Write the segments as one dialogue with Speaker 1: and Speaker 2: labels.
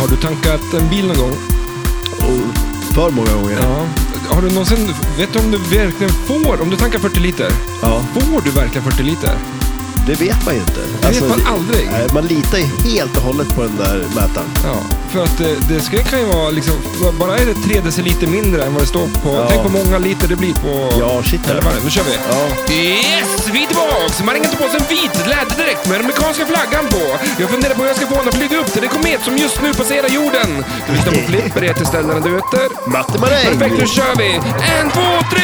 Speaker 1: Har du tankat en bil någon gång?
Speaker 2: För många gånger. Ja.
Speaker 1: Ja. Har du någonsin, vet du om du verkligen får, om du tankar 40 liter, får du verkligen 40 liter?
Speaker 2: Det vet man ju inte. Alltså, Det
Speaker 1: man aldrig.
Speaker 2: Man litar ju helt och hållet på den där mätaren.
Speaker 1: Ja, för att det, det ska, kan ju vara liksom, bara är det 3 deciliter mindre än vad det står på,
Speaker 2: Ja.
Speaker 1: tänk på många liter det blir på...
Speaker 2: Ja, shit.
Speaker 1: Eller vad det är. nu kör vi.
Speaker 2: Ja.
Speaker 1: Yes, vi är tillbaks! Marängen tog på sig en vit läderdräkt med den amerikanska flaggan på. Jag funderar på hur jag ska få henne att flyga upp till den komet som just nu passerar jorden. Du lyssnar på Flipper, det heter Stellan och du heter...
Speaker 2: Matte Maräng!
Speaker 1: Perfekt, nu kör vi! En, två, tre!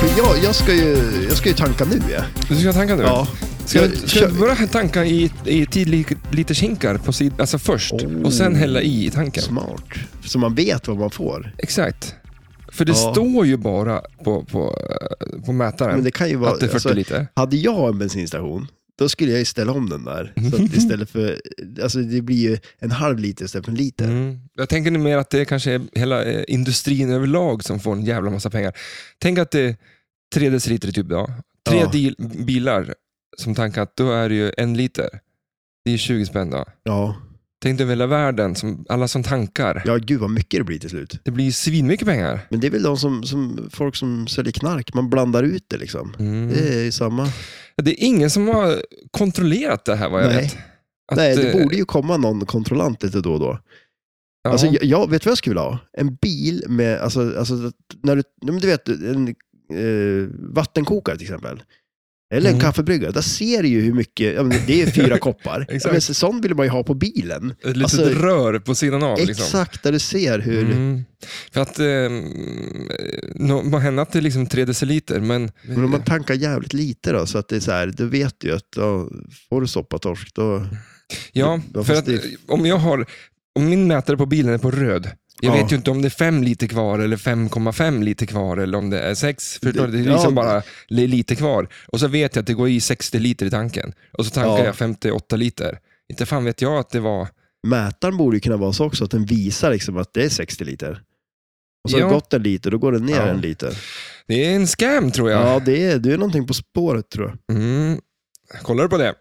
Speaker 2: För jag, jag, ska ju, jag ska ju tanka nu. Ja.
Speaker 1: Du ska tanka nu?
Speaker 2: Ja.
Speaker 1: Ska,
Speaker 2: Jag-
Speaker 1: du, ska
Speaker 2: kör-
Speaker 1: du börja tanka i, i 10 li- liter kinkar på sid, alltså först och sen
Speaker 2: Oh.
Speaker 1: hälla i i tanken?
Speaker 2: Smart. Så man vet vad man får.
Speaker 1: Exakt. För det
Speaker 2: Ja.
Speaker 1: står ju bara på, på, eh, på mätaren
Speaker 2: Men det kan ju vara...
Speaker 1: att det är 40
Speaker 2: alltså,
Speaker 1: liter.
Speaker 2: Hade jag en bensinstation, då skulle jag ju ställa om den där. Så att istället för... Alltså det blir ju en halv liter istället för en liter.
Speaker 1: Mm. Jag tänker nu mer att det kanske är hela eh, industrin överlag som får en jävla massa pengar. Tänk att det är tre deciliter i typ då. Tre
Speaker 2: Ja.
Speaker 1: dil- bilar som tankat, då är det ju en liter. Det är 20 spänn då.
Speaker 2: Ja.
Speaker 1: Tänk dig över hela världen, som, alla som tankar.
Speaker 2: ja, gud vad mycket det blir till slut.
Speaker 1: Det blir ju svinmycket pengar.
Speaker 2: Men det är väl de som, som, folk som säljer knark, man blandar ut det liksom.
Speaker 1: Mm.
Speaker 2: Det är ju samma.
Speaker 1: Det är ingen som har kontrollerat det här vad jag
Speaker 2: Nej.
Speaker 1: vet. Att,
Speaker 2: Nej, det
Speaker 1: eh,
Speaker 2: borde ju komma någon kontrollant lite då och då.
Speaker 1: ja.
Speaker 2: Alltså, jag, jag, vet du vad jag skulle vilja ha? En bil med, alltså, alltså att när du, ja, men du vet, en eh, vattenkokare till exempel. Eller en
Speaker 1: Mm.
Speaker 2: kaffebryggare. Där ser du ju hur mycket, ja, men det är fyra koppar.
Speaker 1: Exakt.
Speaker 2: Ja, Men så- sån vill man ju ha på bilen.
Speaker 1: Ett litet
Speaker 2: Alltså,
Speaker 1: rör på sidan av. Liksom.
Speaker 2: Exakt, där du ser hur...
Speaker 1: Mm. För att, eh, no, må hända att det är liksom 3 deciliter, men...
Speaker 2: Men om man tankar jävligt lite då, så att det är så här, du vet ju att ja, får du soppatorsk då...
Speaker 1: Ja, för
Speaker 2: Ja, fast
Speaker 1: att
Speaker 2: det-
Speaker 1: eh, om jag har... Om min mätare på bilen är på röd, jag
Speaker 2: Ja.
Speaker 1: vet ju inte om det är 5 liter kvar eller 5,5 liter kvar eller om det är 6. Förstår du? Det är
Speaker 2: Ja.
Speaker 1: liksom bara li- lite kvar. Och så vet jag att det går i 60 liter i tanken. Och så tankar
Speaker 2: Ja.
Speaker 1: jag 58 liter. Inte fan vet jag att det var...
Speaker 2: Mätaren borde ju kunna vara så också, att den visar liksom att det är 60 liter. Och så har
Speaker 1: Ja.
Speaker 2: det gått en liter, då går den ner
Speaker 1: Ja.
Speaker 2: en liter.
Speaker 1: Det är en scam tror jag.
Speaker 2: Ja, det är, du är någonting på spåret tror jag.
Speaker 1: Mm. Kollar du på det?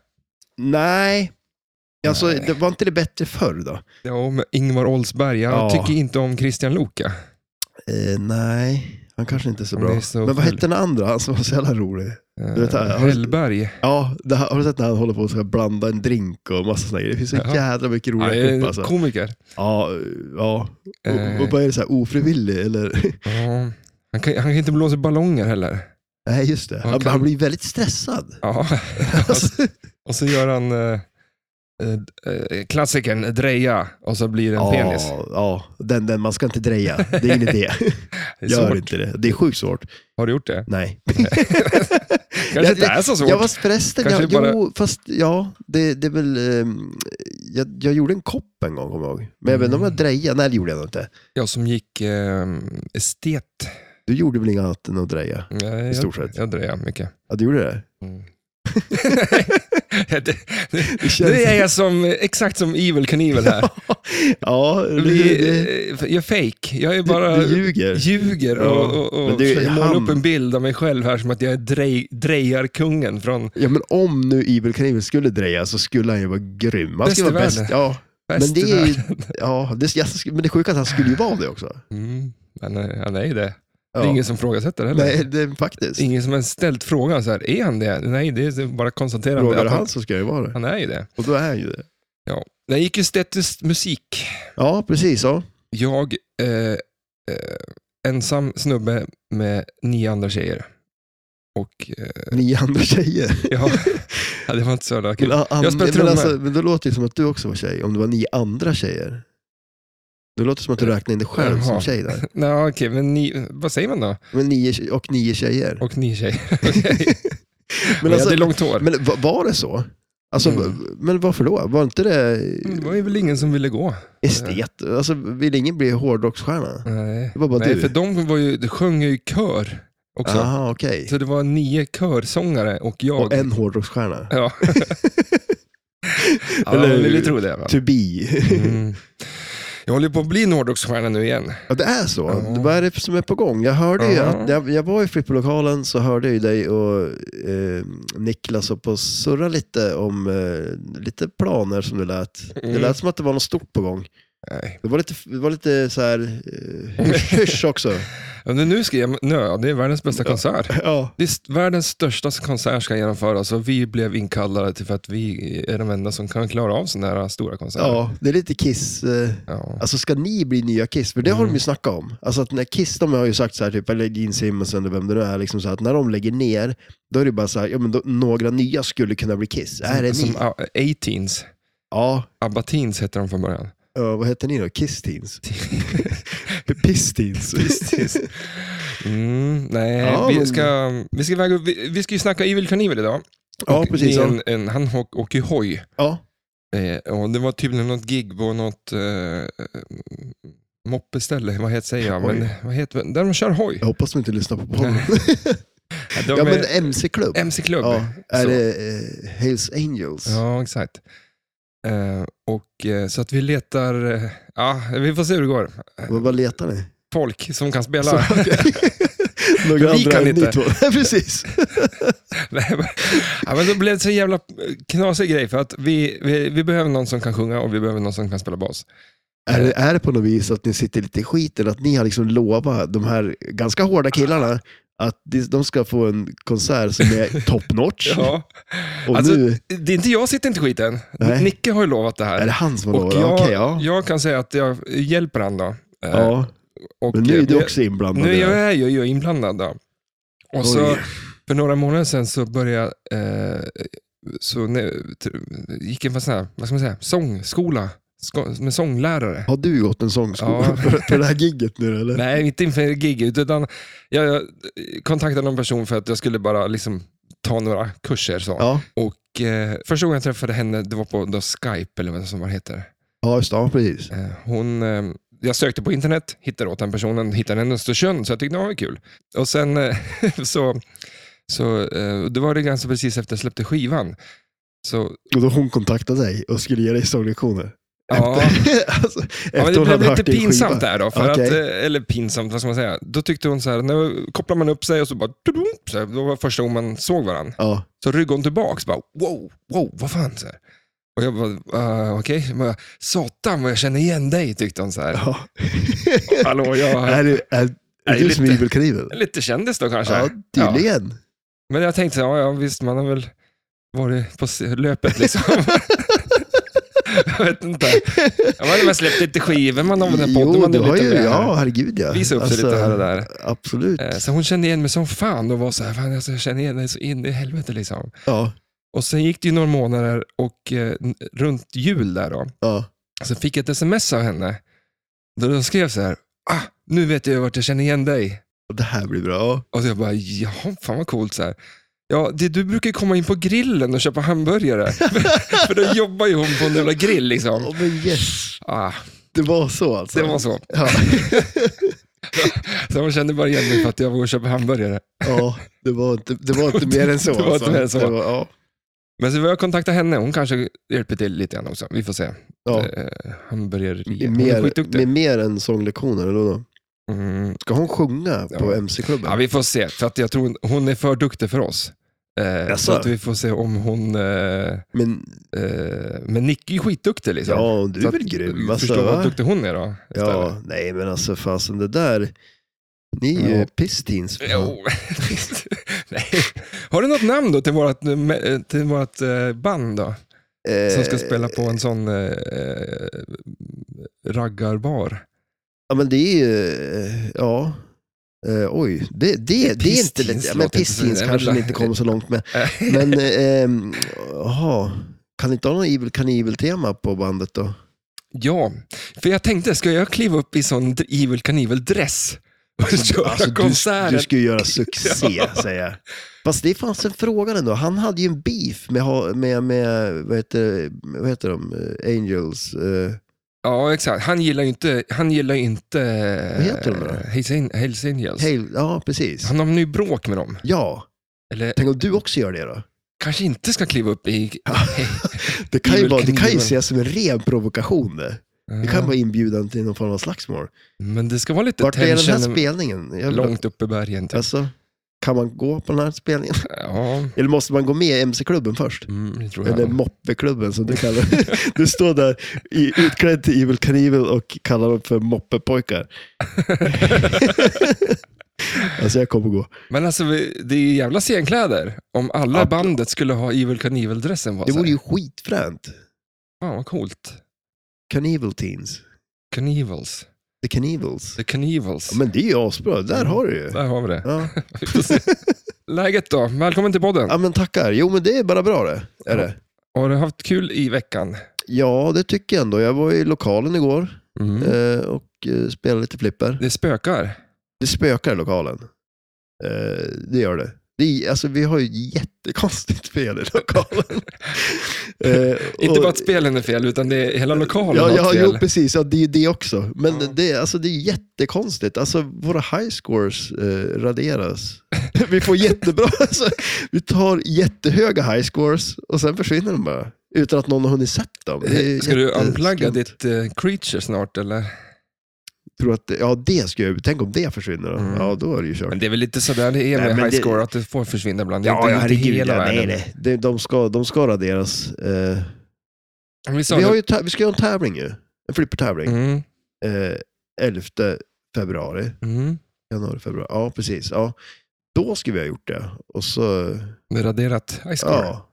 Speaker 2: Nej. Alltså,
Speaker 1: Nej.
Speaker 2: Det var inte det bättre förr då?
Speaker 1: Ja, om Ingvar Oldsberg. Jag
Speaker 2: Ja.
Speaker 1: tycker inte om Christian Luka.
Speaker 2: Eh, nej, han kanske inte är så
Speaker 1: Han
Speaker 2: bra.
Speaker 1: är så
Speaker 2: Men vad
Speaker 1: full.
Speaker 2: hette den andra, han som var så jävla rolig? Du vet,
Speaker 1: Eh,
Speaker 2: har du-
Speaker 1: Hellberg.
Speaker 2: Ja, det, här- har du sett när han håller på att ska blanda en drink och massa sådana grejer? Det finns så
Speaker 1: Ja.
Speaker 2: jädra mycket
Speaker 1: Ja,
Speaker 2: roliga
Speaker 1: det är
Speaker 2: klipp
Speaker 1: en
Speaker 2: alltså.
Speaker 1: Komiker.
Speaker 2: Ja, ja.
Speaker 1: Eh.
Speaker 2: Och, och vad är det, så här, ofrivillig eller?
Speaker 1: Ja. Han, kan, han kan inte blåsa ballonger heller.
Speaker 2: Nej, just det.
Speaker 1: Han
Speaker 2: Han,
Speaker 1: kan-
Speaker 2: han blir väldigt stressad.
Speaker 1: Ja.
Speaker 2: Alltså,
Speaker 1: Och så gör han eh, eh, eh, klassikern dreja och så blir det en penis.
Speaker 2: ja, ja den, den, man ska inte dreja. Det är ingen idé.
Speaker 1: Det är
Speaker 2: Gör
Speaker 1: svårt.
Speaker 2: inte det. Det är sjukt svårt.
Speaker 1: Har du gjort det?
Speaker 2: Nej.
Speaker 1: Kanske inte är så svårt.
Speaker 2: Jag var förresten,
Speaker 1: Kanske
Speaker 2: jag,
Speaker 1: bara-
Speaker 2: jo, fast ja, det, det är väl, ehm, jag, jag gjorde en kopp en gång kommer jag ihåg. Men jag vet inte om
Speaker 1: Mm.
Speaker 2: jag drejade, nej det gjorde jag nog inte.
Speaker 1: Jag som gick eh, estet.
Speaker 2: Du gjorde väl inget annat än att dreja?
Speaker 1: Nej,
Speaker 2: stort
Speaker 1: jag,
Speaker 2: sett.
Speaker 1: jag dreja mycket.
Speaker 2: Ja, du gjorde det?
Speaker 1: Mm. det, det,
Speaker 2: känns-
Speaker 1: Nu är jag som, exakt som Evil Knievel här.
Speaker 2: Ja,
Speaker 1: Jag,
Speaker 2: du,
Speaker 1: blir,
Speaker 2: du,
Speaker 1: eh, jag är fake. Jag är bara...
Speaker 2: du, du ljuger.
Speaker 1: ljuger
Speaker 2: Ja,
Speaker 1: och, och, och
Speaker 2: men det är
Speaker 1: försöker måla
Speaker 2: han-
Speaker 1: upp en bild av mig själv här som att jag är drej, drejarkungen från
Speaker 2: Ja, men om nu Evil Knievel skulle dreja så skulle han ju vara grym. Han
Speaker 1: Bäst i
Speaker 2: skulle vara
Speaker 1: världen.
Speaker 2: bäst. Ja, men det är ju,
Speaker 1: västvärlden.
Speaker 2: ja, det, jag, men det sjuka är att han skulle ju vara det också.
Speaker 1: Mm, men eh, han är ju det.
Speaker 2: Ja.
Speaker 1: Det är ingen som frågasätter heller.
Speaker 2: Nej, det, faktiskt.
Speaker 1: Ingen som ens ställt frågan så här, är han det? Nej, det är bara konstaterande
Speaker 2: Frågar
Speaker 1: att han,
Speaker 2: han så ska jag ju vara det.
Speaker 1: han är ju det.
Speaker 2: Och då är han ju det.
Speaker 1: Ja. Jag gick ju estetisk musik.
Speaker 2: Ja, precis. Ja.
Speaker 1: Jag, eh, eh, ensam snubbe med nio andra tjejer. Och eh,
Speaker 2: Ni andra tjejer.
Speaker 1: ja, ja, det var inte så jävla kul.
Speaker 2: Men, an,
Speaker 1: Jag spelar
Speaker 2: men,
Speaker 1: trummor.
Speaker 2: alltså, men då låter det som att du också var tjej, om det var ni andra tjejer. Det låter som att du räknade in dig själv
Speaker 1: Jaha.
Speaker 2: som tjej där.
Speaker 1: Nej, okej, men ni, vad säger man då?
Speaker 2: Men nio, och nio tjejer.
Speaker 1: Och nio tjejer. Okej.
Speaker 2: men
Speaker 1: jag
Speaker 2: alltså,
Speaker 1: hade långt hår.
Speaker 2: men va- var det så? Alltså,
Speaker 1: Mm.
Speaker 2: v- Men varför då? Var inte det
Speaker 1: Det var ju väl ingen som ville gå.
Speaker 2: estet? Alltså, vill ingen bli hårdrocksstjärna?
Speaker 1: Nej,
Speaker 2: Det var bara
Speaker 1: Nej
Speaker 2: du.
Speaker 1: för de var ju, de sjöng ju i kör också.
Speaker 2: Jaha, okej.
Speaker 1: Så det var nio körsångare och jag.
Speaker 2: Och en hårdrocksstjärna.
Speaker 1: Ja. ja,
Speaker 2: Eller
Speaker 1: Eller vill ju
Speaker 2: hur?
Speaker 1: tro det. Va?
Speaker 2: To be.
Speaker 1: Mm. Jag håller ju på att bli en hårdrocksstjärna nu igen.
Speaker 2: Ja, det är så.
Speaker 1: Ja.
Speaker 2: Vad är det som är på gång? Jag hörde ju
Speaker 1: Ja.
Speaker 2: att, när jag, jag var i flippolokalen så hörde jag ju dig och eh, Niklas och på surra lite om eh, lite planer som det lät. Det
Speaker 1: Mm.
Speaker 2: lät som att det var något stort på gång.
Speaker 1: Nej.
Speaker 2: Det var lite, det var lite så här eh, hysch, hysch också.
Speaker 1: Ja, men Nu ska jag... Nö, det är världens bästa konsert.
Speaker 2: ja.
Speaker 1: Det är st- världens största konsert ska genomföras och vi blev inkallade till för att vi är de enda som kan klara av sådana här stora konserter.
Speaker 2: ja, det är lite Kiss. Eh,
Speaker 1: Ja.
Speaker 2: alltså ska ni bli nya Kiss? För det har de
Speaker 1: Mm.
Speaker 2: ju snackat om. Alltså att när Kiss, de har ju sagt så här, typ, eller Gene Simmons eller vem det nu är, liksom så här, att när de lägger ner, då är det bara så här, ja men då, några nya skulle kunna bli Kiss. är det
Speaker 1: som
Speaker 2: ni?
Speaker 1: A- A-Teens.
Speaker 2: Ja,
Speaker 1: Abba-Teens hette de från början.
Speaker 2: Ja, Eh, vad heter ni då? Kiss Teens? Piss Teens?
Speaker 1: Mm, nej,
Speaker 2: Ja, men-
Speaker 1: vi, ska, vi, ska väga, upp- vi, vi ska ju snacka Evil Knievel idag.
Speaker 2: Ja,
Speaker 1: Och
Speaker 2: precis.
Speaker 1: det är
Speaker 2: Ja.
Speaker 1: En, en, han hå- åker ju hoj.
Speaker 2: Ja.
Speaker 1: Eh, och det var tydligen något gig på något eh, moppeställe, vad heter säger jag? Men,
Speaker 2: Hoj.
Speaker 1: vad heter, där de kör hoj.
Speaker 2: Jag hoppas de inte lyssnar på podden.
Speaker 1: De
Speaker 2: ja, men
Speaker 1: är
Speaker 2: MC-klubb.
Speaker 1: MC-klubb.
Speaker 2: Ja, är
Speaker 1: Så.
Speaker 2: det eh, Hells Angels?
Speaker 1: Ja, exakt. Eh, och, eh, så att vi letar, eh, ja, vi får se hur det går.
Speaker 2: Vad, vad letar ni?
Speaker 1: Folk som kan spela.
Speaker 2: Så, okej. Några
Speaker 1: Vi kan
Speaker 2: andra än ni
Speaker 1: inte.
Speaker 2: två. Ja, precis.
Speaker 1: Nej, men, ja, men då blev det så en jävla eh, knasig grej för att vi, vi, vi behöver någon som kan sjunga och vi behöver någon som kan spela bas.
Speaker 2: Är, det- är det på något vis att ni sitter lite i skiten? Att ni har liksom lovat de här ganska hårda killarna att de- de ska få en konsert som är top notch?
Speaker 1: Ja.
Speaker 2: Och
Speaker 1: Alltså,
Speaker 2: nu
Speaker 1: Det är inte jag sitter inte i skiten.
Speaker 2: Nej.
Speaker 1: Nicke har ju lovat det
Speaker 2: är det
Speaker 1: här.
Speaker 2: han som har
Speaker 1: Och
Speaker 2: lovat?
Speaker 1: jag,
Speaker 2: Okej, ja.
Speaker 1: jag kan säga att jag hjälper han då. Eh,
Speaker 2: ja.
Speaker 1: och,
Speaker 2: Men nu är
Speaker 1: eh,
Speaker 2: du också inblandad.
Speaker 1: Nu
Speaker 2: i
Speaker 1: är
Speaker 2: det här.
Speaker 1: jag, jag, jag är inblandad. Då. Och så,
Speaker 2: Oj.
Speaker 1: för några månader sedan så började jag, eh, så när, tr- gick jag på sån här, vad ska man säga, sångskola sko- med sånglärare.
Speaker 2: Har du gått en sångskola
Speaker 1: Ja.
Speaker 2: för, för det här gigget nu eller?
Speaker 1: Nej, inte inför gig, utan jag, jag kontaktade någon person för att jag skulle bara liksom ta några kurser. Så.
Speaker 2: Ja,
Speaker 1: Och, eh, första gången jag träffade henne, det var på då Skype, eller vad som var heter.
Speaker 2: ja just det, ja, precis.
Speaker 1: Eh, Hon, eh, jag sökte på internet, hittade åt den personen, hittade henne i Östersund, så jag tyckte det var kul. Och sen eh, så, så eh, det var det ganska precis efter jag släppte skivan. Så,
Speaker 2: Och då hon kontaktade dig och skulle ge dig sånglektioner.
Speaker 1: ja,
Speaker 2: Efter, alltså,
Speaker 1: ja, men
Speaker 2: efter
Speaker 1: det
Speaker 2: hon
Speaker 1: blev
Speaker 2: hade
Speaker 1: lite
Speaker 2: hört din
Speaker 1: pinsamt
Speaker 2: skiva.
Speaker 1: där då. För
Speaker 2: Okej.
Speaker 1: att, eh, eller pinsamt, vad ska man säga? Då tyckte hon så här, när kopplar man upp sig och så bara, tudum, så här, då var första gången man såg varandra.
Speaker 2: Ja,
Speaker 1: Så ryggade hon tillbaks, bara, wow, wow, vad fan. Så här. Och jag bara, uh, okej, Men, satan vad jag känner igen dig, tyckte hon så här.
Speaker 2: ja.
Speaker 1: Hallå, jag...
Speaker 2: är, det- är, är
Speaker 1: Nej,
Speaker 2: du
Speaker 1: lite.
Speaker 2: som Evil Knievel?
Speaker 1: Lite kändis då kanske.
Speaker 2: Ja, tydligen.
Speaker 1: Men jag tänkte, ja, ja visst, man har väl varit på s- löpet liksom. jag vet inte. Ja, man har väl släppt lite skivor, man har väl den podden,
Speaker 2: jo,
Speaker 1: man
Speaker 2: du
Speaker 1: är
Speaker 2: har
Speaker 1: lite
Speaker 2: ju,
Speaker 1: med.
Speaker 2: ja Alltså- herregud ja.
Speaker 1: Visa upp sig lite här och där.
Speaker 2: Absolut.
Speaker 1: Eh, Så hon kände igen mig som fan och var så här, fan alltså, jag känner igen dig så in i helvete liksom.
Speaker 2: Ja,
Speaker 1: Och sen gick det ju några månader och eh, n- runt jul där då,
Speaker 2: ja.
Speaker 1: så fick jag ett sms av henne. Då de skrev så här, ah, nu vet jag vart jag känner igen dig.
Speaker 2: Och Det här blir bra.
Speaker 1: Och så Alltså, jag bara, jaha, fan vad coolt. Så här. Ja, det, du brukar ju komma in på grillen och köpa hamburgare. För då jobbar ju hon på en jävla grill liksom.
Speaker 2: Ja, men yes.
Speaker 1: Ah,
Speaker 2: Det var så alltså.
Speaker 1: det var så.
Speaker 2: Ja,
Speaker 1: Så hon kände bara igen mig för att jag var och köpte hamburgare.
Speaker 2: ja det, var inte, det var inte mer än så.
Speaker 1: Det var inte
Speaker 2: alltså.
Speaker 1: mer än så.
Speaker 2: Det var, ja.
Speaker 1: Men så var jag kontakta henne, hon kanske hjälper till lite grann också. Vi får se.
Speaker 2: Ja.
Speaker 1: Eh, hamburgeriet. Hon är
Speaker 2: Mer,
Speaker 1: skitduktig.
Speaker 2: med mer än sånglektioner, eller då?
Speaker 1: Mm.
Speaker 2: Ska hon sjunga på
Speaker 1: Ja.
Speaker 2: MC-klubben?
Speaker 1: Ja, vi får se, för att jag tror hon- hon är för duktig för oss. Eh,
Speaker 2: Jaså?
Speaker 1: så att vi får se om hon... Eh,
Speaker 2: Men
Speaker 1: eh, men Nicky är ju skitduktig liksom.
Speaker 2: ja, du
Speaker 1: Så
Speaker 2: är
Speaker 1: att-
Speaker 2: väl grym? Alltså,
Speaker 1: Förstår vad
Speaker 2: va?
Speaker 1: duktig hon är då. istället.
Speaker 2: Ja, nej men alltså fasen det där. Ni är ju
Speaker 1: Ja.
Speaker 2: pissteens. fan.
Speaker 1: Jo. Nej. Har du något namn då till vårat, eh, till vårat eh, band då?
Speaker 2: Eh,
Speaker 1: Som ska spela på en sån eh, eh, raggarbar?
Speaker 2: Ja, men det är ju, eh, ja. Eh, oj, det, det, det är inte
Speaker 1: Pissteens
Speaker 2: lätt. Men
Speaker 1: låter inte så-
Speaker 2: pissteens
Speaker 1: nej,
Speaker 2: kanske
Speaker 1: men-
Speaker 2: ni inte kommer så långt med.
Speaker 1: Eh,
Speaker 2: Men, eh, ehm, jaha. Kan ni inte ha någon evil kanivel-tema på bandet då?
Speaker 1: ja, för jag tänkte, ska jag kliva upp i sån Evil Knievel-dress och köra
Speaker 2: Alltså, du,
Speaker 1: konserten.
Speaker 2: du skulle göra succé,
Speaker 1: Ja.
Speaker 2: säger jag. Fast det fanns en fråga ändå. Han hade ju en beef med, ha- med, med vad, heter, vad heter de, Eh, Angels. eh,
Speaker 1: Ja, exakt. Han gillar ju inte... Han gillar ju inte eh,
Speaker 2: Vad heter de då?
Speaker 1: Hells An- Hells Angels.
Speaker 2: Hail, ja, precis.
Speaker 1: Han har nu bråk med dem.
Speaker 2: Ja,
Speaker 1: Eller
Speaker 2: tänk om du också gör det då?
Speaker 1: kanske inte ska kliva upp i...
Speaker 2: Det kan ju,
Speaker 1: Evil
Speaker 2: vara, det kan ju
Speaker 1: Knieven.
Speaker 2: ses som en ren provokation det. Det kan vara inbjudan till någon form av slagsmål.
Speaker 1: Men det ska vara lite
Speaker 2: Vart är den här
Speaker 1: tension
Speaker 2: spelningen? Jag,
Speaker 1: långt upp i bergen. Typ.
Speaker 2: Alltså, kan man gå på den här spelningen?
Speaker 1: Ja,
Speaker 2: Eller måste man gå med i MC-klubben först?
Speaker 1: mm, det tror jag.
Speaker 2: Eller moppeklubben som du kallar Du står där i, utklädd till Evil Knievel och kallar dem för moppepojkar. alltså jag kommer gå.
Speaker 1: Men alltså, vi- det är ju jävla scenkläder. Om alla i bandet skulle ha Evil Knievel-dressen på
Speaker 2: Det
Speaker 1: sig.
Speaker 2: vore ju skitfränt.
Speaker 1: Fan vad coolt.
Speaker 2: Knievel Teens.
Speaker 1: Knievels.
Speaker 2: The Knievels.
Speaker 1: The Knievels.
Speaker 2: Ja, men det är ju asbra, där har du ju.
Speaker 1: Där har vi det.
Speaker 2: Ja.
Speaker 1: Vi får se. Läget då? Välkommen till podden.
Speaker 2: ja men tackar. Jo men det är bara bra det. Är det?
Speaker 1: Har du haft kul i veckan?
Speaker 2: Ja det tycker jag ändå. Jag var i lokalen igår
Speaker 1: Mm.
Speaker 2: eh, och eh, spelade lite flipper.
Speaker 1: Det spökar.
Speaker 2: Det spökar i lokalen. Eh, det gör det. det är, alltså, vi har ju jättekonstigt fel i lokalen. Eh,
Speaker 1: Inte
Speaker 2: och-
Speaker 1: bara att spelen är fel, utan det är hela lokalen
Speaker 2: Ja,
Speaker 1: har
Speaker 2: ja
Speaker 1: fel.
Speaker 2: jo, precis. Ja, det är ju det också. Men
Speaker 1: Ja.
Speaker 2: det, är- alltså, det är jättekonstigt. Alltså, våra high scores eh, raderas. vi får jättebra, alltså, vi tar jättehöga high scores och sen försvinner de bara. Utan att någon har hunnit sett dem. Det är
Speaker 1: Eh, Ska du
Speaker 2: jätteskumt.
Speaker 1: unplugga ditt eh, creature snart eller?
Speaker 2: Tror att, det- ja, det ska jag, tänk om det försvinner. då.
Speaker 1: Mm.
Speaker 2: Ja, då är det ju kört.
Speaker 1: Men det är väl lite sådär det är
Speaker 2: Nej,
Speaker 1: med
Speaker 2: men
Speaker 1: high
Speaker 2: det-
Speaker 1: score, att det får försvinna ibland. Det är
Speaker 2: Ja,
Speaker 1: inte,
Speaker 2: ja,
Speaker 1: inte
Speaker 2: herregud.
Speaker 1: hela
Speaker 2: ja, nej,
Speaker 1: världen.
Speaker 2: nej. De, de, ska, de ska raderas. Eh,
Speaker 1: Vi sa
Speaker 2: vi, har
Speaker 1: det.
Speaker 2: ju, tä- vi ska göra en tävling ju. En flippertävling.
Speaker 1: Mm,
Speaker 2: Eh, 11 februari.
Speaker 1: mm.
Speaker 2: Januari, februari. Ja, precis. Ja. Då skulle vi ha gjort det. Och så,
Speaker 1: Det är raderat high score. Ja,
Speaker 2: ja.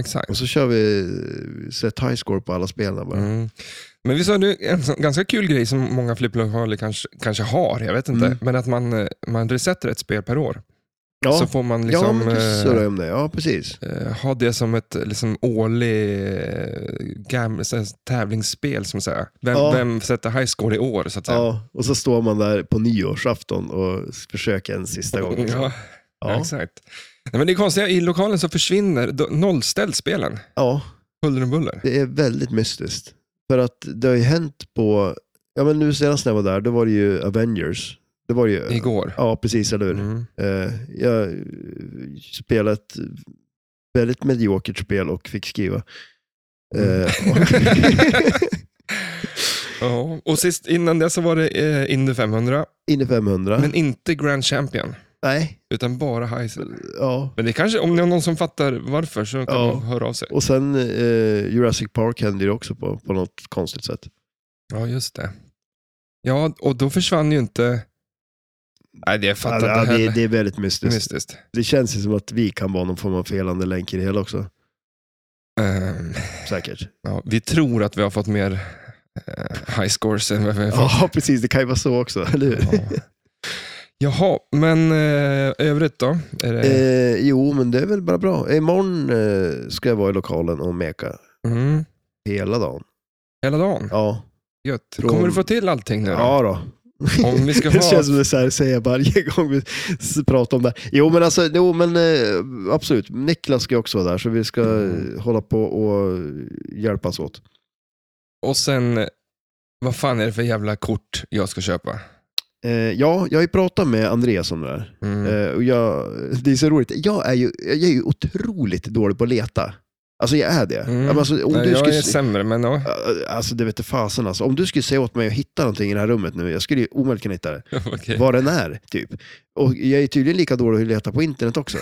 Speaker 1: exakt.
Speaker 2: och så kör vi set high score på alla spelarna bara.
Speaker 1: Mm. Men vi sa nu en sån- ganska kul grej som många flipplokaler kanske, kanske har, jag vet inte.
Speaker 2: Mm.
Speaker 1: Men att man, eh, man resetter ett spel per år.
Speaker 2: Ja,
Speaker 1: Så får man
Speaker 2: ja
Speaker 1: liksom
Speaker 2: men du sa
Speaker 1: eh,
Speaker 2: det om det. Ja, precis.
Speaker 1: eh, ha det som ett liksom, årlig eh, gam, så här, tävlingsspel, som säga. Vem,
Speaker 2: Ja.
Speaker 1: vem sätter high score i år, så att säga.
Speaker 2: Ja, och så står man där på nyårsafton och försöker en sista gång. liksom.
Speaker 1: Ja, ja.
Speaker 2: ja.
Speaker 1: exakt. Nej, men det är konstigt, i lokalen så försvinner, då- nollställs spelen.
Speaker 2: ja.
Speaker 1: Huller om buller.
Speaker 2: Det är väldigt mystiskt. För att det har ju hänt på, ja men nu senast när jag var där, då var det ju Avengers. Det var det ju,
Speaker 1: Igår.
Speaker 2: ja precis, eller hur?
Speaker 1: Mm.
Speaker 2: Eh, jag eh, spelade ett väldigt mediokert spel och fick skriva.
Speaker 1: Mm.
Speaker 2: Eh, och,
Speaker 1: Ja. Och sist innan det så var det eh, Indy 500,
Speaker 2: in i 500.
Speaker 1: men inte Grand Champion,
Speaker 2: Nej,
Speaker 1: utan bara Heisel.
Speaker 2: ja.
Speaker 1: Men det kanske, om det är någon som fattar varför så kan
Speaker 2: Ja.
Speaker 1: man höra av sig.
Speaker 2: Och sen eh, Jurassic Park hände ju också på, på något konstigt sätt.
Speaker 1: Ja, just det. Ja, och då försvann ju inte... Nej, det fattar inte
Speaker 2: Alltså, Ja, det,
Speaker 1: heller.
Speaker 2: det är väldigt mystiskt.
Speaker 1: Mystiskt.
Speaker 2: Det känns ju som att vi kan vara någon form av felande länk i det hela också.
Speaker 1: Ehm,
Speaker 2: Säkert.
Speaker 1: ja, vi tror att vi har fått mer eh, high scores än vad vi har fått.
Speaker 2: Ja, precis. Det kan ju vara så också, eller hur?
Speaker 1: Ja. Jaha, men eh, övrigt då? Är det,
Speaker 2: Eh, jo, men det är väl bara bra. Imorgon eh, ska jag vara i lokalen och meka
Speaker 1: mm,
Speaker 2: hela dagen.
Speaker 1: hela dagen?
Speaker 2: Ja,
Speaker 1: Gött.
Speaker 2: från-
Speaker 1: Kommer du få till allting nu då?
Speaker 2: ja då.
Speaker 1: Om vi ska
Speaker 2: Det
Speaker 1: ha...
Speaker 2: känns som det så här säger varje gång vi s- pratar om det. här. Jo, men, alltså, jo, men eh, absolut. Niklas ska ju också vara där, så vi ska
Speaker 1: Mm.
Speaker 2: eh, hålla på och hjälpas åt.
Speaker 1: Och sen, eh, vad fan är det för jävla kort jag ska köpa?
Speaker 2: Eh, ja, jag har ju pratat med Andreas om det där.
Speaker 1: Mm.
Speaker 2: Eh, och jag, det är så roligt. Jag är, ju, jag är ju otroligt dålig på att leta. Alltså jag är det.
Speaker 1: Mm.
Speaker 2: Ja, men Alltså, om
Speaker 1: Nej,
Speaker 2: du
Speaker 1: jag
Speaker 2: skulle...
Speaker 1: är sämre, men ja.
Speaker 2: Ja, Alltså det vete fasen alltså. Om du skulle säga åt mig att hitta någonting i det här rummet nu, jag skulle ju omöjligt kunna hitta det.
Speaker 1: Okej.
Speaker 2: Var den är, typ. Och jag är tydligen lika dålig att leta på internet också.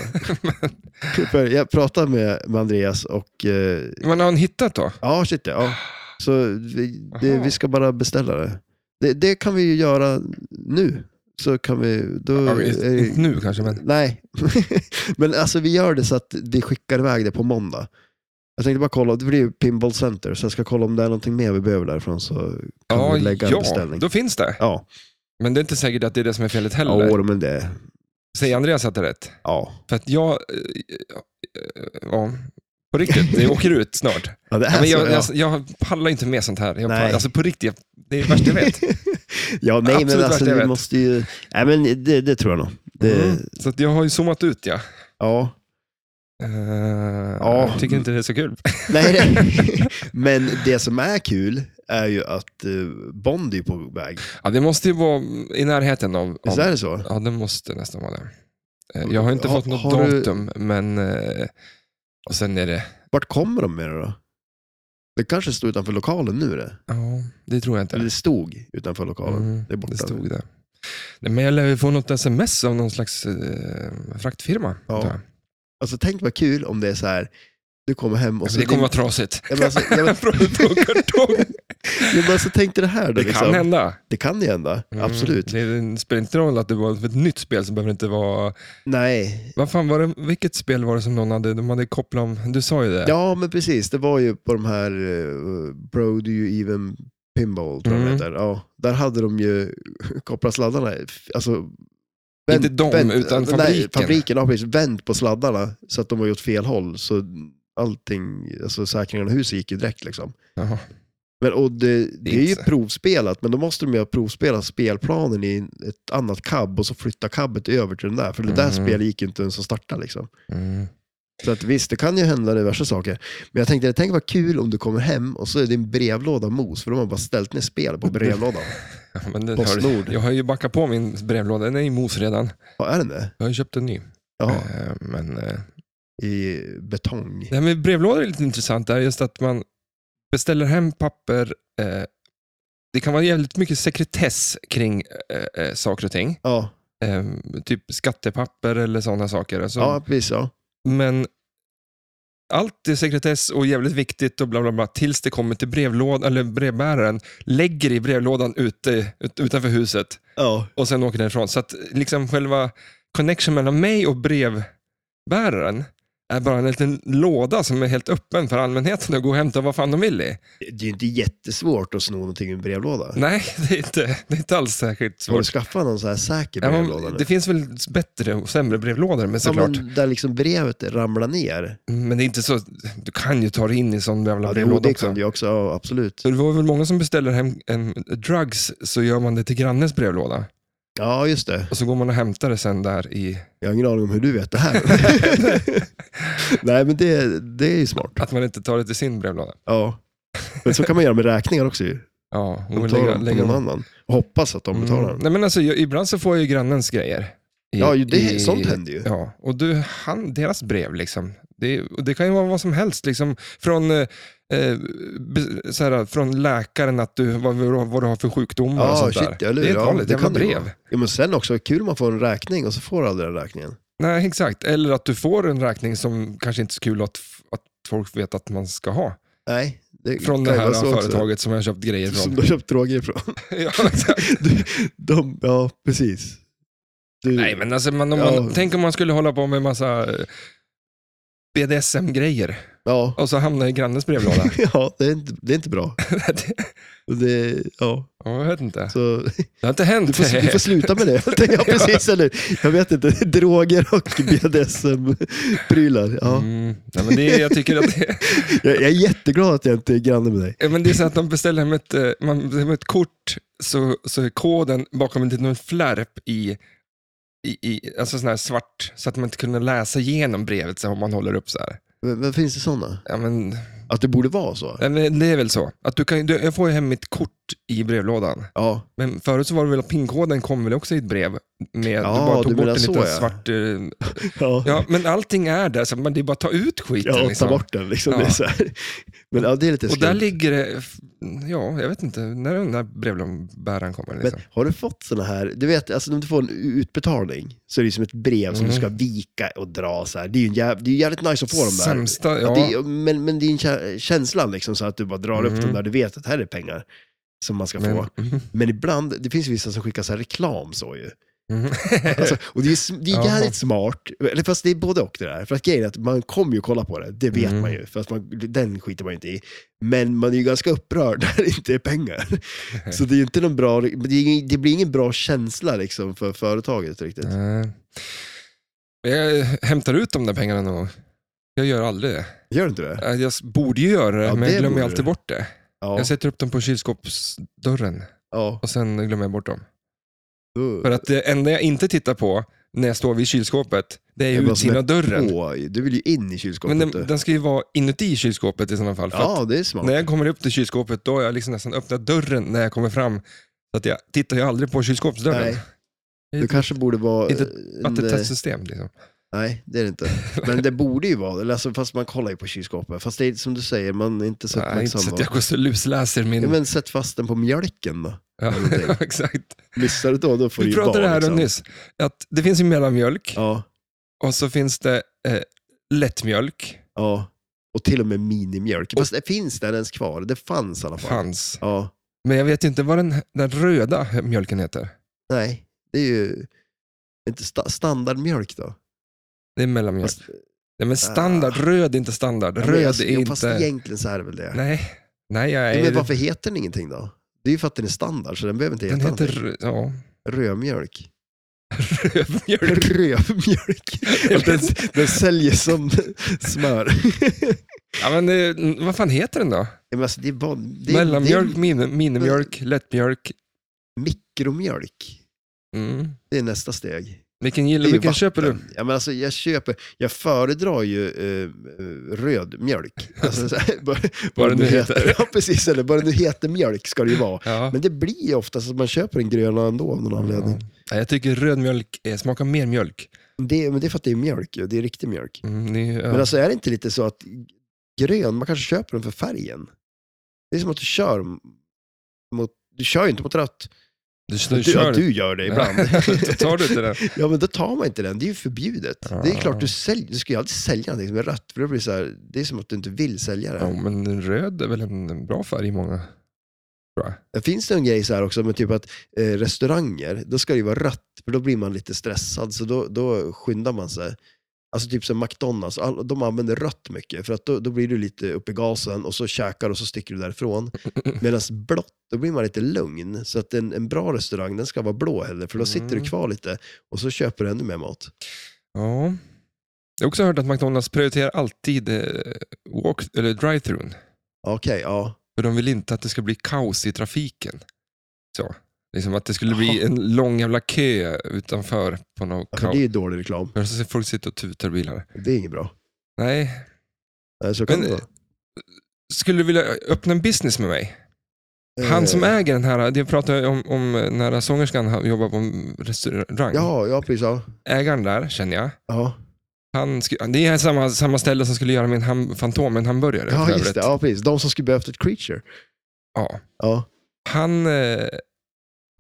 Speaker 2: För jag pratade med, med Andreas och, eh,
Speaker 1: Men har han hittat då?
Speaker 2: ja shit ja. Så vi, det,
Speaker 1: Aha.
Speaker 2: vi ska bara beställa det. det. Det kan vi ju göra nu. Så kan vi, då,
Speaker 1: Ja, men
Speaker 2: är det-
Speaker 1: inte nu kanske, men...
Speaker 2: Nej, men alltså vi gör det så att vi skickar iväg det på måndag. Jag tänkte bara kolla, det blir ju Pinball Center, så jag ska kolla om det är någonting mer vi behöver därifrån så kan
Speaker 1: Ja,
Speaker 2: vi lägga en
Speaker 1: ja
Speaker 2: beställning.
Speaker 1: då finns det.
Speaker 2: Ja,
Speaker 1: Men det är inte säkert att det är det som är felet heller.
Speaker 2: ja men det,
Speaker 1: Säger Andreas att det är rätt?
Speaker 2: ja.
Speaker 1: För att jag... eh, eh, Ja, på riktigt. Det åker ut snart.
Speaker 2: Alltså, ja det är
Speaker 1: Men jag,
Speaker 2: så.
Speaker 1: jag, jag pallar inte med sånt här. Jag
Speaker 2: Nej.
Speaker 1: pallar, alltså på riktigt, jag, det är det värsta jag vet.
Speaker 2: Ja, nej,
Speaker 1: Absolut
Speaker 2: men
Speaker 1: värsta
Speaker 2: alltså
Speaker 1: jag
Speaker 2: vi
Speaker 1: vet.
Speaker 2: måste ju... Nej, men det, det tror jag nog. Det,
Speaker 1: Mm. Så att jag har ju zoomat ut, ja.
Speaker 2: Ja.
Speaker 1: Eh,
Speaker 2: Ja.
Speaker 1: Jag tycker inte det är så kul.
Speaker 2: Nej, nej. men det som är kul är ju att eh, Bond är på väg.
Speaker 1: Ja, det måste ju vara i närheten av...
Speaker 2: Visst
Speaker 1: av
Speaker 2: är det så?
Speaker 1: ja, det måste nästan vara det. Eh, Jag har inte
Speaker 2: Har-
Speaker 1: fått något
Speaker 2: har du-
Speaker 1: datum, men... eh, Och sen är det...
Speaker 2: Vart kommer de med det då? Det kanske står utanför lokalen nu det.
Speaker 1: Ja, det tror jag inte.
Speaker 2: Eller det stod utanför lokalen.
Speaker 1: Mm,
Speaker 2: det är borta
Speaker 1: det
Speaker 2: nu.
Speaker 1: stod det. Nej, Men jag lär ju få något sms av någon slags eh, fraktfirma.
Speaker 2: Ja.
Speaker 1: tror jag.
Speaker 2: Alltså tänk vad kul om det är så här, du kommer hem och så...
Speaker 1: det kommer vara trasigt.
Speaker 2: Ja, men alltså, ja, men-
Speaker 1: Från från kartong.
Speaker 2: Ja, men alltså tänk dig det här då.
Speaker 1: Det
Speaker 2: liksom.
Speaker 1: kan hända.
Speaker 2: det kan ju hända,
Speaker 1: Mm,
Speaker 2: absolut.
Speaker 1: Det, det spelar inte roll att det var ett nytt spel som behöver inte vara...
Speaker 2: Nej,
Speaker 1: Vad fan var det, vilket spel var det som någon hade, de hade kopplat om, du sa ju det.
Speaker 2: ja men precis. Det var ju på de här eh, Bro Do You Even Pinball, tror jag
Speaker 1: Mm.
Speaker 2: de heter. Ja, där hade de ju kopplat sladdarna. Alltså,
Speaker 1: Inte de, utan
Speaker 2: Nej,
Speaker 1: fabriken.
Speaker 2: fabriken har precis vänt på sladdarna så att de har gjort fel håll. Så allting, alltså säkringarna i huset gick ju direkt liksom.
Speaker 1: Jaha.
Speaker 2: Men, och det, det är ju
Speaker 1: inte-
Speaker 2: provspelat, men då måste de ju ha provspelat spelplanen i ett annat cab och så flytta cabet över till den där. För det där
Speaker 1: Mm.
Speaker 2: spelet gick ju inte ens att starta liksom.
Speaker 1: Mm.
Speaker 2: Så att visst, det kan ju hända diverse saker. Men jag tänkte, tänk vad kul om du kommer hem och så är din brevlåda mos, för de har bara ställt ner spel på brevlådan.
Speaker 1: Ja, men det,
Speaker 2: Postnord.
Speaker 1: jag har ju backat på min brevlåda, den är i mos redan.
Speaker 2: Ja, är den det?
Speaker 1: Jag har ju köpt en ny.
Speaker 2: Ja,
Speaker 1: Eh, Men, eh,
Speaker 2: i betong.
Speaker 1: det här med brevlådor är lite intressant, där, just att man beställer hem papper. eh, Det kan vara jävligt mycket sekretess kring eh, eh, saker och ting.
Speaker 2: Ja,
Speaker 1: Eh, Typ skattepapper eller sådana saker. Alltså,
Speaker 2: ja precis. Ja.
Speaker 1: Men allt är sekretess och jävligt viktigt och bla bla bla tills det kommer till brevlådan, eller brevbäraren lägger i brevlådan ute, ut, utanför huset
Speaker 2: Ja.
Speaker 1: och sen åker den ifrån. Så att liksom själva connection mellan mig och brevbäraren är bara en liten låda som är helt öppen för allmänheten att gå och hämta vad fan de vill i.
Speaker 2: Det är ju inte jättesvårt att sno någonting ur en brevlåda.
Speaker 1: Nej, det är inte, det är inte alls särskilt
Speaker 2: Har du
Speaker 1: svårt.
Speaker 2: skaffat någon så här säker
Speaker 1: Ja, men
Speaker 2: brevlåda nu?
Speaker 1: det finns väl bättre och sämre brevlådor, men
Speaker 2: Ja,
Speaker 1: såklart.
Speaker 2: men där liksom brevet ramlar ner.
Speaker 1: men... det är inte så... Du kan ju ta dig in i sån jävla
Speaker 2: Ja, det,
Speaker 1: brevlåda
Speaker 2: det
Speaker 1: också. Mm.
Speaker 2: kan du ju också, ja, absolut.
Speaker 1: Så det var väl många som beställer hem en, drugs, så gör man det till grannens brevlåda.
Speaker 2: Ja, just det.
Speaker 1: Och så går man och hämtar det sen där i...
Speaker 2: Jag har ingen aning om hur du vet det här. Nej, men det, det är ju smart.
Speaker 1: Att man inte tar det till sin brevlåda.
Speaker 2: Ja. Men så kan man göra med räkningar också ju.
Speaker 1: Ja, och
Speaker 2: De tar
Speaker 1: Mm, lägga-
Speaker 2: dem på
Speaker 1: lägga-
Speaker 2: någon annan och hoppas att de betalar
Speaker 1: Mm.
Speaker 2: dem.
Speaker 1: Nej, men alltså, jag, ibland så får jag ju grannens grejer. I,
Speaker 2: Ja, ju det, sånt händer ju.
Speaker 1: Ja, och du, han, deras brev liksom. Det, och det kan ju vara vad som helst. Liksom, från, eh, eh, be- så här, från läkaren, att du, vad, vad du har för sjukdomar och
Speaker 2: Ja,
Speaker 1: sånt
Speaker 2: Ah, shit,
Speaker 1: där.
Speaker 2: eller
Speaker 1: det är
Speaker 2: hur?
Speaker 1: ett
Speaker 2: Ja,
Speaker 1: vanligt
Speaker 2: det
Speaker 1: jävla
Speaker 2: kan det ju
Speaker 1: brev.
Speaker 2: vara. Ja, men sen också, kul om man får en räkning och så får du aldrig den räkningen.
Speaker 1: Nej, exakt. Eller att du får en räkning som kanske inte är så kul att, att folk vet att man ska ha.
Speaker 2: Nej, det
Speaker 1: Från det
Speaker 2: kan ju
Speaker 1: här
Speaker 2: vara så också.
Speaker 1: företaget som jag har köpt grejer
Speaker 2: Som
Speaker 1: från.
Speaker 2: du har köpt droger ifrån.
Speaker 1: ja, exakt.
Speaker 2: Du- de, ja, precis. Du,
Speaker 1: Nej, men alltså, man, om man,
Speaker 2: Ja.
Speaker 1: tänk om man skulle hålla på med massa eh, BDSM-grejer
Speaker 2: ja.
Speaker 1: och så hamnar i grannens brevlåda.
Speaker 2: ja, det är inte, det är inte bra. Och Det, ja,
Speaker 1: Ja, jag vet inte.
Speaker 2: så,
Speaker 1: Det har inte hänt.
Speaker 2: du, får, du får sluta med det. Ja, precis, eller, jag vet inte, droger och BDSM-prylar. Ja.
Speaker 1: Mm, nej, men det, är- jag tycker att det,
Speaker 2: Jag, jag är jätteglad att jag inte är granne med dig.
Speaker 1: Ja, men det är så att de beställer hem ett, eh, man beställer hem ett kort så, så är koden bakom en liten flärp i, i, i alltså sån här svart, så att man inte kunde läsa igenom brevet så om man håller upp så här.
Speaker 2: Men, men finns det sådana?
Speaker 1: Ja, men,
Speaker 2: Att det borde vara så?
Speaker 1: ja, men det är väl så. Att du kan, du, jag får ju hem mitt kort i brevlådan.
Speaker 2: Ja,
Speaker 1: Men förut så var det väl att pinkoden kom väl också i ett brev. Med, du
Speaker 2: Ja,
Speaker 1: bara tog
Speaker 2: du
Speaker 1: bort
Speaker 2: menar
Speaker 1: en liten
Speaker 2: så, ja.
Speaker 1: svart... eh,
Speaker 2: ja. ja.
Speaker 1: Ja, men allting är där, så man, det är bara att ta ut skiten.
Speaker 2: ja ta
Speaker 1: liksom.
Speaker 2: bort den liksom.
Speaker 1: Ja.
Speaker 2: Det är så här. Men ja, det är lite
Speaker 1: Och där
Speaker 2: skumt.
Speaker 1: ligger det, f- ja, jag vet inte, när den där brevlådbäraren kommer. Liksom.
Speaker 2: Men har du fått sådana här, du vet, alltså om du får en utbetalning så är det ju som ett brev som du
Speaker 1: Mm.
Speaker 2: ska vika och dra så här. Det är ju en jäv, det är ju jävligt nice att få dem där.
Speaker 1: Sämsta, ja.
Speaker 2: Att det, är- men, men det är en kä- känslan liksom, så att du bara drar upp
Speaker 1: Mm.
Speaker 2: dem där du vet att här är pengar som man ska
Speaker 1: Men-
Speaker 2: få.
Speaker 1: mhm,
Speaker 2: Men ibland, det finns ju vissa som skickar så här reklam så ju.
Speaker 1: mhm.
Speaker 2: Alltså, och det är, sm- det är
Speaker 1: Jaha.
Speaker 2: jävligt smart, eller fast det är både och det där. För att grejen är att man kommer ju kolla på det, det vet
Speaker 1: Mm.
Speaker 2: man ju. För att man, den skiter man ju inte i. Men man är ju ganska upprörd när det inte är pengar. Så det är ju inte någon bra, men det, är, ingen- det blir ingen bra känsla liksom för företaget riktigt.
Speaker 1: Nej. Men mm, eh. Jag hämtar ut de där pengarna någon gång. Jag gör aldrig det. Eh,
Speaker 2: Gör det inte det?
Speaker 1: Jag s- borde ju göra det,
Speaker 2: Ja,
Speaker 1: men
Speaker 2: det
Speaker 1: jag glömmer
Speaker 2: borde
Speaker 1: alltid
Speaker 2: du.
Speaker 1: bort det.
Speaker 2: Ja.
Speaker 1: Jag sätter upp dem på kylskåpsdörren.
Speaker 2: Ja,
Speaker 1: och sen glömmer jag bort dem.
Speaker 2: då-
Speaker 1: För att det enda jag inte tittar på när jag står vid kylskåpet, det är
Speaker 2: Det är
Speaker 1: ju
Speaker 2: vad som är
Speaker 1: utsidan av dörren.
Speaker 2: Oj, du vill ju in i kylskåpet.
Speaker 1: Men den,
Speaker 2: du.
Speaker 1: den ska ju vara inuti kylskåpet i sådana fall. För
Speaker 2: ja, det är smart.
Speaker 1: att när jag kommer upp till kylskåpet, då har jag liksom nästan öppnat dörren när jag kommer fram. Så att jag tittar ju aldrig på kylskåpsdörren.
Speaker 2: Nej,
Speaker 1: Det är
Speaker 2: du
Speaker 1: ett
Speaker 2: kanske borde vara...
Speaker 1: Inte
Speaker 2: en, eh,
Speaker 1: Vattentestsystem liksom.
Speaker 2: Nej, det är det inte. Men det borde ju vara det. Alltså, fast man kollar ju på kylskåpet. Fast det är som du säger, man är inte så
Speaker 1: Nej, inte så
Speaker 2: uppmärksam.
Speaker 1: att jag går så lusläser min...
Speaker 2: Ja, men sätt fast den på mjölken då.
Speaker 1: Ja,
Speaker 2: någonting.
Speaker 1: exakt.
Speaker 2: Missar du då, då får
Speaker 1: Vi
Speaker 2: du ju barn,
Speaker 1: pratade det här om
Speaker 2: liksom.
Speaker 1: nyss. Att det finns ju mellanmjölk
Speaker 2: Ja,
Speaker 1: och så finns det eh, lättmjölk.
Speaker 2: ja. Och till och med minimjölk. Fast det finns den ens kvar? Det fanns i alla fall.
Speaker 1: Fanns.
Speaker 2: Ja,
Speaker 1: Men jag vet ju inte vad den, den röda mjölken heter.
Speaker 2: nej. Det är ju inte sta- standardmjölk då.
Speaker 1: Det är mellanmjölk.
Speaker 2: Fast,
Speaker 1: Nej, men standard, röd är inte standard.
Speaker 2: Ah. ja, men
Speaker 1: röd
Speaker 2: alltså,
Speaker 1: är
Speaker 2: jo, fast
Speaker 1: inte...
Speaker 2: egentligen så är det väl det.
Speaker 1: Nej, nej, jag
Speaker 2: Ja,
Speaker 1: är...
Speaker 2: Men varför heter den ingenting då? Det är ju för att den är standard, så den behöver inte heta
Speaker 1: den heter...
Speaker 2: någonting.
Speaker 1: rö- Ja,
Speaker 2: Rödmjölk.
Speaker 1: rödmjölk.
Speaker 2: Rödmjölk. Att den, den säljs som smör.
Speaker 1: ja, men det, vad fan heter den då?
Speaker 2: Ja, Men alltså, det är bara, det är,
Speaker 1: Mellanmjölk,
Speaker 2: Det
Speaker 1: min, minimjölk, lättmjölk.
Speaker 2: är mikromjölk.
Speaker 1: Mm.
Speaker 2: Det är nästa steg.
Speaker 1: Vilken
Speaker 2: Det är
Speaker 1: gillar
Speaker 2: ju
Speaker 1: Vilken
Speaker 2: vatten.
Speaker 1: köper du?
Speaker 2: Ja, men alltså, jag, köper, jag föredrar ju eh, eh, röd mjölk. Alltså, så här, bara-
Speaker 1: Vad den nu heter.
Speaker 2: Ja, precis. Eller bara nu heter mjölk ska det ju vara.
Speaker 1: Ja.
Speaker 2: Men det blir ju ofta så att man köper en gröna ändå av någon anledning.
Speaker 1: Ja, jag tycker röd mjölk eh, smakar mer mjölk.
Speaker 2: Det, men det är för att det är mjölk, ju. det är riktig mjölk.
Speaker 1: Mm, det, är- ja.
Speaker 2: Men alltså är det inte lite så att grön, man kanske köper den för färgen? Det är som att du kör m- mot, du kör ju inte mot rött.
Speaker 1: du, du,
Speaker 2: Du,
Speaker 1: kör.
Speaker 2: ja, du gör det ibland.
Speaker 1: Då tar du inte Ah. den.
Speaker 2: ja, men då tar man inte den. Det är ju förbjudet. Det är
Speaker 1: Ja.
Speaker 2: klart, du, sälj, du ska ju aldrig sälja någonting som är rött, för det blir så här, det är som att du inte vill sälja det.
Speaker 1: Ja, men röd är väl en bra färg i många. tror jag.
Speaker 2: Det Finns det en grej så här också med typ att eh, restauranger, då ska det ju vara rött, för då blir man lite stressad, så då, då skyndar man sig. Alltså typ som McDonalds, all, de använder rött mycket, för att då, då blir du lite uppe i gasen och så käkar och så sticker du därifrån. Medan blått, då blir man lite lugn. Så att en, en bra restaurang, den ska vara blå heller, för då sitter
Speaker 1: Mm.
Speaker 2: du kvar lite och så köper du ännu mer mat.
Speaker 1: Ja. Jag har också hört att McDonalds prioriterar alltid eh, walk, eller drive-thrun.
Speaker 2: Okej, ja.
Speaker 1: För de vill inte att det ska bli kaos i trafiken. Så. Liksom att det skulle bli
Speaker 2: Jaha.
Speaker 1: en lång jävla kö utanför på något
Speaker 2: ja. För
Speaker 1: kaos.
Speaker 2: det är ju dålig reklam.
Speaker 1: Jag ser folk sitta och tutar i bilarna.
Speaker 2: Det är inget bra.
Speaker 1: Nej.
Speaker 2: Nej, Så kan
Speaker 1: Men, eh,
Speaker 2: det vara.
Speaker 1: Skulle du vilja öppna en business med mig? Han som
Speaker 2: Eh,
Speaker 1: äger den här, det pratade jag om, om när sångerskan ha- jobbade på en restaurang.
Speaker 2: Ja, ja precis. Ja.
Speaker 1: Ägaren där, känner jag.
Speaker 2: Ja.
Speaker 1: Han sku- det är samma, samma ställe som skulle göra min ham, Fantomen-hamburgare.
Speaker 2: ja,
Speaker 1: för
Speaker 2: just
Speaker 1: övrigt.
Speaker 2: det. Ja, precis. De som skulle behövt ett creature.
Speaker 1: Ja.
Speaker 2: Ja.
Speaker 1: Han eh,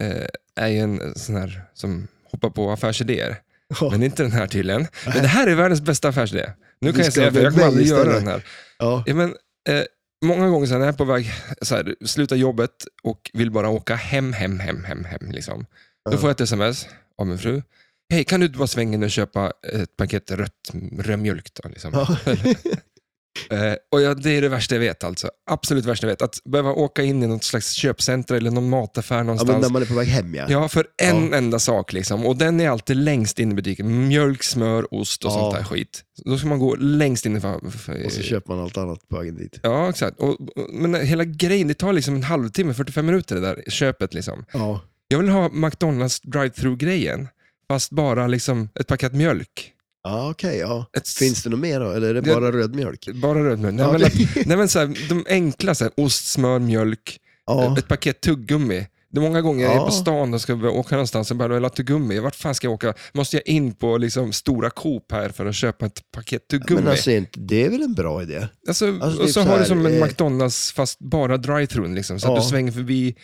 Speaker 1: eh, är ju en sån här som hoppar på affärsidéer.
Speaker 2: Ja.
Speaker 1: Men inte den här tydligen. Men det här är världens bästa affärsidé. Nu
Speaker 2: Du
Speaker 1: kan jag
Speaker 2: ska
Speaker 1: säga, för jag
Speaker 2: med
Speaker 1: kommer
Speaker 2: mig
Speaker 1: aldrig göra
Speaker 2: istället.
Speaker 1: den här.
Speaker 2: Ja.
Speaker 1: Ja, men, eh, många gånger sen när jag är på väg, så här, slutar jobbet och vill bara åka hem, hem, hem, hem, hem. Liksom. Då
Speaker 2: Ja.
Speaker 1: får jag ett sms av min fru. Hej, kan du inte bara svänga in och köpa ett paket rött rödmjölk? Då, liksom.
Speaker 2: Ja.
Speaker 1: Eh, och ja, det är det värsta jag vet alltså. Absolut värsta jag vet. Att behöva åka in i något slags köpcenter eller någon mataffär
Speaker 2: ja, men
Speaker 1: någonstans.
Speaker 2: när man är på väg hem ja.
Speaker 1: Ja, för en enda sak liksom. Och den är alltid längst in i butiken. Mjölk, smör, ost och
Speaker 2: Ja.
Speaker 1: sånt där skit. Då ska man gå längst in i... fa- fa-
Speaker 2: Och så köper man allt annat på vägen dit.
Speaker 1: Ja, exakt. Och, och- men hela grejen, det tar liksom en halvtimme, 45 minuter det där köpet. Liksom.
Speaker 2: Ja.
Speaker 1: Jag vill ha McDonalds drive-through-grejen, fast bara liksom ett paket mjölk.
Speaker 2: Ja, okej. ja.
Speaker 1: Ett,
Speaker 2: Finns det något mer då? Eller är det
Speaker 1: Det-
Speaker 2: bara röd mjölk?
Speaker 1: Bara röd mjölk. Nej,
Speaker 2: Ja,
Speaker 1: men,
Speaker 2: okej.
Speaker 1: att- nej, men så här, de enkla, så här, ost, smör, mjölk,
Speaker 2: Ja.
Speaker 1: Eh, ett paket tuggummi. Det är många gånger jag är
Speaker 2: Ja.
Speaker 1: på stan och ska börja åka någonstans och bara vill ha tuggummi. Vart fan ska jag åka? Måste jag in på liksom stora Coop här för att köpa ett paket tuggummi?
Speaker 2: Men
Speaker 1: alltså,
Speaker 2: alltså, inte- det är väl en bra idé? alltså,
Speaker 1: och
Speaker 2: typ
Speaker 1: så,
Speaker 2: så
Speaker 1: har du
Speaker 2: här,
Speaker 1: som en
Speaker 2: eh,
Speaker 1: McDonalds fast bara drive-thrun. Liksom, så att
Speaker 2: Ja.
Speaker 1: du svänger förbi,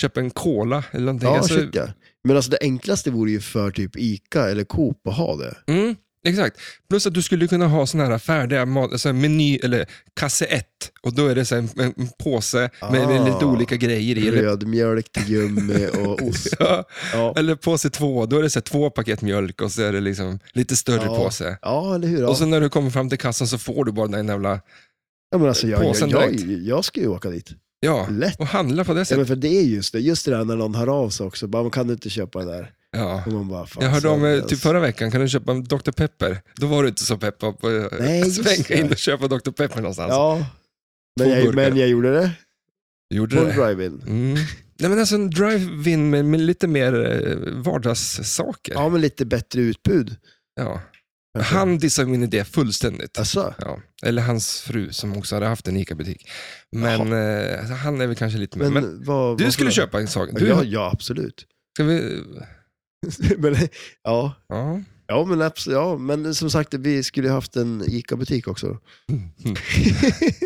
Speaker 1: köper en cola eller någonting.
Speaker 2: Ja,
Speaker 1: Alltså,
Speaker 2: shit ja. Men alltså det enklaste vore ju för typ Ica eller Coop att ha det.
Speaker 1: mm, exakt. Plus att du skulle kunna ha såna här färdiga mat, alltså en meny, eller kasse 1. Och då är det så här en, en påse med, med lite
Speaker 2: Ah.
Speaker 1: olika grejer i. Eller,
Speaker 2: Röd mjölk, tuggummi och ost.
Speaker 1: ja,
Speaker 2: Ja.
Speaker 1: eller påse 2, då är det så här två paket mjölk och så är det liksom lite större
Speaker 2: Ja.
Speaker 1: påse.
Speaker 2: ja, eller hur? Ja.
Speaker 1: Och sen när du kommer fram till kassan så får du bara den jävla...
Speaker 2: ja, men alltså, jag,
Speaker 1: påsen
Speaker 2: jag, jag,
Speaker 1: direkt.
Speaker 2: jag ska ju åka dit.
Speaker 1: Ja,
Speaker 2: Lätt.
Speaker 1: och handla på det
Speaker 2: Ja,
Speaker 1: sättet.
Speaker 2: men för det är just det, just det där när någon hör av sig också. Bara, "Man kan du inte köpa det där?
Speaker 1: Ja.
Speaker 2: Och man bara, fan,
Speaker 1: Jag hörde om eh,
Speaker 2: seriöst.
Speaker 1: typ förra veckan, kan du köpa en Dr. Pepper? Då var du inte så peppad på eh,
Speaker 2: Nej,
Speaker 1: att
Speaker 2: just
Speaker 1: svänga
Speaker 2: det.
Speaker 1: in och köpa Dr. Pepper någonstans.
Speaker 2: Ja. Men
Speaker 1: Alltså, Två
Speaker 2: jag,
Speaker 1: burkar.
Speaker 2: men jag gjorde det
Speaker 1: Gjorde
Speaker 2: på
Speaker 1: du det?
Speaker 2: drive-in.
Speaker 1: Mm. Nej, men alltså en drive-in med, med lite mer eh, vardagssaker. Ja.
Speaker 2: Ja, men lite bättre utbud. kanske.
Speaker 1: Han dissade min idé fullständigt.
Speaker 2: Alltså,
Speaker 1: Ja. Eller hans fru som också hade haft en ICA-butik. Men eh, alltså, han är väl kanske lite mer...
Speaker 2: men,
Speaker 1: Men,
Speaker 2: vad,
Speaker 1: du
Speaker 2: vad
Speaker 1: skulle
Speaker 2: för-
Speaker 1: köpa en sak. Du,
Speaker 2: Ja, ja, absolut.
Speaker 1: ska vi,
Speaker 2: men, ja,
Speaker 1: ja.
Speaker 2: ja, men abs- ja, men som sagt, vi skulle ju haft en ICA-butik också.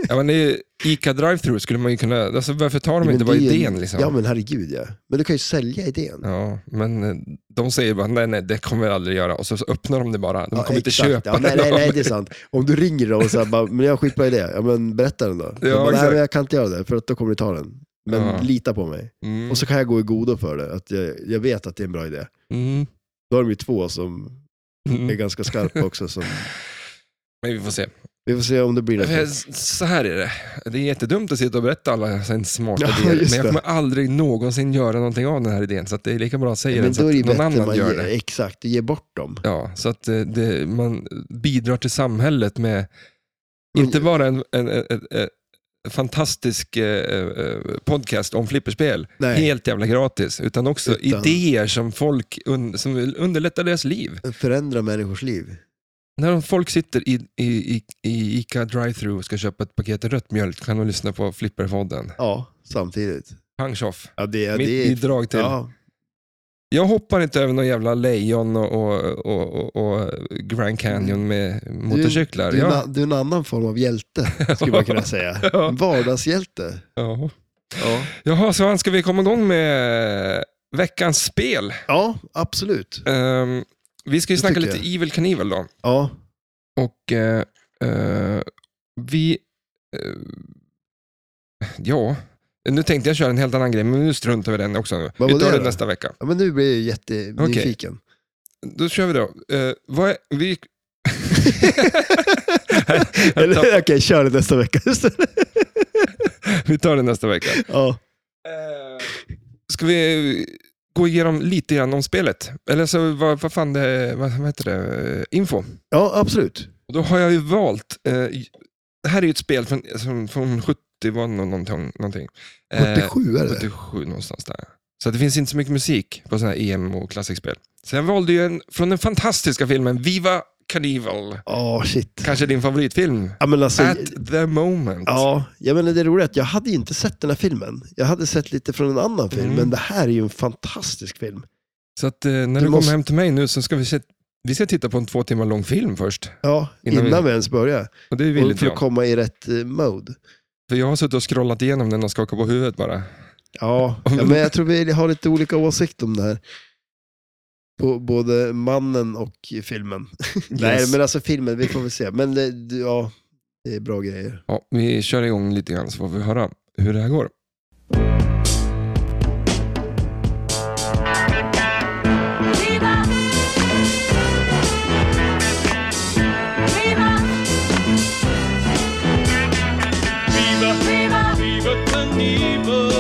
Speaker 1: ja, men det är ju ICA drive-thru skulle man ju kunna... Alltså, varför tar de
Speaker 2: Men
Speaker 1: inte bara
Speaker 2: det är ju-
Speaker 1: idén? Liksom?
Speaker 2: Ja, men herregud ja. Men du kan ju sälja idén.
Speaker 1: Ja, men eh, de säger bara nej, nej, det kommer vi aldrig göra. Och så så öppnar de det bara. De kommer inte
Speaker 2: exakt.
Speaker 1: köpa
Speaker 2: ja, nej,
Speaker 1: det.
Speaker 2: nej, nej, det är sant. Om du ringer dem och säger bara, men jag skitbra idé, ja, men berätta den då.
Speaker 1: Ja,
Speaker 2: Ja, bara, nej,
Speaker 1: exakt.
Speaker 2: men jag kan inte göra det, för att då kommer du ta den. Men
Speaker 1: Ja.
Speaker 2: lita på mig.
Speaker 1: Mm.
Speaker 2: Och så kan jag gå i godo för det, att jag, jag vet att det är en bra idé.
Speaker 1: Mm.
Speaker 2: Då har de ju två som är
Speaker 1: Mm.
Speaker 2: ganska skarpa också. Som,
Speaker 1: Men vi får se.
Speaker 2: vi får se om det blir
Speaker 1: För
Speaker 2: något.
Speaker 1: s- Så här är det. Det är jättedumt att sitta och berätta alla sina smarta
Speaker 2: Ja,
Speaker 1: idéer.
Speaker 2: just
Speaker 1: Men jag
Speaker 2: det.
Speaker 1: kommer aldrig någonsin göra någonting av den här idén. Så att det är lika bra att säga
Speaker 2: Men
Speaker 1: den
Speaker 2: då
Speaker 1: så
Speaker 2: är det ju
Speaker 1: att någon
Speaker 2: bättre man
Speaker 1: annan gör
Speaker 2: ger,
Speaker 1: det.
Speaker 2: exakt, ge bort dem.
Speaker 1: Ja, så att eh, det, man bidrar till samhället med
Speaker 2: Men-
Speaker 1: inte bara en, en, en, en, en fantastisk eh, eh, podcast om flipperspel,
Speaker 2: Nej.
Speaker 1: helt jävla gratis, utan också
Speaker 2: Utan-
Speaker 1: idéer som folk un, som underlättar deras liv.
Speaker 2: Förändra människors liv.
Speaker 1: När de- folk sitter i, i, i, i ICA drive-thru och ska köpa ett paket rött mjölk kan de lyssna på flipperpodden.
Speaker 2: Ja, samtidigt.
Speaker 1: Pang tjoff.
Speaker 2: Ja, det, ja,
Speaker 1: Mitt
Speaker 2: det är...
Speaker 1: bidrag till
Speaker 2: Ja,
Speaker 1: Jag hoppar inte över någon jävla lejon och, och, och, och, och Grand Canyon med motorcyklar.
Speaker 2: Mm. du, är
Speaker 1: Jag-
Speaker 2: en a- du är en annan form av hjälte, skulle man kunna säga.
Speaker 1: Ja.
Speaker 2: En vardagshjälte.
Speaker 1: ja.
Speaker 2: Ja.
Speaker 1: Jaha, så ska vi komma igång med veckans spel?
Speaker 2: ja, absolut.
Speaker 1: Ehm, vi ska ju
Speaker 2: Det
Speaker 1: snacka
Speaker 2: tycker
Speaker 1: lite Evil Knievel då.
Speaker 2: Ja,
Speaker 1: Och eh, eh, vi... eh, ja, nu tänkte jag köra en helt annan grej, men nu struntar vi den också. Nu.
Speaker 2: var
Speaker 1: Vi
Speaker 2: det
Speaker 1: tar det
Speaker 2: då?
Speaker 1: nästa vecka.
Speaker 2: ja men nu blir jag ju jättenyfiken.
Speaker 1: Då kör vi då. Eh, vad är, vi,
Speaker 2: Eller okej, kör det nästa vecka istället.
Speaker 1: vi tar det nästa vecka.
Speaker 2: ja.
Speaker 1: Eh, Ska vi gå igenom lite grann om spelet? Eller så, vad, vad fan det, vad, vad heter det? Eh, Info.
Speaker 2: ja, absolut.
Speaker 1: Och då har jag ju valt, eh, det här är ju ett spel från, från, från 70 var det nå- någonting. någonting. Eh,
Speaker 2: 77 är det.
Speaker 1: 77 någonstans där. Så att det finns inte så mycket musik på sådana här EM och klassikspel. Så jag valde ju en från den fantastiska filmen Viva Carnival.
Speaker 2: Ja, shit.
Speaker 1: Kanske din favoritfilm.
Speaker 2: Ja, men alltså,
Speaker 1: At the moment.
Speaker 2: ja, jag menar det är roligt att jag hade ju inte sett den här filmen. Jag hade sett lite från en annan film,
Speaker 1: Mm.
Speaker 2: men det här är ju en fantastisk film.
Speaker 1: Så att, eh, när du,
Speaker 2: Du måste-
Speaker 1: kommer hem till mig nu så ska vi, se, vi ska titta på en två timmar lång film först.
Speaker 2: Ja,
Speaker 1: Innan
Speaker 2: innan,
Speaker 1: vi-
Speaker 2: vi ens började.
Speaker 1: Och det vill
Speaker 2: Och
Speaker 1: inte
Speaker 2: för att
Speaker 1: jag.
Speaker 2: komma i rätt eh, mode.
Speaker 1: För jag har suttit och scrollat igenom den och skakat på huvudet bara.
Speaker 2: Ja, ja, men jag tror vi har lite olika åsikt om det här. På både mannen och filmen. Nej, men alltså filmen, vi får väl se. Men det, du- ja, det är bra grejer.
Speaker 1: Ja, vi kör igång lite grann så får vi höra hur det här går.
Speaker 3: Viva! Viva!
Speaker 4: Viva,
Speaker 3: Viva!
Speaker 4: viva Knievel.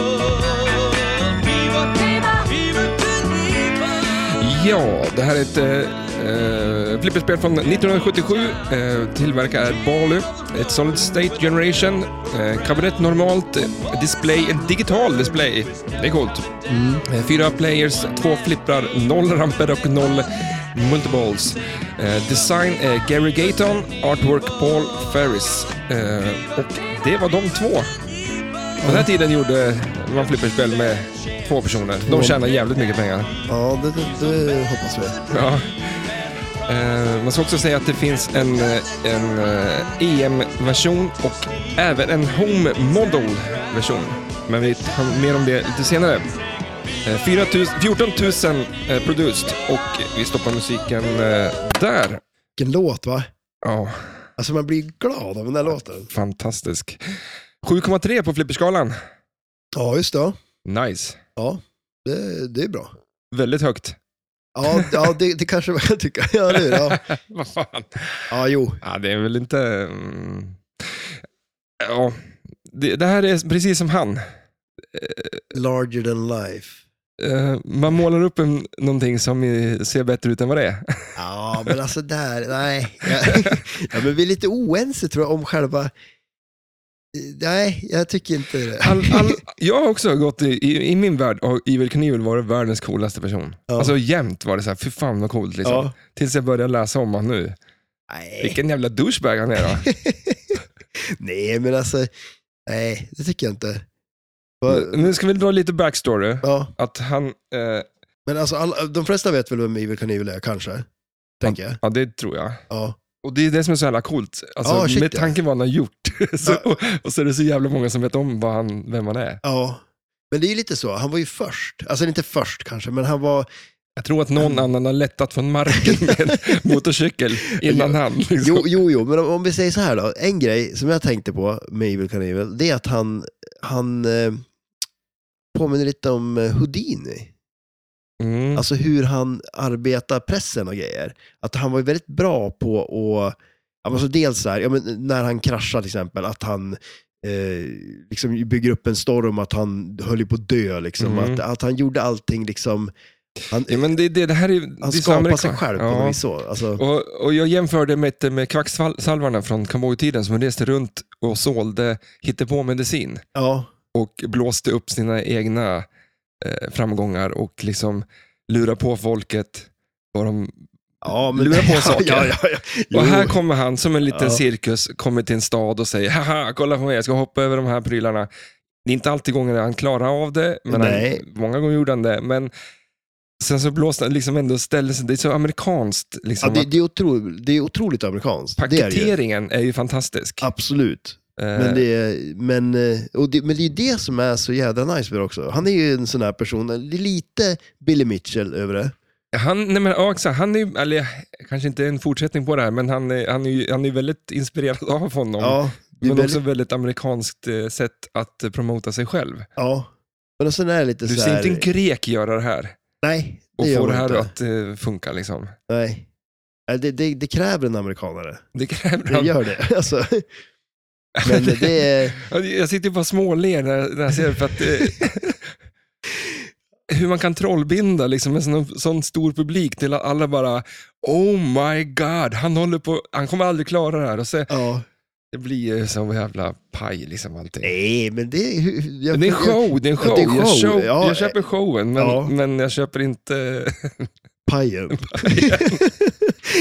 Speaker 4: Viva,
Speaker 3: Viva!
Speaker 4: viva Knievel.
Speaker 1: Ja, det här är ett eh, eh, flipperspel från 1977. Eh, tillverkare är Balu. Ett Solid State Generation. Eh, kabinett normalt. Eh, display, en digital display. Det är coolt. Eh, fyra players, två flipprar, noll ramper och noll multiballs. Eh, design är Gary Gaton, artwork Paul Ferris. Eh, och det var de två. På den här tiden gjorde man flipperspel med två personer. De tjänar jävligt mycket pengar.
Speaker 2: Ja, det, det, det hoppas vi.
Speaker 1: Ja. Eh, man ska också säga att det finns en, eh, en eh, EM-version och även en Home Model-version. Men vi tar mer om det lite senare. Eh, 4 000, 14 000 eh, produced och vi stoppar musiken eh, där.
Speaker 2: Vilken låt va?
Speaker 1: Ja,
Speaker 2: Alltså man blir glad av den här låten.
Speaker 1: fantastisk. 7,3 på flipperskalan.
Speaker 2: Ja, just det. ja.
Speaker 1: Nice.
Speaker 2: Ja, det, det är bra.
Speaker 1: Väldigt högt.
Speaker 2: Ja, ja det, det kanske man kan tycka. Ja, det är det. Ja.
Speaker 1: Vad fan.
Speaker 2: ja, jo.
Speaker 1: Ja, det är väl inte... mm, Ja, det, det här är precis som han.
Speaker 2: Larger than life.
Speaker 1: Eh, man målar upp en, någonting som eh, ser bättre ut än vad det är.
Speaker 2: Ja, men alltså där, nej. Ja, men vi är lite oense tror jag om själva Nej, jag tycker inte det.
Speaker 1: All, all, jag har också gått i, i, i min värld, har Evil Knievel varit världens coolaste person.
Speaker 2: Ja.
Speaker 1: Alltså jämt var det så här, fy fan vad coolt liksom.
Speaker 2: Ja.
Speaker 1: Tills jag började läsa om honom nu.
Speaker 2: Nej.
Speaker 1: Vilken jävla douchebag han är då.
Speaker 2: nej, men alltså, nej, det tycker jag inte. Bara-
Speaker 1: Nu ska vi dra lite backstory.
Speaker 2: Ja,
Speaker 1: Att han, eh,
Speaker 2: men alltså, alla, de flesta vet väl vem Evil Knievel är, kanske? Tänker jag.
Speaker 1: ja det tror jag.
Speaker 2: Ja.
Speaker 1: Och det är det som är så jävla coolt. Alltså,
Speaker 2: Ja, shit,
Speaker 1: med
Speaker 2: ja.
Speaker 1: tanke på vad han har gjort. så,
Speaker 2: Ja.
Speaker 1: och, och så är det så jävla många som vet om vad han, vem han är.
Speaker 2: ja. Men det är ju lite så, han var ju först. Alltså inte först kanske, men han var...
Speaker 1: Jag tror att någon
Speaker 2: Mm.
Speaker 1: annan har lättat från marken med en motorcykel innan han. Liksom.
Speaker 2: Jo, jo, jo, men om, om vi säger så här då. En grej som jag tänkte på med Evil Knievel, det är att han, han eh, påminner lite om eh, Houdini.
Speaker 1: Mm.
Speaker 2: Alltså hur han arbetar pressen och grejer. Att han var ju väldigt bra på att, ja, men så dels så här, ja, men när han kraschar till exempel, att han eh, liksom bygger upp en storm, att han höll ju på att dö. Liksom.
Speaker 1: Mm.
Speaker 2: Att, att han gjorde allting, liksom, han,
Speaker 1: ja, men det, det, det här är, det är
Speaker 2: han
Speaker 1: så
Speaker 2: skapade sig
Speaker 1: amerikan-
Speaker 2: själv på något
Speaker 1: Ja.
Speaker 2: vis. Så. Alltså,
Speaker 1: Och, och jag jämförde med, med kvacksalvarna från Kambodjatiden som reste runt och sålde på medicin
Speaker 2: ja,
Speaker 1: och blåste upp sina egna eh, framgångar och liksom lurade på folket. Vad de...
Speaker 2: ja, men,
Speaker 1: Lura på saker.
Speaker 2: Ja, ja, ja. Jo.
Speaker 1: Och här kommer han som en liten
Speaker 2: Ja.
Speaker 1: cirkus, kommer till en stad och säger haha, kolla på mig, jag ska hoppa över de här prylarna. Det är inte alltid gånger han klarar av det, men han,
Speaker 2: Nej.
Speaker 1: många gånger gjorde han det. Men sen så blåste han liksom ändå och ställde sig, det är så amerikanskt.
Speaker 2: ja,
Speaker 1: Liksom,
Speaker 2: det,
Speaker 1: att
Speaker 2: det, är otroligt, det är otroligt amerikanskt. Det är det ju.
Speaker 1: paketeringen är ju fantastisk.
Speaker 2: Absolut.
Speaker 1: Eh,
Speaker 2: Men det, är- men, eh, och det, men det är ju det som är så jädra nice med det också. Han är ju en sån här person, eh, det är lite Billy Mitchell över det.
Speaker 1: Han, nej men, ja, exakt. han är ju- eller kanske inte en fortsättning på det här, men han är, han är, ju- han är ju väldigt inspirerad av honom.
Speaker 2: Ja, det är
Speaker 1: men
Speaker 2: väldigt,
Speaker 1: också väldigt amerikanskt eh, sätt att eh, promota sig själv.
Speaker 2: ja. Men och sen är det lite
Speaker 1: Du
Speaker 2: så
Speaker 1: ser
Speaker 2: här,
Speaker 1: inte en grek göra det här
Speaker 2: Nej, det
Speaker 1: och
Speaker 2: gör
Speaker 1: få det
Speaker 2: man
Speaker 1: här
Speaker 2: inte.
Speaker 1: att eh, funka. Liksom.
Speaker 2: Nej. Nej, Det, det, det kräver en amerikanare.
Speaker 1: Det kräver
Speaker 2: Det
Speaker 1: han.
Speaker 2: gör det. Alltså. Men det är...
Speaker 1: Jag sitter ju bara småler när, när jag ser det, för att eh, hur man kan trollbinda liksom, en sån, sån stor publik till att alla bara Oh my god, han håller på, han kommer aldrig klara det här. Och så,
Speaker 2: Ja.
Speaker 1: det blir ju som jävla paj liksom allting.
Speaker 2: Nej, men det är... hur-
Speaker 1: Men
Speaker 2: Jag,
Speaker 1: det är en show, det är en
Speaker 2: Ja,
Speaker 1: show.
Speaker 2: det är en
Speaker 1: Jag,
Speaker 2: show.
Speaker 1: show
Speaker 2: Ja, eh,
Speaker 1: jag köper showen, men,
Speaker 2: ja.
Speaker 1: men jag köper inte...
Speaker 2: Pajen.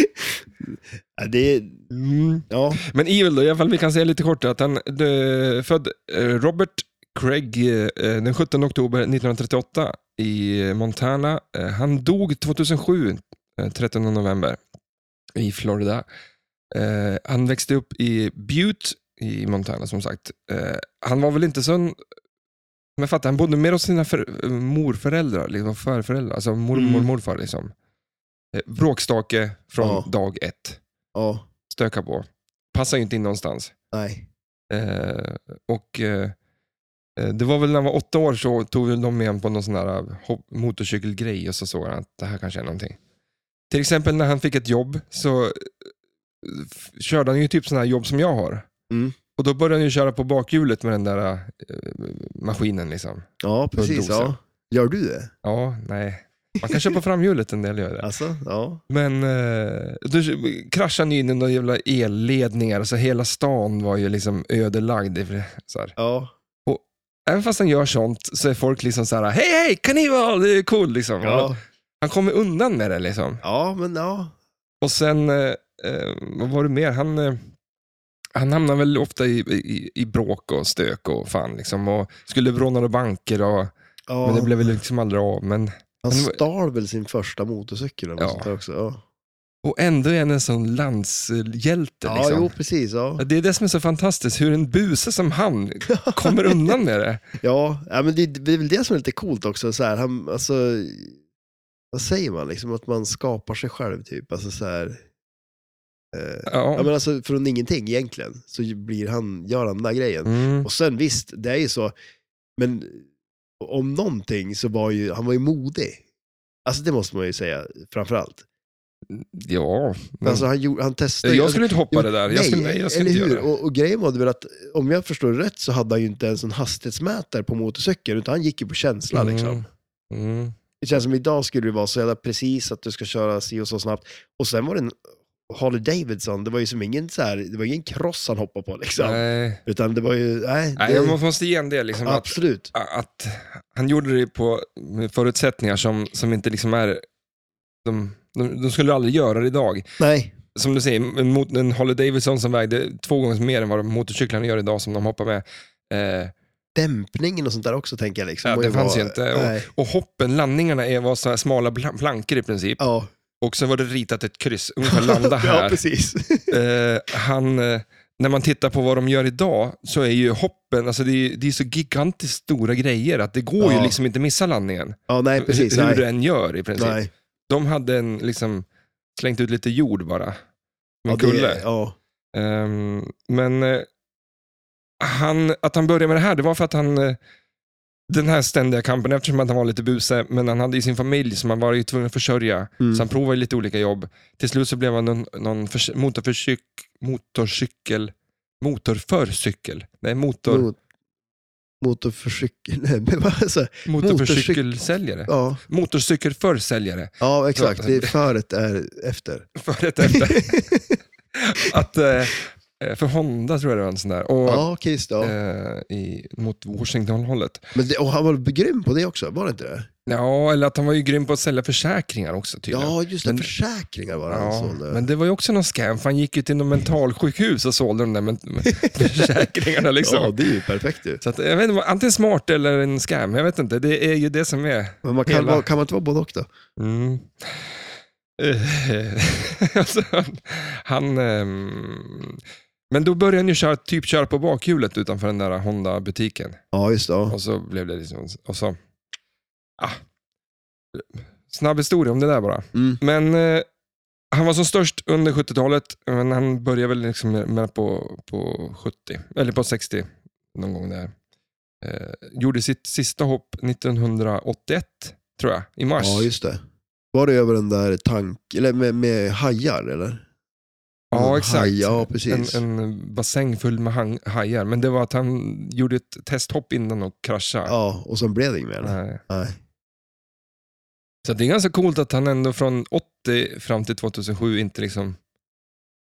Speaker 2: ja, det är... Ja.
Speaker 1: Men Evil då, i alla fall, vi kan säga lite kort att han eh, född eh, Robert Craig eh, den 17 oktober 1938 i eh, Montana. Eh, Han dog 2007, eh, 13 november, i Florida. Eh, Han växte upp i Butte i Montana, som sagt. Eh, Han var väl inte sån... Men fattar, han bodde med hos sina för, morföräldrar, liksom förföräldrar, alltså mormor och
Speaker 2: Mm.
Speaker 1: morfar. Liksom. Eh, Bråkstake från
Speaker 2: Ja.
Speaker 1: dag ett
Speaker 2: Ja.
Speaker 1: stöka på. Passar ju inte in någonstans.
Speaker 2: Nej.
Speaker 1: Eh, och eh, eh, Det var väl när han var åtta år så tog väl de med honom på någon sån där eh, hopp- motorcykelgrej och så såg han att det här kanske är någonting. Till exempel när han fick ett jobb så eh, f- körde han ju typ sådana här jobb som jag har.
Speaker 2: Mm.
Speaker 1: Och då började han ju köra på bakhjulet med den där eh, maskinen. liksom.
Speaker 2: Ja, precis.
Speaker 1: Bulldozer.
Speaker 2: Ja. Gör du det?
Speaker 1: Ja, nej. Man kan köpa framhjulet en del gör det.
Speaker 2: Alltså, ja.
Speaker 1: Men eh, då kraschade han ju in i några jävla elledningar, så hela stan var ju liksom ödelagd. Så här.
Speaker 2: Ja.
Speaker 1: Även fast han gör sånt så är folk liksom så här: hej hej, Carnival, det är cool liksom.
Speaker 2: Ja,
Speaker 1: Han kommer undan med det liksom.
Speaker 2: ja men ja.
Speaker 1: Och sen, eh, eh, vad var det mer? Han, eh, han hamnar väl ofta i, i, i bråk och stök och fan liksom. Och skulle råna några banker och,
Speaker 2: ja.
Speaker 1: men det blev väl liksom aldrig av. Men,
Speaker 2: Han
Speaker 1: men det var-
Speaker 2: stal väl sin första motorcykel eller
Speaker 1: Ja.
Speaker 2: något sånt där också. Ja,
Speaker 1: och ändå är han en sån landshjälte
Speaker 2: ja
Speaker 1: liksom.
Speaker 2: jo precis. Ja,
Speaker 1: Ja, Det är det som är så fantastiskt, hur en buse som han kommer undan med det.
Speaker 2: ja. ja men det, det är väl det som är lite coolt också. Så här, han, alltså, vad säger man? Liksom att man skapar sig själv typ. Alltså, så här, eh, ja,
Speaker 1: Ja.
Speaker 2: men alltså, från ingenting egentligen så blir han, gör han den där grejen.
Speaker 1: Mm.
Speaker 2: Och sen visst, det är ju så. Men om någonting så var ju, han var ju modig. Alltså det måste man ju säga framförallt.
Speaker 1: ja. men-
Speaker 2: Alltså, han, gjorde, han testade ju-
Speaker 1: Mm. Jag skulle inte hoppa
Speaker 2: Jo,
Speaker 1: det där.
Speaker 2: nej,
Speaker 1: Jag skulle, nej, jag skulle
Speaker 2: eller
Speaker 1: inte
Speaker 2: hur?
Speaker 1: göra det.
Speaker 2: Och, och grejen var väl att, om jag förstår rätt, så hade han ju inte ens en hastighetsmätare på motorcykeln, utan han gick ju på känsla. Liksom.
Speaker 1: Mm. Mm.
Speaker 2: Det känns som idag skulle det vara så jävla precis att du ska köra si och så snabbt. Och sen var det en Harley Davidson, det var ju som ingen, så här, det var ingen cross han hoppade på liksom.
Speaker 1: Nej,
Speaker 2: Utan det var ju, nej.
Speaker 1: nej
Speaker 2: det,
Speaker 1: jag måste- måste ge en det. Liksom, att,
Speaker 2: absolut.
Speaker 1: att han gjorde det på förutsättningar som, som inte liksom är... De, de, de skulle aldrig göra det idag.
Speaker 2: Nej,
Speaker 1: Som du säger, en, mot, en Harley Davidson som vägde två gånger mer än vad de motorcyklarna gör idag som de hoppar med. Eh,
Speaker 2: dämpningen och sånt där också tänker jag liksom.
Speaker 1: Ja,
Speaker 2: må ju
Speaker 1: det fanns
Speaker 2: vara-
Speaker 1: ju inte. Och-
Speaker 2: Nej.
Speaker 1: och hoppen, landningarna är, var så här smala pla- plankor i princip.
Speaker 2: Ja.
Speaker 1: Och sen var det ritat ett kryss, ungefär landa
Speaker 2: ja,
Speaker 1: här.
Speaker 2: precis.
Speaker 1: eh, han, eh, när man tittar på vad de gör idag så är ju hoppen, alltså det, är, det är så gigantiskt stora grejer att det går ju
Speaker 2: Ja.
Speaker 1: liksom inte missa landningen.
Speaker 2: Ja, nej, precis.
Speaker 1: hur hur du
Speaker 2: Nej.
Speaker 1: än gör i princip.
Speaker 2: nej.
Speaker 1: De hade en, liksom, slängt ut lite jord bara. Med
Speaker 2: Ja, det-
Speaker 1: kulle.
Speaker 2: Ja.
Speaker 1: Ehm, men eh, han, att han började med det här, det var för att han, eh, den här ständiga kampen, eftersom att han var lite buse, men han hade ju sin familj som han var ju tvungen att försörja.
Speaker 2: Mm.
Speaker 1: Så han provade lite olika jobb. Till slut så blev han någon, någon förs- motorförcyk, motorcykel, motorförcykel, nej motor,
Speaker 2: Mot, motorförcykel... Nej, men vad- alltså,
Speaker 1: motorförcykelsäljare.
Speaker 2: ja.
Speaker 1: Motorcykelförsäljare,
Speaker 2: ja, exakt. Det är föret är efter.
Speaker 1: föret efter. att, eh, för Honda tror jag det var en sån där. Och,
Speaker 2: Ja, okej, just det, ja.
Speaker 1: eh, i, mot Washington-hållet.
Speaker 2: Men det, och han var grym på det också, var det inte det?
Speaker 1: Ja, eller att han var ju grym på att sälja försäkringar också tydligen.
Speaker 2: Ja, just det.
Speaker 1: Men-
Speaker 2: Försäkringar var det han
Speaker 1: Ja,
Speaker 2: sålde.
Speaker 1: men det var ju också någon scam, för han gick ju till någon mentalsjukhus och sålde de där men- försäkringarna. Liksom.
Speaker 2: Ja, det är ju perfekt ju.
Speaker 1: Så att, jag vet inte, antingen smart eller en scam, jag vet inte. Det är ju det som är...
Speaker 2: Men man kan,
Speaker 1: Hela-
Speaker 2: vara- kan man inte vara både och då?
Speaker 1: Mm. Eh, alltså, han- han... ehm, Men då började han ju köra, typ köra på bakhjulet utanför den där Honda-butiken.
Speaker 2: Ja, just det. Ja.
Speaker 1: Och så blev det liksom... Och så, ah. Snabb historia om det där bara.
Speaker 2: Mm.
Speaker 1: Men eh, han var som störst under 70-talet, men han började väl liksom med på, på 70, eller på 60 någon gång där. Eh, gjorde sitt sista hopp 1981, tror jag, i mars.
Speaker 2: ja, just det. Var det över den där tank... Eller med, med hajar, eller?
Speaker 1: Ja, exakt.
Speaker 2: Haj, ja, precis.
Speaker 1: En, en bassäng full med hang, hajar, men det var att han gjorde ett testhopp innan och kraschade.
Speaker 2: Ja, och sen blev det inget mer. Nej.
Speaker 1: Nej. Så det är ganska coolt att han ändå från 80 fram till 2007 inte liksom...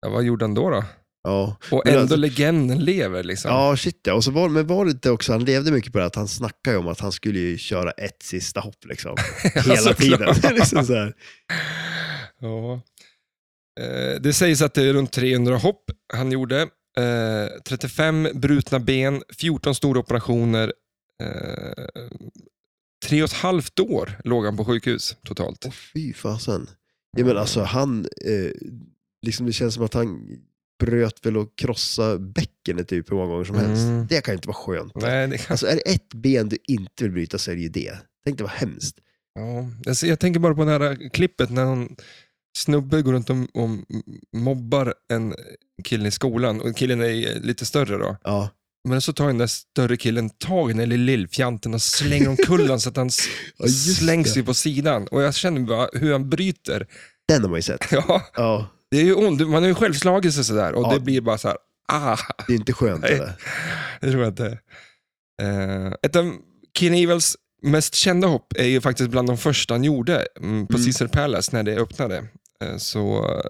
Speaker 1: Ja, vad gjorde han då? då?
Speaker 2: Ja.
Speaker 1: Och
Speaker 2: Men
Speaker 1: ändå
Speaker 2: alltså-
Speaker 1: legenden lever liksom.
Speaker 2: ja, shit ja. Och så var, men var det inte också, han levde mycket på det, att han snackade ju om att han skulle ju köra ett sista hopp liksom. Hela tiden.
Speaker 1: såklart.
Speaker 2: liksom så här.
Speaker 1: Ja. Eh, Det sägs att det är runt 300 hopp han gjorde. Eh, 35 brutna ben, 14 stora operationer. Eh, Tre och ett halvt år låg han på sjukhus totalt.
Speaker 2: Åh, fy fasen. Ja, men alltså han, eh, liksom det känns som att han bröt väl och krossade bäckenet typ hur många gånger som helst.
Speaker 1: Mm.
Speaker 2: Det kan ju inte vara skönt.
Speaker 1: Nej, det kan...
Speaker 2: Alltså är det ett ben du inte vill bryta så är det ju det. Tänk det var hemskt.
Speaker 1: ja. Alltså, Jag tänker bara på det här klippet när någon snubbe går runt och, och mobbar en kille i skolan. Och killen är lite större då.
Speaker 2: Ja.
Speaker 1: Men så tar den där större killen tag i den lilla lillfjanten och slänger omkull honom så att han s-
Speaker 2: Ja, just
Speaker 1: slängs
Speaker 2: det.
Speaker 1: ju på sidan. Och jag känner bara hur han bryter.
Speaker 2: Den har man ju sett.
Speaker 1: Ja,
Speaker 2: Ja,
Speaker 1: det är ju ont. Man har ju själv slagit sig sådär och
Speaker 2: Ja.
Speaker 1: det blir bara så här, ah,
Speaker 2: det är inte skönt.
Speaker 1: Nej.
Speaker 2: Eller?
Speaker 1: det tror jag inte. Eh, ett av Keenevils mest kända hopp är ju faktiskt bland de första han gjorde mm, på
Speaker 2: Mm.
Speaker 1: Caesar Palace när det öppnade. Eh, så eh,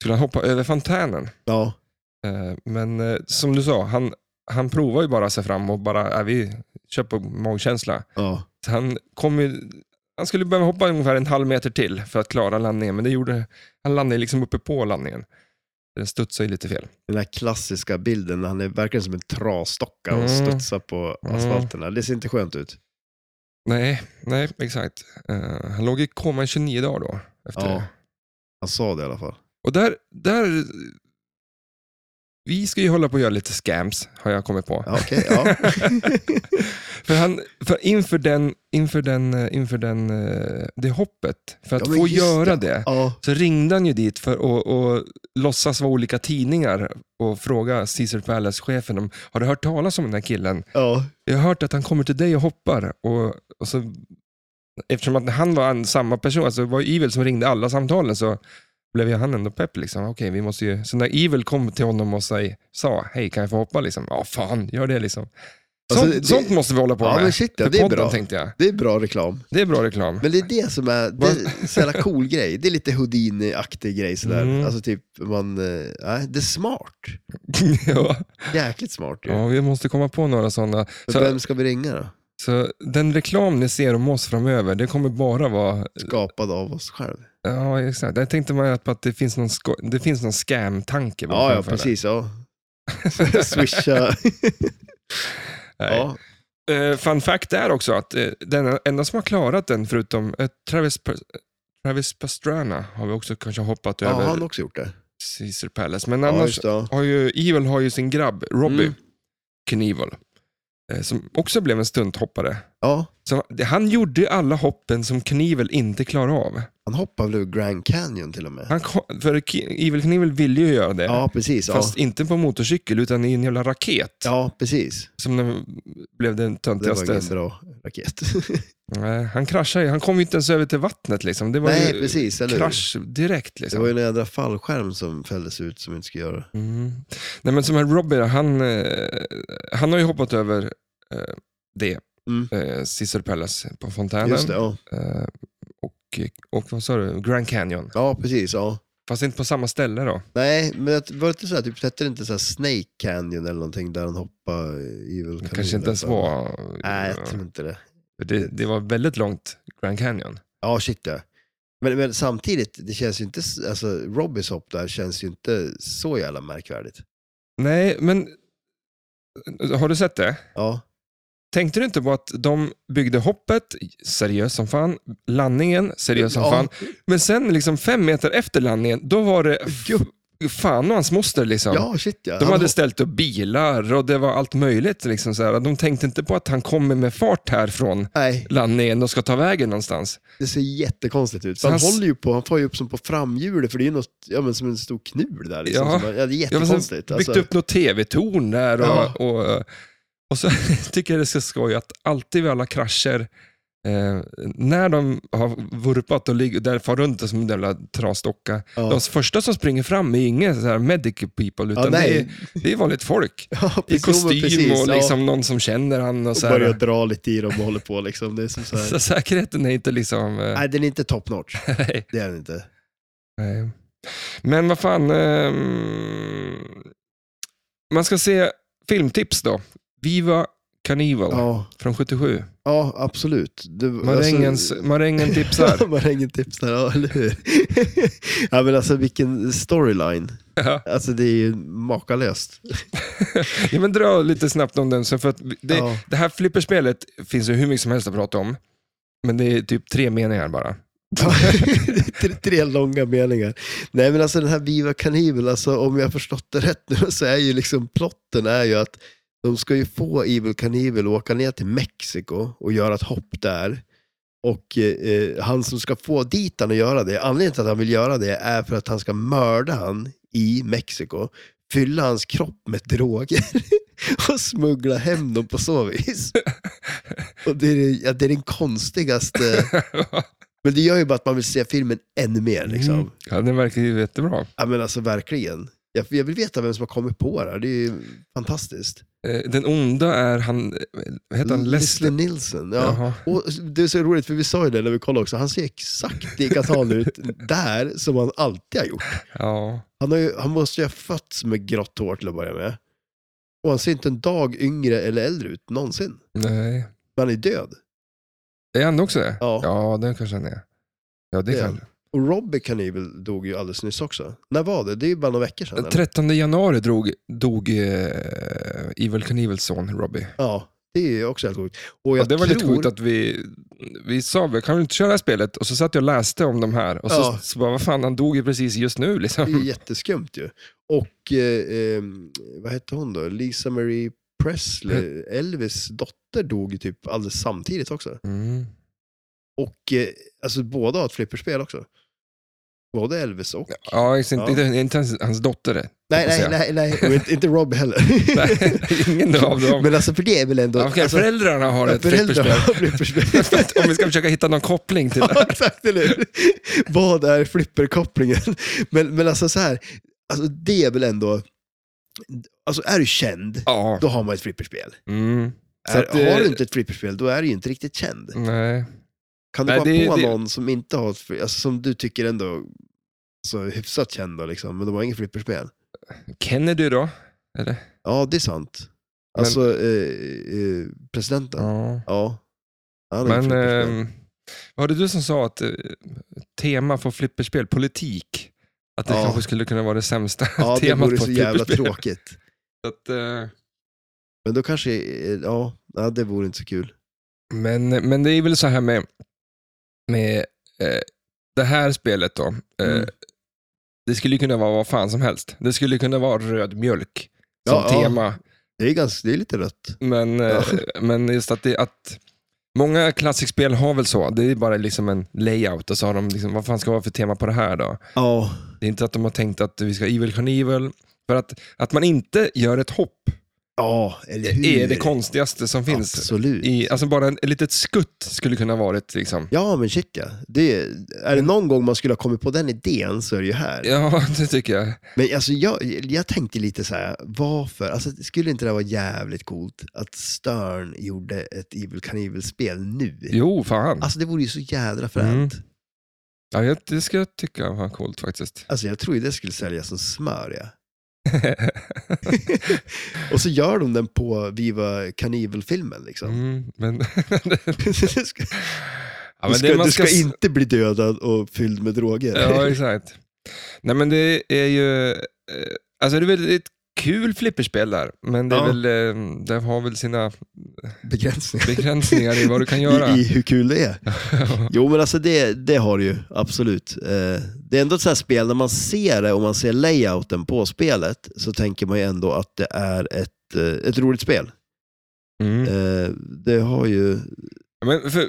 Speaker 1: skulle han hoppa över fontänen.
Speaker 2: Ja,
Speaker 1: Eh, Men eh, som du sa, han, han provar ju bara sig fram och bara, äh, vi kör på magkänsla.
Speaker 2: ja.
Speaker 1: Så han, kom ju, han skulle behöva hoppa ungefär en halv meter till för att klara landningen, men det gjorde, han landade liksom uppe på landningen. Den studsade ju lite fel.
Speaker 2: Den här klassiska bilden när han är verkligen som en trasdocka och
Speaker 1: Mm.
Speaker 2: studsar på
Speaker 1: Mm.
Speaker 2: asfalterna. Det ser inte skönt ut.
Speaker 1: Nej, nej exakt. Eh, han låg i koma i 29 dagar då. Efter
Speaker 2: Ja.
Speaker 1: det.
Speaker 2: Han sa det i alla fall.
Speaker 1: Och där, där... Vi ska ju hålla på att göra lite scams, har jag kommit på.
Speaker 2: Ja, okej, ja.
Speaker 1: För, han, för inför, den, inför, den, eh, inför den, eh, det hoppet, för att
Speaker 2: Ja, men
Speaker 1: få
Speaker 2: just
Speaker 1: göra det,
Speaker 2: det. ja.
Speaker 1: så ringde han ju dit för att och låtsas vara olika tidningar och fråga Caesar Palace-chefen om, har du hört talas om den här killen?
Speaker 2: ja.
Speaker 1: Jag har hört att han kommer till dig och hoppar. Och, och så, eftersom att han var en, samma person, alltså det var ju Evil som ringde alla samtalen, så blev ju han ändå pepp. Liksom. Okej, vi måste ju... Så när Evil kom till honom och sa, sa hej, kan jag få hoppa? Liksom, ja, fan, gör det. liksom.
Speaker 2: Alltså,
Speaker 1: sånt,
Speaker 2: det-
Speaker 1: sånt måste vi hålla på
Speaker 2: Ja,
Speaker 1: med.
Speaker 2: men shit, ja,
Speaker 1: För
Speaker 2: det är
Speaker 1: podden,
Speaker 2: bra.
Speaker 1: tänkte jag.
Speaker 2: Det är bra reklam.
Speaker 1: Det är bra reklam.
Speaker 2: Men det är det som är, det
Speaker 1: Vad-
Speaker 2: är en sån jävla cool grej. Det är lite Houdini-aktig grej sådär.
Speaker 1: Mm.
Speaker 2: Alltså typ, man, eh, nej, det är smart.
Speaker 1: ja.
Speaker 2: Jäkligt smart ju.
Speaker 1: ja, vi måste komma på några sådana.
Speaker 2: Men
Speaker 1: Så,
Speaker 2: Vem ska vi ringa då?
Speaker 1: så den reklam ni ser om oss framöver, det kommer bara vara...
Speaker 2: Skapad av oss själv.
Speaker 1: Ja, exakt. Jag tänkte man att- på att det finns någon, sko- det finns någon scam-tanke bakom
Speaker 2: Ja, ja,
Speaker 1: för det.
Speaker 2: precis. Ja. Swisha.
Speaker 1: Nej.
Speaker 2: ja.
Speaker 1: Eh, fun fact är också att eh, den enda som har klarat den, förutom eh, Travis, Pa- Travis Pastrana, har vi också kanske hoppat
Speaker 2: ja,
Speaker 1: över
Speaker 2: har han också gjort det?
Speaker 1: Caesar Palace. Men
Speaker 2: Ja,
Speaker 1: annars
Speaker 2: just det. ja.
Speaker 1: har ju Evil har ju sin grabb, Robbie
Speaker 2: Mm.
Speaker 1: Knievel, eh, som också blev en stunthoppare.
Speaker 2: Ja,
Speaker 1: Så han gjorde ju alla hoppen som Knievel inte klarade av.
Speaker 2: han hoppade väl ur Grand Canyon till och med?
Speaker 1: Han kom, för Ki- Evil Knievel ville ju göra det,
Speaker 2: Ja, precis. Ja,
Speaker 1: fast inte på motorcykel utan i en jävla raket.
Speaker 2: ja precis.
Speaker 1: Som den- blev den
Speaker 2: Det var
Speaker 1: töntigaste.
Speaker 2: ingen bra raket.
Speaker 1: Nej, han kraschade ju. Han kom ju inte ens över till vattnet. Liksom. Det var
Speaker 2: Nej,
Speaker 1: ju
Speaker 2: precis. Eller hur?
Speaker 1: krasch direkt.
Speaker 2: Det
Speaker 1: Liksom.
Speaker 2: var ju en jädra fallskärm som fälldes ut som inte ska göra.
Speaker 1: Mm. Nej, men som här Robbie, han, eh, han har ju hoppat över eh, det.
Speaker 2: Mm.
Speaker 1: Eh, Cesar Palace på fontänen.
Speaker 2: Just det, ja.
Speaker 1: Eh, och, och vad sa du? Grand Canyon.
Speaker 2: ja precis. Ja.
Speaker 1: Fast inte på samma ställe då.
Speaker 2: Nej, men det var det inte så här, typ, hette det inte så här Snake Canyon eller någonting där han hoppade i
Speaker 1: Det
Speaker 2: Evil Canyon?
Speaker 1: kanske inte ens
Speaker 2: alltså?
Speaker 1: var... eh,
Speaker 2: Nej, jag tror inte det.
Speaker 1: det, det var väldigt långt Grand Canyon.
Speaker 2: Ja, shit ja. Men, men samtidigt, det känns ju inte, s- alltså Robbies hopp där känns ju inte så jävla märkvärdigt.
Speaker 1: Nej, men eh, har du sett det?
Speaker 2: Ja,
Speaker 1: Tänkte du inte på att de byggde hoppet, seriöst som fan, landningen, seriöst som
Speaker 2: Ja.
Speaker 1: fan, men sen liksom fem meter efter landningen, då var det f- fan och hans moster liksom.
Speaker 2: ja shit ja.
Speaker 1: De
Speaker 2: Han
Speaker 1: hade
Speaker 2: hop-
Speaker 1: ställt upp bilar och det var allt möjligt. Liksom så här. De tänkte inte på att han kommer med fart härifrån
Speaker 2: Nej,
Speaker 1: landningen och ska ta vägen någonstans.
Speaker 2: det ser jättekonstigt ut.
Speaker 1: Så
Speaker 2: För han
Speaker 1: han s-
Speaker 2: håller ju på, han får ju upp som på framhjulet för det är ju något, ja men som en stor knul där liksom.
Speaker 1: Ja.
Speaker 2: Ja, ja det är
Speaker 1: Jag
Speaker 2: jättekonstigt. alltså.
Speaker 1: byggt upp något tv-torn där och,
Speaker 2: Ja.
Speaker 1: och, och så tycker jag det är så skoj att alltid vid alla krascher, eh, när de har vurpat och ligger där far runt som en jävla trasdocka,
Speaker 2: ja.
Speaker 1: de första som springer fram är inga så här medical people,
Speaker 2: ja,
Speaker 1: utan det, är,
Speaker 2: nej.
Speaker 1: det är vanligt folk.
Speaker 2: Ja,
Speaker 1: I
Speaker 2: precis, jo, men
Speaker 1: kostym
Speaker 2: precis,
Speaker 1: och
Speaker 2: ja.
Speaker 1: liksom någon som känner han och
Speaker 2: och
Speaker 1: så här.
Speaker 2: börjar dra lite i dem och håller på liksom. Det är som så här.
Speaker 1: Så säkerheten är inte liksom... eh,
Speaker 2: Nej, den är inte top notch.
Speaker 1: Nej.
Speaker 2: Det är den inte.
Speaker 1: Nej. Men vad fan... ehm, man ska se filmtips då. Viva Carnival
Speaker 2: Ja,
Speaker 1: från 77.
Speaker 2: ja absolut. Det, alltså,
Speaker 1: Marängens, marängen tipsar.
Speaker 2: Marängen tips där, ja, eller hur? ja, men alltså vilken storyline.
Speaker 1: ja.
Speaker 2: Alltså det är ju makalöst.
Speaker 1: Ja, men dra lite snabbt om den. Så för att det,
Speaker 2: Ja.
Speaker 1: det här flipperspelet finns ju hur mycket som helst att prata om. Men det är typ tre meningar bara.
Speaker 2: tre, tre långa meningar. Nej men alltså den här Viva Carnival, alltså om jag har förstått det rätt nu så är ju liksom plotten är ju att de ska ju få Evil Carnival att åka ner till Mexiko och göra ett hopp där. Och eh, eh, han som ska få dit han att göra det, anledningen till att han vill göra det är för att han ska mörda han i Mexiko, fylla hans kropp med droger och smuggla hem dem på så vis. Och det är, det- ja, det är den konstigaste men det gör ju bara att man vill se filmen ännu mer. Liksom.
Speaker 1: Mm. Ja, den verkar ju jättebra.
Speaker 2: Ja, men alltså verkligen. Jag, jag vill veta vem som har kommit på det här. Det är ju fantastiskt.
Speaker 1: Eh, Den onda är han... Vad heter han?
Speaker 2: Leslie
Speaker 1: Leslie?
Speaker 2: Nielsen. Ja.
Speaker 1: Jaha.
Speaker 2: Och det är så roligt, för vi sa ju det när vi kollade också, han ser exakt likadan ut där som han alltid har gjort.
Speaker 1: Ja.
Speaker 2: Han, har ju, han måste ju ha fötts med grått hår till att börja med. Och han ser inte en dag yngre eller äldre ut någonsin.
Speaker 1: Nej.
Speaker 2: Men han är död.
Speaker 1: Är han också det?
Speaker 2: Ja.
Speaker 1: Ja, den kanske han är. Ja, det
Speaker 2: Det är
Speaker 1: kan.
Speaker 2: Och Robbie Carnival dog ju alldeles nyss också. När var det? Det är ju bara några veckor sedan. eller?
Speaker 1: 13 januari drog, dog eh, Evil Knievels son Robbie.
Speaker 2: Ja, det är ju också helt sjukt. Och
Speaker 1: Ja,
Speaker 2: jag
Speaker 1: det var
Speaker 2: tror...
Speaker 1: lite sjukt att vi, vi sa, "Vi kan vi inte köra det här spelet? Och så satt jag och läste om de här och så,
Speaker 2: Ja.
Speaker 1: så bara, vad fan, han dog ju precis just nu
Speaker 2: Det är ju
Speaker 1: liksom.
Speaker 2: jätteskumt ju. Och eh, eh, vad hette hon då? Lisa Marie Presley, Elvis dotter, dog ju typ alldeles samtidigt också.
Speaker 1: Mm.
Speaker 2: Och eh, alltså båda har ett flipperspel också. Både Elvis och...
Speaker 1: Ja, inte,
Speaker 2: Ja.
Speaker 1: Inte, inte ens hans dotter. det.
Speaker 2: nej, nej,
Speaker 1: säga.
Speaker 2: nej, nej, Och inte, inte Rob heller.
Speaker 1: Nej, ingen av dem.
Speaker 2: Men alltså för det är väl ändå...
Speaker 1: Ja, okej,
Speaker 2: alltså,
Speaker 1: föräldrarna har ett
Speaker 2: föräldrar
Speaker 1: flipperspel.
Speaker 2: har flipperspel.
Speaker 1: om vi ska försöka hitta någon koppling till det.
Speaker 2: Ja, exakt, eller hur? Vad är flipperkopplingen? Men, men alltså så här, alltså det är väl ändå... Alltså är du känd,
Speaker 1: Ja.
Speaker 2: då har man ett flipperspel.
Speaker 1: Mm. Så
Speaker 2: är,
Speaker 1: att, eh,
Speaker 2: har du inte ett flipperspel, då är du ju inte riktigt känd.
Speaker 1: Nej.
Speaker 2: Kan du
Speaker 1: nej,
Speaker 2: komma
Speaker 1: det-
Speaker 2: på
Speaker 1: det-
Speaker 2: någon som inte har ett fl- alltså, som du tycker ändå så är hyfsat känd, då, liksom, men de har inget flipperspel?
Speaker 1: Kennedy då? Eller?
Speaker 2: Ja, det är sant.
Speaker 1: Men-
Speaker 2: Alltså eh, eh, presidenten. Ja.
Speaker 1: Ja.
Speaker 2: Han har inget
Speaker 1: Men
Speaker 2: flipperspel.
Speaker 1: ehm, var det du som sa att eh, tema för flipperspel, politik, att det
Speaker 2: Ja.
Speaker 1: kanske skulle kunna vara det sämsta
Speaker 2: ja, det
Speaker 1: temat
Speaker 2: vore
Speaker 1: på
Speaker 2: så
Speaker 1: ett
Speaker 2: jävla
Speaker 1: flipperspel?
Speaker 2: tråkigt.
Speaker 1: Så Att, eh,
Speaker 2: Men då kanske, eh, ja, ja, det vore inte så kul.
Speaker 1: men, men det är väl så här med, med eh, det här spelet då. Eh,
Speaker 2: Mm.
Speaker 1: Det skulle ju kunna vara vad fan som helst. Det skulle kunna vara röd mjölk som
Speaker 2: Ja, ja.
Speaker 1: tema.
Speaker 2: Det är, ganska, det är lite rött.
Speaker 1: Men, eh,
Speaker 2: Ja.
Speaker 1: men just att, det, att många klassikspel har väl så. Det är bara liksom en layout och så har de liksom, vad fan ska det vara för tema på det här då?
Speaker 2: Ja,
Speaker 1: Det är inte att de har tänkt att vi ska evil carnival. För att, att man inte gör ett hopp
Speaker 2: ja eller hur?
Speaker 1: är det konstigaste som finns.
Speaker 2: Absolut.
Speaker 1: I, alltså bara en, ett litet skutt skulle kunna vara ett liksom.
Speaker 2: Ja, men checka. Det, är det någon gång man skulle ha kommit på den idén så är det ju här.
Speaker 1: Mm. Ja, det tycker jag.
Speaker 2: Men alltså, jag, jag tänkte lite så här, varför? Alltså, skulle inte det vara jävligt coolt att Stern gjorde ett Evil Knievel-spel nu?
Speaker 1: Jo, Mm. fan.
Speaker 2: Alltså det vore ju så jädra fränt.
Speaker 1: Ja, jag, det ska jag tycka var coolt faktiskt.
Speaker 2: Alltså jag tror ju det skulle säljas som smör ja. Och så gör de den på Viva Knievel-filmen liksom.
Speaker 1: Mm, men,
Speaker 2: du ska,
Speaker 1: ja,
Speaker 2: du
Speaker 1: men
Speaker 2: ska,
Speaker 1: det man
Speaker 2: du ska
Speaker 1: s-
Speaker 2: inte bli dödad och fylld med droger.
Speaker 1: Ja, exakt. Nej, men det är ju... eh, Alltså det är väl ett kul flipperspel där, men det, är
Speaker 2: Ja.
Speaker 1: väl, eh, det har väl sina
Speaker 2: Begränsningar.
Speaker 1: begränsningar i vad du kan göra.
Speaker 2: I, I hur kul det är. Jo men alltså det, det har det ju, absolut. Eh, det är ändå ett sånt här spel, när man ser det och man ser layouten på spelet så tänker man ju ändå att det är ett, eh, ett roligt spel.
Speaker 1: Mm.
Speaker 2: Eh, det har ju,
Speaker 1: Men för,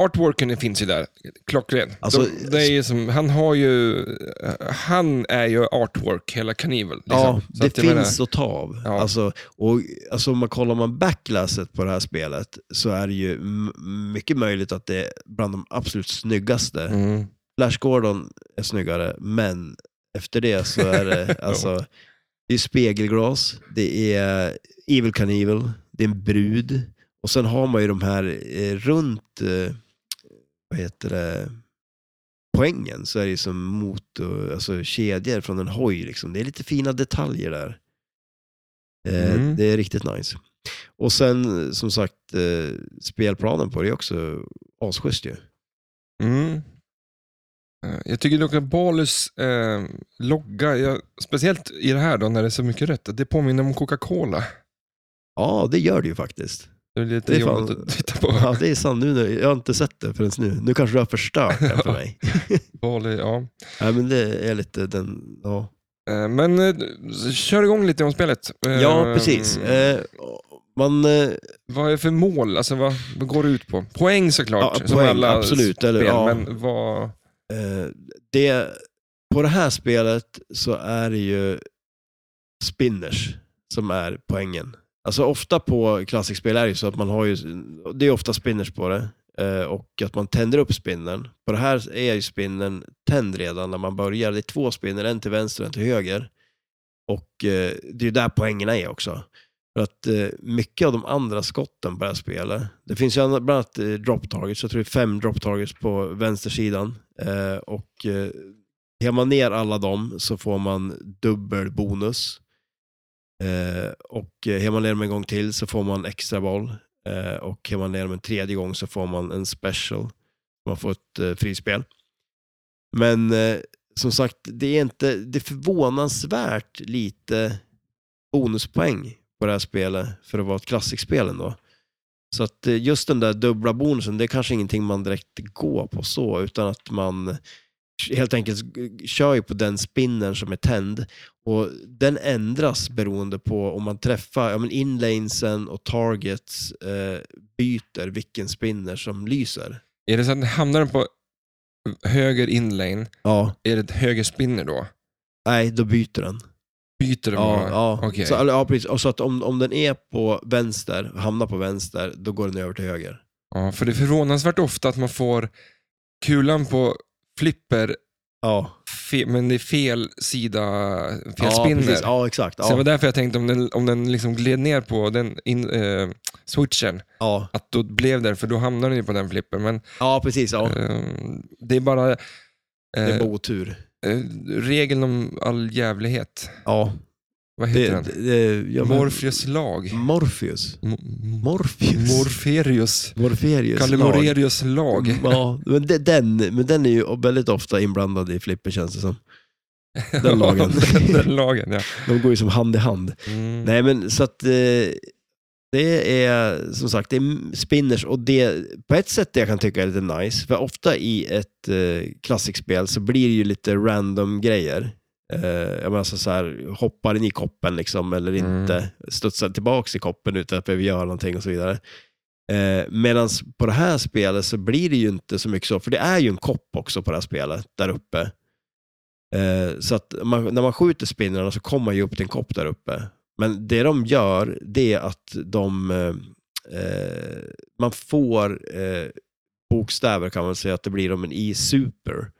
Speaker 1: artworken finns ju där, klockren.
Speaker 2: Alltså-
Speaker 1: De, det är ju som, han har ju... Han är ju artwork, hela Knievel. Liksom.
Speaker 2: ja,
Speaker 1: Så
Speaker 2: det
Speaker 1: att jag menar-
Speaker 2: finns att ta av.
Speaker 1: Ja.
Speaker 2: Alltså, och, alltså om man kollar man backlasset på det här spelet så är det ju m- mycket möjligt att det är bland de absolut snyggaste.
Speaker 1: Mm.
Speaker 2: Flash Gordon är snyggare, men efter det så är det alltså, det är spegelglas, det är Evil Knievel, det är en brud och sen har man ju de här eh, runt, eh, vad heter det, poängen så är det ju som motor, alltså kedjor från en hoj liksom. Det är lite fina detaljer där. Eh,
Speaker 1: Mm.
Speaker 2: Det är riktigt nice. Och sen eh, som sagt, eh, spelplanen på det är också asschysst ju.
Speaker 1: Mm. Eh, Jag tycker dock att Balus eh, logga, jag, speciellt i det här då när det är så mycket rött, att det påminner om Coca-Cola.
Speaker 2: Ja, det gör det ju faktiskt.
Speaker 1: Det är lite
Speaker 2: Det är
Speaker 1: jobbigt
Speaker 2: fan-
Speaker 1: att titta på.
Speaker 2: Ja, det är sant. Nu, när- jag har inte sett det förrän nu. Nu kanske du har förstört det för mig.
Speaker 1: Bali, ja.
Speaker 2: Nej, men det är lite den... Ja,
Speaker 1: Eh, Men eh, s- kör igång lite om spelet. Eh,
Speaker 2: ja precis. Eh, man, eh,
Speaker 1: Vad är det för mål? Alltså, vad, vad går det ut på? Poäng såklart,
Speaker 2: Ja,
Speaker 1: som
Speaker 2: poäng,
Speaker 1: alla
Speaker 2: absolut,
Speaker 1: spel.
Speaker 2: eller, ja.
Speaker 1: Men vad...
Speaker 2: eh, det, på det här spelet så är det ju spinners som är poängen. Alltså ofta på klassikspel är det ju så att man har ju... Det är ofta spinners på det. eh, Och att man tänder upp spinnen. På det här är ju spinnen tänd redan när man börjar. Det är två spinner, en till vänster och en till höger. Och eh, det är ju där poängerna är också. För att eh, mycket av de andra skotten på det här spelet, det finns ju andra- bland annat eh, drop targets, jag tror det är fem drop targets på vänstersidan. Eh, och eh, tar man ner alla dem så får man dubbel bonus. Eh, och eh, tar man ner dem en gång till så får man extra boll. Eh, och tar man ner dem en tredje gång så får man en special. Man får ett eh, frispel. Men eh, som sagt, det är, inte, det är förvånansvärt lite bonuspoäng på det här spelet för att vara ett klassikspel ändå. Så att eh, just den där dubbla bonusen, det är kanske ingenting man direkt går på så, utan att man helt enkelt kör ju på den spinnen som är tänd och den ändras beroende på om man träffar ja, men inlanesen och targets eh, byter vilken spinner som lyser.
Speaker 1: Är det så att hamnar den på höger inlane,
Speaker 2: Ja,
Speaker 1: är det ett höger spinner då?
Speaker 2: nej, då byter den.
Speaker 1: Byter den
Speaker 2: Ja,
Speaker 1: bara?
Speaker 2: ja.
Speaker 1: Okej.
Speaker 2: Så, eller, ja precis. Och så att om, om den är på vänster, hamnar på vänster, då går den över till höger.
Speaker 1: Ja, för det är förvånansvärt ofta att man får kulan på flipper
Speaker 2: Ja,
Speaker 1: fe- men det är fel sida, fel
Speaker 2: ja,
Speaker 1: spinner.
Speaker 2: precis. Ja, exakt.
Speaker 1: Så det var
Speaker 2: Ja,
Speaker 1: därför jag tänkte om den, om den liksom gled ner på den in, eh, switchen,
Speaker 2: ja.
Speaker 1: att då blev det, för då hamnade den ju på den flippen. Men
Speaker 2: ja precis. Ja.
Speaker 1: ehm, det är bara eh,
Speaker 2: Det är bara otur.
Speaker 1: eh, regeln om all jävlighet.
Speaker 2: Ja,
Speaker 1: Vad
Speaker 2: det,
Speaker 1: heter
Speaker 2: det,
Speaker 1: den?
Speaker 2: ja, men-
Speaker 1: Morpheus lag.
Speaker 2: Morpheus.
Speaker 1: M- m-
Speaker 2: Morpheus.
Speaker 1: Morferius.
Speaker 2: Morferius.
Speaker 1: Kalle
Speaker 2: lag. Mm,
Speaker 1: Morerius lag.
Speaker 2: Ja, men de- den, men den är ju väldigt ofta inblandad i flipper känns det som. Den lagen.
Speaker 1: den, den lagen, ja.
Speaker 2: De går ju som hand i hand.
Speaker 1: Mm.
Speaker 2: Nej, men så att eh, det är som sagt, det är spinners och det på ett sätt det jag kan tycka är lite nice, för ofta i ett eh, klassikspel så blir det ju lite random grejer. Eh, jag menar alltså så här, hoppar in i koppen liksom eller
Speaker 1: Mm.
Speaker 2: inte, studsar tillbaks i koppen utan att behöva göra någonting och så vidare. Eh, Medan på det här spelet så blir det ju inte så mycket så, för det är ju en kopp också på det här spelet, där uppe. Eh, så att man, när man skjuter spinnerna så kommer man ju upp till en kopp där uppe. Men det de gör, det är att de, eh, eh, man får eh, bokstäver kan man säga att det blir om en i super.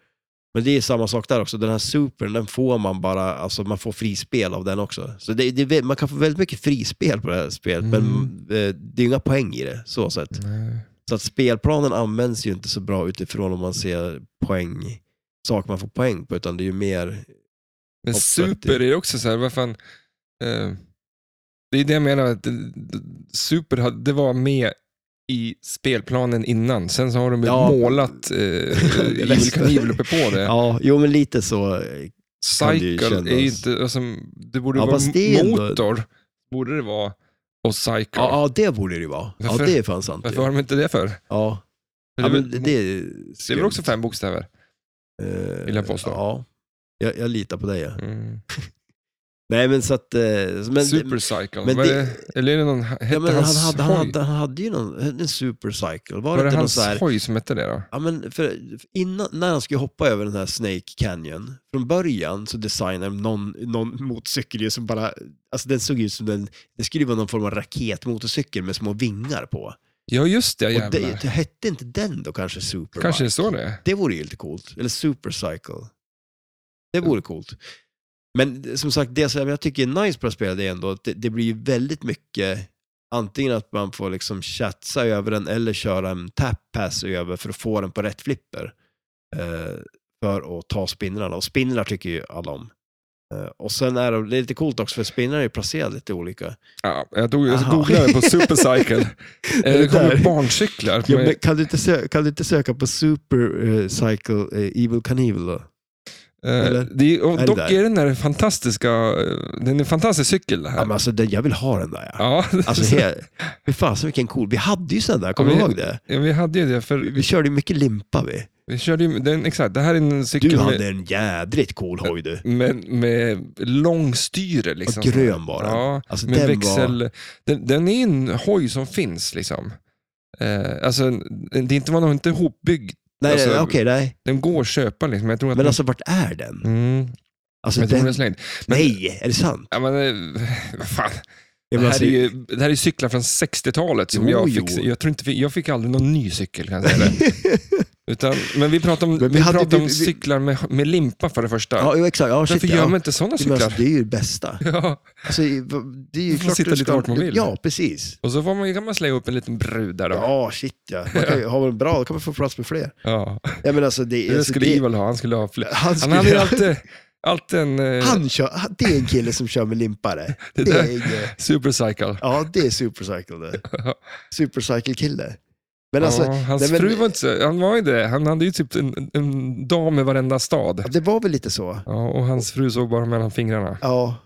Speaker 2: Men det är samma sak där också. Den här supern, den får man bara, alltså man får frispel av den också. Så det, det, är vä- man kan få väldigt mycket frispel på det här spelet,
Speaker 1: Mm.
Speaker 2: men eh, det är ju inga poäng i det, så sett.
Speaker 1: Nej.
Speaker 2: Så att spelplanen används ju inte så bra utifrån om man ser poäng, saker man får poäng på, utan det är ju mer...
Speaker 1: Men
Speaker 2: Hoppas
Speaker 1: super
Speaker 2: det-
Speaker 1: är också så här, vad fan. Eh, det är det jag menar, att eh, super hade- det var med i spelplanen innan. Sen så har de
Speaker 2: Ja.
Speaker 1: målat eh, Evil
Speaker 2: Resten.
Speaker 1: Knievel uppe på det.
Speaker 2: Ja, jo men lite så. eh, kan det ju
Speaker 1: Cycle är ju
Speaker 2: kännas.
Speaker 1: inte, alltså, det borde
Speaker 2: Ja,
Speaker 1: vara
Speaker 2: fast det är ändå-
Speaker 1: motor, borde det vara, och cycle.
Speaker 2: Ja, ja det borde det ju vara. Ja,
Speaker 1: Varför-
Speaker 2: det är fan sant
Speaker 1: Varför
Speaker 2: ju.
Speaker 1: har de inte det för? för
Speaker 2: Ja,
Speaker 1: det,
Speaker 2: ja
Speaker 1: är
Speaker 2: men
Speaker 1: väl,
Speaker 2: det,
Speaker 1: det,
Speaker 2: det är
Speaker 1: är väl
Speaker 2: skumt.
Speaker 1: också fem bokstäver?
Speaker 2: Eh,
Speaker 1: vill jag påstå.
Speaker 2: Ja, jag, jag litar på dig. Ja.
Speaker 1: Mm.
Speaker 2: Nej men så att... eh, Men,
Speaker 1: Supercycle,
Speaker 2: men
Speaker 1: vad
Speaker 2: det-
Speaker 1: är det, eller är det någon, hette
Speaker 2: ja, men han,
Speaker 1: hans
Speaker 2: hade,
Speaker 1: hoj?
Speaker 2: han, hade, han hade ju någon, en supercycle. Var,
Speaker 1: var,
Speaker 2: det
Speaker 1: det
Speaker 2: inte någon
Speaker 1: hans
Speaker 2: så här...
Speaker 1: hoj som hette det då?
Speaker 2: Ja, men för innan, när han skulle hoppa över den här Snake Canyon, från början så designade de någon, någon motorcykel ju som bara, alltså den såg ut som den, det skulle ju vara någon form av raketmotorcykel med små vingar på.
Speaker 1: Ja just det, jävlar.
Speaker 2: Och det, typ- det hette inte den då kanske Superbike?
Speaker 1: Kanske det står det.
Speaker 2: Det vore ju lite coolt. Eller Supercycle. Det vore coolt. Men som sagt, det som jag tycker är nice på det här spelet är ändå att det, det blir ju väldigt mycket antingen att man får liksom chatsa över den eller köra en tap pass över för att få den på rätt flipper. Eh, för att ta spinnarna. Och spinnar tycker ju alla om. Eh, och sen är de, det är lite coolt också för spinnar är ju placerade lite olika.
Speaker 1: Ja, jag dog, jag
Speaker 2: Aha.
Speaker 1: googlade på supercycle. Eh, det
Speaker 2: där.
Speaker 1: kommer barncyklar.
Speaker 2: Ja,
Speaker 1: men-
Speaker 2: men kan, du inte söka, kan du inte söka på Supercycle Evil Knievel då?
Speaker 1: eh,
Speaker 2: eller?
Speaker 1: det är, och
Speaker 2: Är det
Speaker 1: dock
Speaker 2: där?
Speaker 1: är den där fantastiska, eh, den är en fantastisk cykel det
Speaker 2: Ja, men
Speaker 1: här.
Speaker 2: alltså, det, jag vill ha den där. Ja.
Speaker 1: Ja,
Speaker 2: Alltså, he, fy fasen vilken cool. Vi hade ju sådana där, kommer
Speaker 1: Ja,
Speaker 2: du
Speaker 1: vi-
Speaker 2: ihåg det?
Speaker 1: Ja, vi hade ju det, för
Speaker 2: Vi körde ju mycket limpa vi.
Speaker 1: vi körde ju, den, exakt, det här är en
Speaker 2: Du
Speaker 1: cykel
Speaker 2: hade
Speaker 1: med,
Speaker 2: en jädrigt cool hoj du.
Speaker 1: med, med långstyre. Liksom.
Speaker 2: Och grön var den.
Speaker 1: Ja,
Speaker 2: Alltså,
Speaker 1: med
Speaker 2: den
Speaker 1: växel. Den, den är en hoj som finns liksom. Eh, alltså, det är inte, var nog inte ihopbyggd.
Speaker 2: Nej,
Speaker 1: Alltså,
Speaker 2: nej, okej, nej.
Speaker 1: Den går att köpa liksom. Jag tror att
Speaker 2: Men
Speaker 1: den-
Speaker 2: alltså vart är den?
Speaker 1: mm,
Speaker 2: Alltså,
Speaker 1: jag tror den är
Speaker 2: den...
Speaker 1: slängd. men-
Speaker 2: Nej, är det sant?
Speaker 1: Ja, men, eh, vad fan.
Speaker 2: Jag
Speaker 1: Det
Speaker 2: menar,
Speaker 1: här,
Speaker 2: alltså,
Speaker 1: är ju, det här är ju cyklar från 60-talet som
Speaker 2: Jo,
Speaker 1: jag
Speaker 2: jo.
Speaker 1: fick. Jag, tror inte, vi- jag fick aldrig någon ny cykel kan jag säga det. Utan, men vi pratar om,
Speaker 2: Men vi
Speaker 1: vi
Speaker 2: hade-
Speaker 1: pratar om
Speaker 2: vi- vi-
Speaker 1: cyklar med, med limpa för det första.
Speaker 2: ja, jo, exakt. Ja, shit,
Speaker 1: Varför
Speaker 2: ja.
Speaker 1: gör man inte sådana
Speaker 2: Du menar,
Speaker 1: cyklar?
Speaker 2: alltså, det är ju det bästa.
Speaker 1: Ja.
Speaker 2: Alltså, det är ju
Speaker 1: Man får
Speaker 2: klart
Speaker 1: sitta
Speaker 2: du
Speaker 1: lite vart man vill.
Speaker 2: Ja, precis.
Speaker 1: Och så får man, kan man slänga upp en liten brud där då. Ja.
Speaker 2: Ja, shit ja. Man kan, ju- har man bra, då kan man få plats med fler. Jag menar, alltså, det, är-
Speaker 1: Det
Speaker 2: alltså,
Speaker 1: skulle
Speaker 2: det,
Speaker 1: Ival ha. Han skulle ha fler.
Speaker 2: Han
Speaker 1: Han
Speaker 2: skulle...
Speaker 1: hade ju alltid, alltid en eh,
Speaker 2: Han kör, han- det är en kille som kör med limpare. Det
Speaker 1: där-
Speaker 2: är, inget-
Speaker 1: supercycle.
Speaker 2: ja, det är supercycle det. Supercycle-kille. Men alltså,
Speaker 1: ja, hans
Speaker 2: nej, men-
Speaker 1: fru var inte så, han var ju det. Han hade ju typ en, en dam i varenda stad.
Speaker 2: det var väl lite så.
Speaker 1: Ja, och hans fru såg bara mellan fingrarna.
Speaker 2: Ja,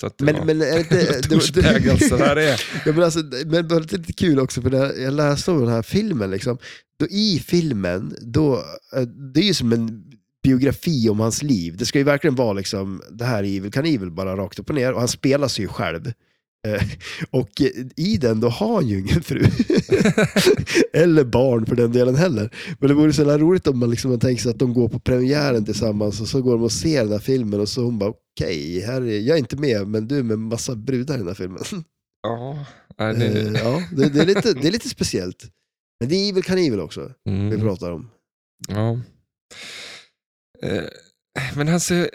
Speaker 1: Så att det
Speaker 2: men,
Speaker 1: var-
Speaker 2: men är det inte... det-
Speaker 1: Douchebag alltså, det här är...
Speaker 2: ja, men alltså, men det var lite kul också, för när jag läste om den här filmen, liksom, då i filmen, då, eh, det är ju som en biografi om hans liv. Det ska ju verkligen vara liksom, det här är Evil Knievel bara rakt upp och ner, och han spelar sig ju själv. Eh, Och eh, i den då har han ju ingen fru. Eller barn för den delen heller. Men det vore så jävla roligt om man, liksom, man tänker sig att de går på premiären tillsammans och så går de och ser den här filmen och så hon bara okej, här är, jag är inte med men du är med massa brudar i den här filmen.
Speaker 1: Ja, nej,
Speaker 2: Eh,
Speaker 1: det...
Speaker 2: ja, det, det, är lite, det är lite speciellt. Men det är väl kanivel också, vi
Speaker 1: Mm,
Speaker 2: pratar om.
Speaker 1: ja. Eh, men hans, eh,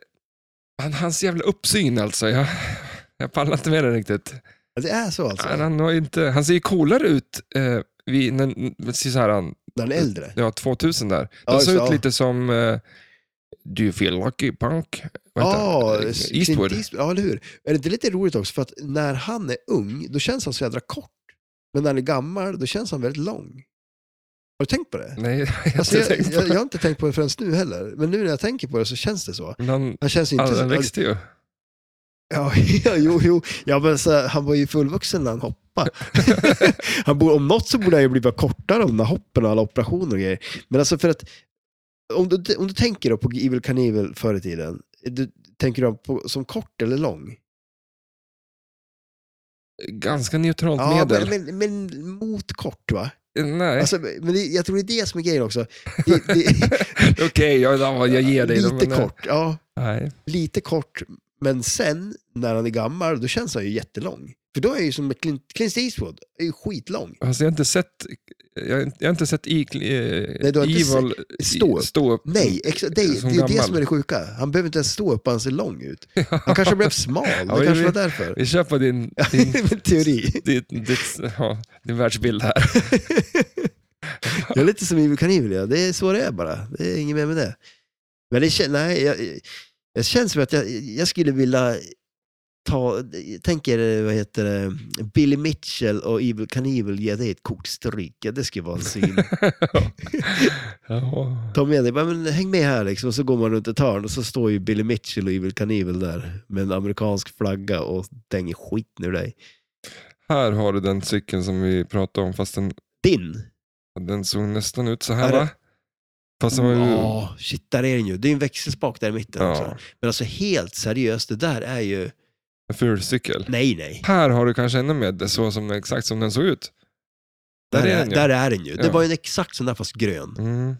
Speaker 1: han, hans jävla uppsyn alltså. Jag, jag pallar inte med det riktigt.
Speaker 2: Ja, Det är så alltså?
Speaker 1: Han, han, har inte, han ser ju coolare ut eh, vid, när, precis här, han,
Speaker 2: När han är äldre?
Speaker 1: ja, 2000 där.
Speaker 2: Ja,
Speaker 1: Han
Speaker 2: just
Speaker 1: såg
Speaker 2: det,
Speaker 1: ut
Speaker 2: ja.
Speaker 1: lite som eh, Do you feel lucky punk? Vad heter
Speaker 2: Ja,
Speaker 1: han?
Speaker 2: Clint
Speaker 1: Eastwood.
Speaker 2: Eastwood. Ja, eller hur? Är det inte lite roligt också, för att när han är ung, då känns han så jädra kort. Men när han är gammal, då känns han väldigt lång. Har du tänkt på det?
Speaker 1: Nej, jag har inte
Speaker 2: Alltså, jag,
Speaker 1: tänkt på
Speaker 2: jag, jag
Speaker 1: det.
Speaker 2: har inte tänkt på det förrän nu heller, men nu när jag tänker på det så känns det så.
Speaker 1: Men han-
Speaker 2: Han känns ju inte...
Speaker 1: han-
Speaker 2: så-
Speaker 1: Han växte ju.
Speaker 2: Ja, ja, jo, jo. Ja, men så, här, han var ju fullvuxen när han hoppade. han borde, om något så borde han ju bli bara kortare om de här hoppen och alla operationer och grejer. Men alltså för att, om du, om du tänker då på Evil Knievel förr i tiden, du, tänker du på, som kort eller lång?
Speaker 1: Ganska neutralt
Speaker 2: Ja,
Speaker 1: medel. Eh,
Speaker 2: men, men, men mot kort va?
Speaker 1: Nej,
Speaker 2: Alltså, men det, jag tror det är det som är grejen också. Det, det,
Speaker 1: okej, jag, jag, jag ger dig det,
Speaker 2: lite
Speaker 1: men, eh,
Speaker 2: kort, ja.
Speaker 1: Nej.
Speaker 2: Lite kort, men sen när han är gammal, då känns han ju jättelång. För då är ju som med Clint, Clint Eastwood, är ju skitlång.
Speaker 1: Alltså, jag har inte sett, jag, har inte- jag har inte sett I, eh,
Speaker 2: Nej, du har inte
Speaker 1: Evil
Speaker 2: sett- stå
Speaker 1: i-
Speaker 2: upp.
Speaker 1: stå upp.
Speaker 2: Nej, exa- det,
Speaker 1: Som
Speaker 2: är- det är det
Speaker 1: gammal.
Speaker 2: som är det sjuka. Han behöver inte ens stå upp, han ser lång ut. Han kanske blev smal,
Speaker 1: vi-
Speaker 2: det kanske var
Speaker 1: vi-
Speaker 2: därför.
Speaker 1: Vi kör på din, din,
Speaker 2: Min teori.
Speaker 1: ditt, ditt, ja, din världsbild här.
Speaker 2: Jag är lite som Evil Knievel, ja. det är så det är bara. Det är inget mer med det. Men det känns, nej, jag, jag känns som att jag, jag skulle vilja ta, tänker, vad heter det, Billy Mitchell och Evil Knievel ge dig ett kort stryk. Ja, det skulle vara en syn.
Speaker 1: Ja.
Speaker 2: Ta med dig, bara, men häng med här liksom. Och så går man runt ett hörn och så står ju Billy Mitchell och Evil Knievel där med en amerikansk flagga och dänger skiten ur dig.
Speaker 1: Här har du den cykeln som vi pratade om, fast den,
Speaker 2: Din!
Speaker 1: den såg nästan ut så här
Speaker 2: Är det-
Speaker 1: va? Fast den var ju...
Speaker 2: Ja, shit, där är den ju. Det är en växelspak där i mitten också.
Speaker 1: Ja,
Speaker 2: Men alltså helt seriöst, det där är ju...
Speaker 1: en ful cykel.
Speaker 2: Nej, nej.
Speaker 1: Här har du kanske ännu mer, det så som, exakt som den såg ut.
Speaker 2: Där, är,
Speaker 1: den ju.
Speaker 2: där är den ju. Det
Speaker 1: Ja.
Speaker 2: var ju en exakt sån där fast grön.
Speaker 1: Mm.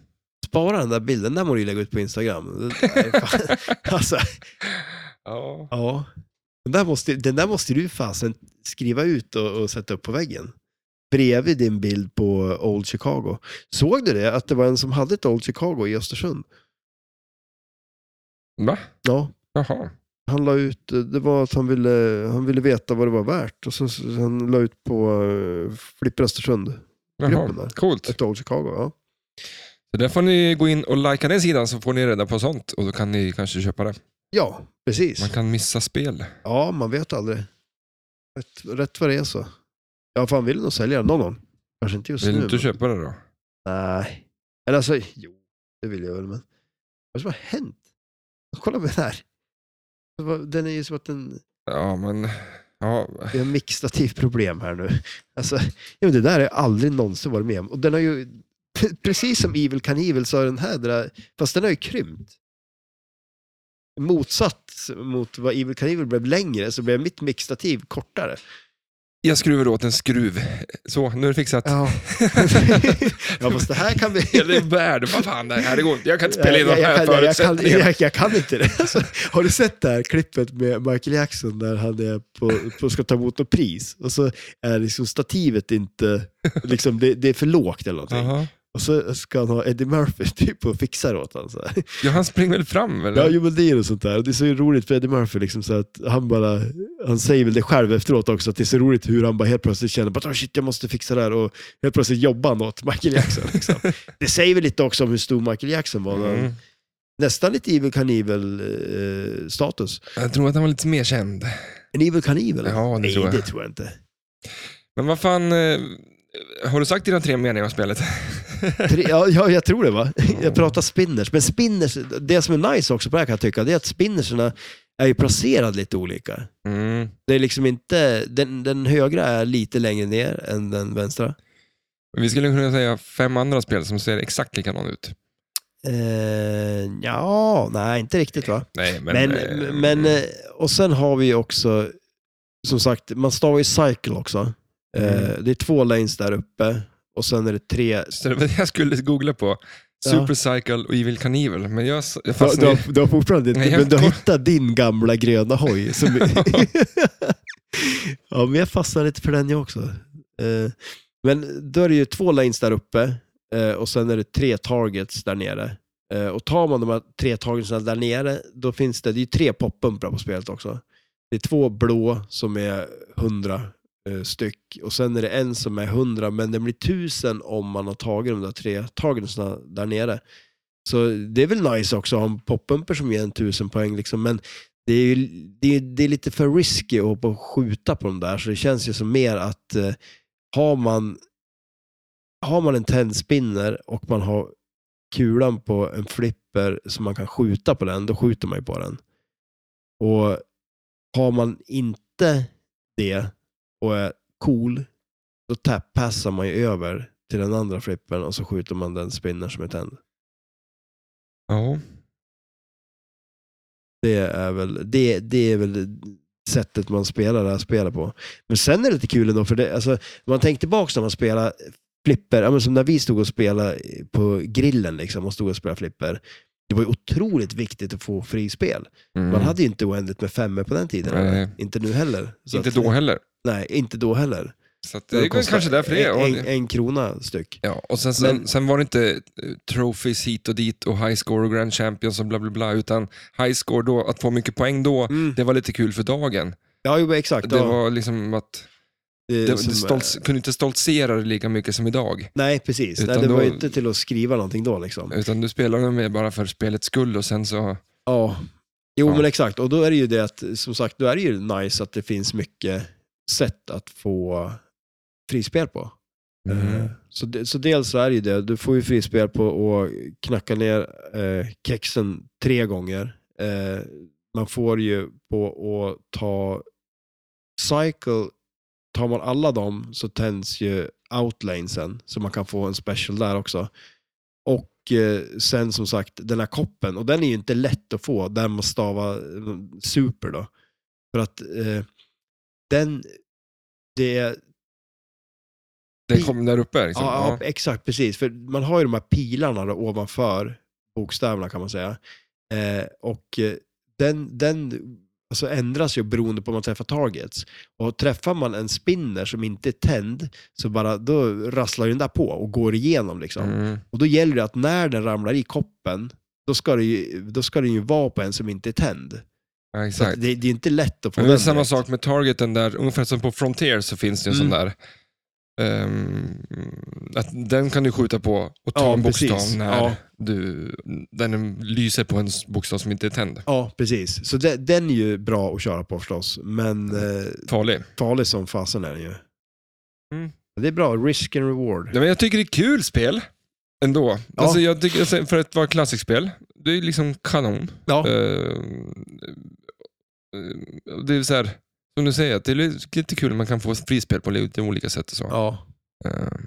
Speaker 2: Spara den där bilden, den må du ju lägga ut på Instagram. Det där är fan- alltså,
Speaker 1: Ja.
Speaker 2: ja. Den där måste, den där måste du fasen skriva ut och, och sätta upp på väggen. Bredvid din bild på Old Chicago. Såg du det? Att det var en som hade ett Old Chicago i Östersund?
Speaker 1: Va?
Speaker 2: Ja,
Speaker 1: Jaha.
Speaker 2: han la ut, det var att han ville, han ville veta vad det var värt. Och så, så han la ut på uh, Flipper Östersund, Gruppen
Speaker 1: Jaha.
Speaker 2: där.
Speaker 1: Coolt.
Speaker 2: ett av Chicago. Ja.
Speaker 1: Så där får ni gå in och likea den sidan så får ni reda på sånt och då kan ni kanske köpa det.
Speaker 2: ja, precis.
Speaker 1: Man kan missa spel.
Speaker 2: Ja, man vet aldrig. Rätt, rätt vad det är så. Ja, för han vill nog sälja den någon gång. Kanske inte just
Speaker 1: Vill
Speaker 2: nu.
Speaker 1: du inte
Speaker 2: men-
Speaker 1: köpa det då?
Speaker 2: Nej. Eller alltså, jo, det vill jag väl, men vad som har hänt? Kolla på den här. Det var- Den är ju som att den,
Speaker 1: Ja, men... Ja,
Speaker 2: vi har mixtativproblem här nu. Alltså, ja, men det där har jag aldrig någonsin varit med om. Och den har ju, precis som Evil Knievel så har den här, där, fast den har ju krympt. Motsatt mot vad Evil Knievel blev längre så blev mitt mixtativ kortare.
Speaker 1: jag skruvar åt en skruv. Så, nu är det fixat.
Speaker 2: Ja. ja, fast det här kan vi...
Speaker 1: Eller en värld, vad fan, det här det går inte. Jag kan inte spela in de
Speaker 2: jag, jag,
Speaker 1: här
Speaker 2: kan, jag, kan,
Speaker 1: förutsättningarna.
Speaker 2: jag, jag kan inte det. Alltså, har du sett det här klippet med Michael Jackson när han är på, på, ska ta emot något pris och så är liksom stativet inte, liksom, det, det är för lågt eller någonting.
Speaker 1: Jaha.
Speaker 2: Och så ska han ha Eddie Murphy typ och fixa det åt honom. Så här.
Speaker 1: Ja, han springer väl fram? Eller?
Speaker 2: Ja, jo, men det är ju sånt där. Och Det är så roligt för Eddie Murphy, liksom, så att han, bara, han säger väl det själv efteråt också, att det är så roligt hur han bara helt plötsligt känner att oh, shit, jag måste fixa det här och helt plötsligt jobbar han åt Michael Jackson. Liksom. det säger väl lite också om hur stor Michael Jackson var. när han-
Speaker 1: Mm.
Speaker 2: Nästan lite Evil Knievel-status.
Speaker 1: Jag tror att han var lite mer känd.
Speaker 2: en Evil Knievel?
Speaker 1: Ja, det
Speaker 2: Nej,
Speaker 1: tror jag.
Speaker 2: det tror jag inte.
Speaker 1: Men vad fan, eh, har du sagt dina tre meningar om spelet?
Speaker 2: Tre, ja, ja, jag tror det va? Jag pratar spinners. Men spinners, det som är nice också på det här kan jag tycka, det är att spinnerserna är ju placerade lite olika.
Speaker 1: Mm.
Speaker 2: Det är liksom inte, den, den högra är lite längre ner än den vänstra.
Speaker 1: Vi skulle kunna säga fem andra spel som ser exakt likadana ut.
Speaker 2: Eh, ja, nej inte riktigt va?
Speaker 1: Nej, men...
Speaker 2: Men,
Speaker 1: eh,
Speaker 2: men, eh, och sen har vi ju också, som sagt, man stavar ju cycle också. Eh,
Speaker 1: Mm.
Speaker 2: det är två lanes där uppe och sen är det tre.
Speaker 1: Så det var det jag skulle googla på.
Speaker 2: Ja.
Speaker 1: Supercycle och Evil Knievel. Men jag, s- jag
Speaker 2: Du, har- du,
Speaker 1: fastnade...
Speaker 2: har, du har fortfarande inte,
Speaker 1: Nej, jag-
Speaker 2: men du har hittat din gamla gröna hoj. Som, ja, men jag fastnar lite för den jag också. Eh, men då är det ju två lanes där uppe eh, och sen är det tre targets där nere. Eh, och tar man de här tre tagelserna där nere, då finns det, det är ju tre poppumprar på spelet också. Det är två blå som är 100 eh, styck och sen är det en som är 100 men den blir 1000 om man har tagit de där tre tagelserna där nere. Så det är väl nice också att ha en poppumper som ger en 1000 poäng liksom, men det är, ju, det, är, det är lite för risky att hoppa och skjuta på de där, så det känns ju som mer att eh, har man har man en tändspinner och man har kulan på en flipper som man kan skjuta på den, då skjuter man ju på den. Och har man inte det och är cool, då tapp- passar man ju över till den andra flippern och så skjuter man den spinner som är tänd.
Speaker 1: Ja.
Speaker 2: Det är väl, det, det är väl sättet man spelar det här spelet på. Men sen är det lite kul ändå, för det, alltså, om man tänker tillbaka när man spelar flipper, ja, men som när vi stod och spelade på grillen liksom, och stod och spelade flipper. Det var ju otroligt viktigt att få frispel.
Speaker 1: Mm.
Speaker 2: Man hade ju inte oändligt med femmor på den tiden.
Speaker 1: Nej.
Speaker 2: eller? Inte nu heller. Så
Speaker 1: Inte
Speaker 2: att-
Speaker 1: då heller.
Speaker 2: Nej, inte då heller.
Speaker 1: Så att det är
Speaker 2: kostar
Speaker 1: kanske därför det är.
Speaker 2: En,
Speaker 1: Och,
Speaker 2: en, en krona styck.
Speaker 1: ja, och sen, sen,
Speaker 2: Men-
Speaker 1: sen var det inte eh, trophies hit och dit och high score och grand champions och bla bla bla, utan high score då, att få mycket poäng då,
Speaker 2: Mm.
Speaker 1: det var lite kul för dagen.
Speaker 2: Ja, jo, exakt.
Speaker 1: Det
Speaker 2: ja.
Speaker 1: var liksom att,
Speaker 2: Det är
Speaker 1: det, det
Speaker 2: som, eh,
Speaker 1: stolts, kunde inte stoltsera det lika mycket som idag.
Speaker 2: Nej, precis. Nej,
Speaker 1: Utan
Speaker 2: det var ju
Speaker 1: då-
Speaker 2: inte till att skriva någonting då liksom.
Speaker 1: Utan du spelade den med bara för spelets skull och sen så...
Speaker 2: Ja. Jo,
Speaker 1: Ja.
Speaker 2: men exakt. Och då är det ju det att, som sagt, då är det ju nice att det finns mycket sätt att få frispel på. Eh,
Speaker 1: Mm.
Speaker 2: Så, de- så dels så är det ju det, du får ju frispel på att knacka ner eh, kexen tre gånger. Eh, man får ju på att ta cycle, tar man alla dem så tänds ju outlanesen så man kan få en special där också. Och eh, sen som sagt den här koppen, och den är ju inte lätt att få, där man stavar eh, super då. För att eh, den, det är
Speaker 1: Det kom där uppe liksom.
Speaker 2: Ja, ja, exakt, precis. För man har ju de här pilarna då, ovanför bokstäverna kan man säga. Eh, och eh, den, den alltså ändras ju beroende på om man träffar targets. Och träffar man en spinner som inte är tänd, så bara, då rasslar ju den där på och går igenom. Liksom.
Speaker 1: Mm.
Speaker 2: Och då gäller det att när den ramlar i koppen, då ska, det ju, då ska den ju vara på en som inte är tänd.
Speaker 1: ja,
Speaker 2: Så att
Speaker 1: exakt.
Speaker 2: det, det är inte lätt att få
Speaker 1: Men det är
Speaker 2: den
Speaker 1: samma
Speaker 2: direkt.
Speaker 1: sak med targeten där, ungefär som på Frontier så finns det en
Speaker 2: Mm.
Speaker 1: sån där. ehm, att den kan du skjuta på och ta
Speaker 2: Ja,
Speaker 1: en bokstav
Speaker 2: precis.
Speaker 1: när
Speaker 2: Ja.
Speaker 1: du, den lyser på en bokstav som inte är tänd.
Speaker 2: Ja, precis. Så det, den är ju bra att köra på förstås, men
Speaker 1: Mm.
Speaker 2: eh,
Speaker 1: Farlig.
Speaker 2: farlig som fasen är den ju.
Speaker 1: Mm.
Speaker 2: Det är bra, risk and reward.
Speaker 1: Ja, men jag tycker det är kul spel ändå.
Speaker 2: Ja.
Speaker 1: Alltså, jag tycker, alltså, för att vara klassikspel, det är liksom kanon.
Speaker 2: Ja,
Speaker 1: Ehm, eh, det är så här, som du säger, att det är lite kul att man kan få frispel på lite olika sätt. Och så.
Speaker 2: ja.
Speaker 1: Ehm,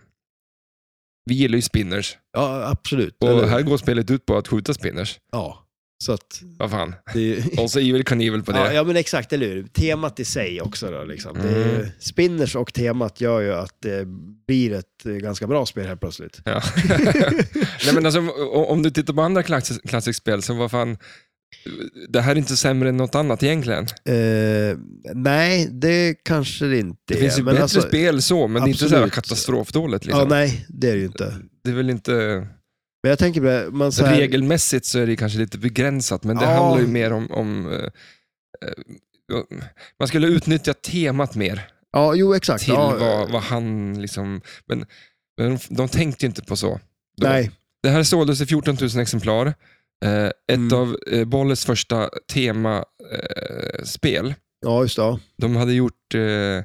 Speaker 1: vi gillar ju spinners
Speaker 2: ja absolut.
Speaker 1: och
Speaker 2: Eller-
Speaker 1: här går spelet ut på att skjuta spinners.
Speaker 2: Ja, så att
Speaker 1: Vad fan.
Speaker 2: det är ju...
Speaker 1: Och så evil kanivel på det.
Speaker 2: Ja, ja, men exakt, eller hur? Temat i sig också då, liksom.
Speaker 1: Mm.
Speaker 2: Det är ju, spinners och temat gör ju att det blir ett eh, ganska bra spel här plötsligt.
Speaker 1: Ja. Nej, men alltså, o- om du tittar på andra klass- klassikspel, så vad fan, det här är inte sämre än något annat egentligen.
Speaker 2: Eh, nej, det kanske det inte
Speaker 1: Det finns
Speaker 2: är.
Speaker 1: ju
Speaker 2: men
Speaker 1: bättre
Speaker 2: alltså-
Speaker 1: spel så, men det är inte så här
Speaker 2: absolut.
Speaker 1: katastrofdåligt. Liksom.
Speaker 2: Ja, nej, det är det ju inte.
Speaker 1: Det är väl inte...
Speaker 2: Men jag tänker på det, man så här...
Speaker 1: Regelmässigt så är det kanske lite begränsat, men det
Speaker 2: Ja.
Speaker 1: handlar ju mer om... om eh, eh, man skulle utnyttja temat mer
Speaker 2: Ja, jo exakt.
Speaker 1: till
Speaker 2: ja, eh.
Speaker 1: vad, vad han liksom... Men, men de, de tänkte ju inte på så. då.
Speaker 2: Nej,
Speaker 1: Det här såldes i 14 000 exemplar. Eh, ett
Speaker 2: Mm.
Speaker 1: av eh, Bolles första temaspel. Eh, spel.
Speaker 2: ja just det. ja.
Speaker 1: de hade gjort eh,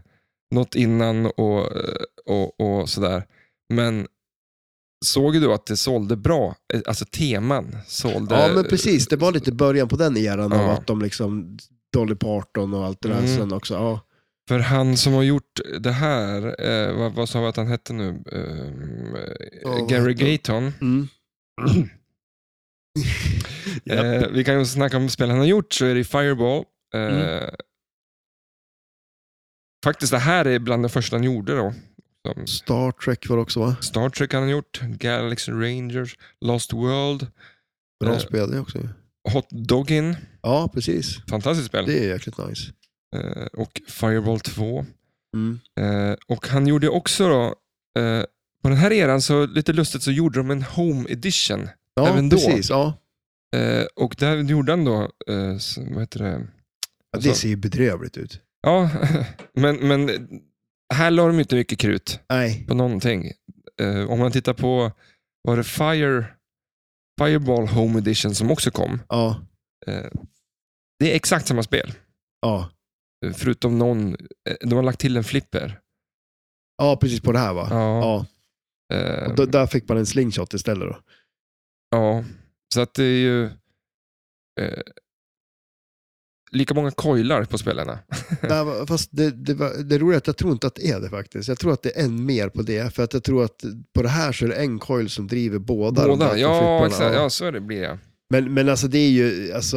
Speaker 1: något innan och, eh, och, och sådär. Men såg du att det sålde bra? Eh, Alltså teman sålde...
Speaker 2: Ja, men precis. Det var lite början på den eran av
Speaker 1: Ja.
Speaker 2: att de liksom, Dolly Parton och allt det där
Speaker 1: Mm.
Speaker 2: sen också. Ja.
Speaker 1: För han som har gjort det här, eh, vad, vad sa vi att han hette nu? Ehm, Eh,
Speaker 2: Ja, vad
Speaker 1: Gary
Speaker 2: hette han?
Speaker 1: Gaton.
Speaker 2: Mm. Japp.
Speaker 1: Eh, vi kan ju snacka om spel han har gjort, så är det Fireball. Eh,
Speaker 2: Mm.
Speaker 1: Faktiskt, det här är bland det första han gjorde då. Som
Speaker 2: Star Trek var det också va?
Speaker 1: Star Trek har han gjort, Galaxy Rangers, Lost World,
Speaker 2: Bra
Speaker 1: Eh.
Speaker 2: spel det också.
Speaker 1: Hot Doggin,
Speaker 2: Ja, precis.
Speaker 1: fantastiskt spel,
Speaker 2: Det är jäkligt nice.
Speaker 1: eh, och Fireball 2.
Speaker 2: Mm.
Speaker 1: Eh, och han gjorde också då, eh, på den här eran, så lite lustigt, så gjorde de en Home Edition
Speaker 2: Ja,
Speaker 1: Även då.
Speaker 2: precis. Ja.
Speaker 1: Eh, och där gjorde han då, eh, s- vad heter det?
Speaker 2: Ja,
Speaker 1: Alltså-
Speaker 2: det ser ju bedrövligt ut.
Speaker 1: Ja, men, men här la de inte mycket krut
Speaker 2: Nej.
Speaker 1: på någonting. Eh, om man tittar på, var det Fire, Fireball Home Edition som också kom?
Speaker 2: Ja.
Speaker 1: Eh, det är exakt samma spel,
Speaker 2: Ja.
Speaker 1: eh, förutom någon, eh, de har lagt till en flipper.
Speaker 2: ja, precis på det här va?
Speaker 1: Ja,
Speaker 2: Ah. Ja.
Speaker 1: eh,
Speaker 2: Och då, där fick man en slingshot istället då.
Speaker 1: ja. så att det är ju eh, lika många koilar på spelarna.
Speaker 2: Nej, va- fast det, det, var, det roliga är att jag tror inte att det är det faktiskt. Jag tror att det är än mer på det. För att jag tror att på det här så är det en coil som driver båda. de
Speaker 1: Båda,
Speaker 2: där
Speaker 1: ja,
Speaker 2: flipparna.
Speaker 1: exakt, ja så är det blir det.
Speaker 2: Men, men alltså det är ju, alltså,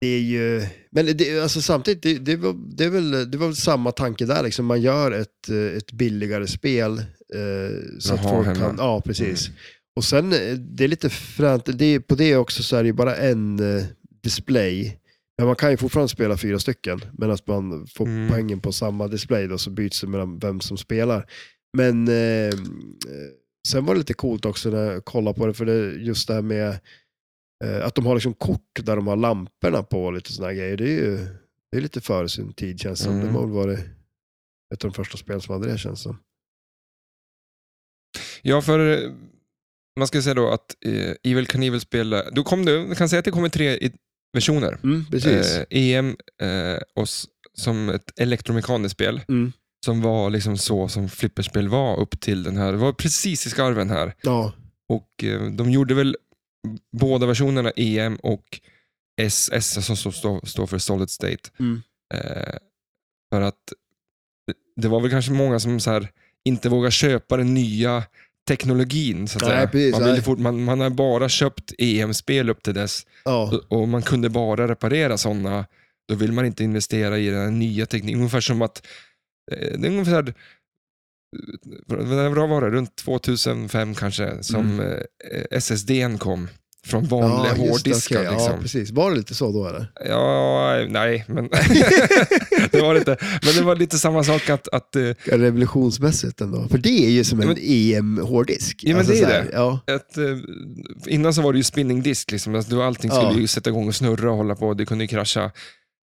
Speaker 2: det är ju, men det, alltså samtidigt, det, det, var, det, är väl, det var väl samma tanke där, liksom. man gör ett, eh, ett billigare spel eh, så att
Speaker 1: Jaha,
Speaker 2: folk
Speaker 1: hemma. Mm.
Speaker 2: kan, ja precis. Och sen, eh, det är lite fränt, det är, på det också så är det ju bara en eh, display, men man kan ju fortfarande spela fyra stycken, men att man får
Speaker 1: Mm.
Speaker 2: poängen på samma display då, så byts det mellan vem som spelar. Men eh, eh, sen var det lite coolt också när jag kollade på det, för det, just det här med Eh, Att de har liksom kort där de har lamporna på och lite sådana grejer. Det är ju det är lite före sin tid känns det som.
Speaker 1: Mm.
Speaker 2: Det var väl varit ett av de första spelen som hade det känns det som.
Speaker 1: Ja, för eh, man ska säga då att eh, Evil Knievel spelar... Då kom det, jag kan säga att det kommer tre i- versioner.
Speaker 2: Mm, precis.
Speaker 1: Eh, EM eh, och s- som ett elektromekaniskt spel
Speaker 2: Mm.
Speaker 1: som var liksom så som flipperspel var upp till den här. Det var precis i skarven här.
Speaker 2: Ja,
Speaker 1: Och eh, de gjorde väl båda versionerna EM och SS som står stå står för Solid State.
Speaker 2: Mm.
Speaker 1: Eh, för att det- det var väl kanske många som så här, inte vågar köpa den nya teknologin. Så att
Speaker 2: Nej,
Speaker 1: säga.
Speaker 2: precis,
Speaker 1: man, ville
Speaker 2: nej.
Speaker 1: fort, man, man har bara köpt EM-spel upp till dess
Speaker 2: ja,
Speaker 1: och man kunde bara reparera sådana. Då vill man inte investera i den här nya tekniken. Ungefär som att, eh, det är ungefär när var det? Runt 2005 kanske, som eh, SSD n kom. Från vanliga
Speaker 2: Mm. ja, just det,
Speaker 1: hårddiskar.
Speaker 2: okej. Ja,
Speaker 1: liksom.
Speaker 2: precis. Var det lite så då eller?
Speaker 1: ja, nej, men det var det inte. Men det var lite samma sak att, att eh,
Speaker 2: Revolutionsmässigt ändå. För det är ju som en
Speaker 1: Ja,
Speaker 2: EM-hårddisk.
Speaker 1: Ja, men det är
Speaker 2: så här,
Speaker 1: det.
Speaker 2: Ja,
Speaker 1: ett, eh, innan så var det ju spinning disk, liksom. alltså, det var- allting skulle
Speaker 2: Ja.
Speaker 1: ju sätta igång och snurra och hålla på, det kunde ju krascha.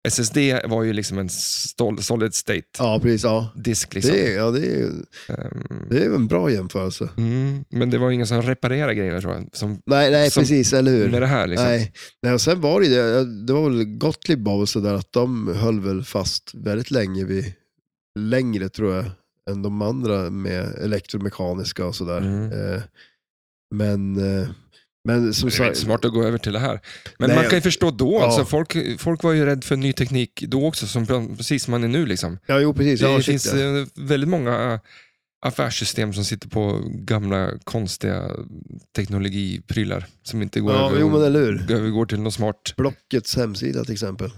Speaker 1: SSD var ju liksom en stol, solid state
Speaker 2: ja precis. Ja.
Speaker 1: disk. Liksom.
Speaker 2: Det, är- ja, det, är,
Speaker 1: Ehm,
Speaker 2: det är en bra jämförelse.
Speaker 1: mm, men det var ingen som reparerade grejer tror jag, som,
Speaker 2: Nej, nej
Speaker 1: Som-
Speaker 2: precis, eller hur?
Speaker 1: med det här. Liksom.
Speaker 2: Nej. Nej, och sen var det ju det, eh, det var väl Gottlieb och sådär, att de höll väl fast väldigt länge vid, längre tror jag, än de andra med elektromekaniska och sådär.
Speaker 1: Mm.
Speaker 2: Eh, men, eh, men som
Speaker 1: Det är inte
Speaker 2: sagt,
Speaker 1: smart att gå över till det här. Men
Speaker 2: Nej,
Speaker 1: man kan ju förstå då,
Speaker 2: ja.
Speaker 1: alltså, folk, folk var ju rädda för ny teknik då också, som, precis som man är nu. Liksom.
Speaker 2: ja jo precis,
Speaker 1: Det
Speaker 2: ja, shit,
Speaker 1: finns
Speaker 2: ja.
Speaker 1: eh, väldigt många eh, affärssystem som sitter på gamla konstiga teknologiprylar som inte går
Speaker 2: ja,
Speaker 1: över,
Speaker 2: jo men eller hur.
Speaker 1: övergår till något smart.
Speaker 2: Blockets hemsida till exempel,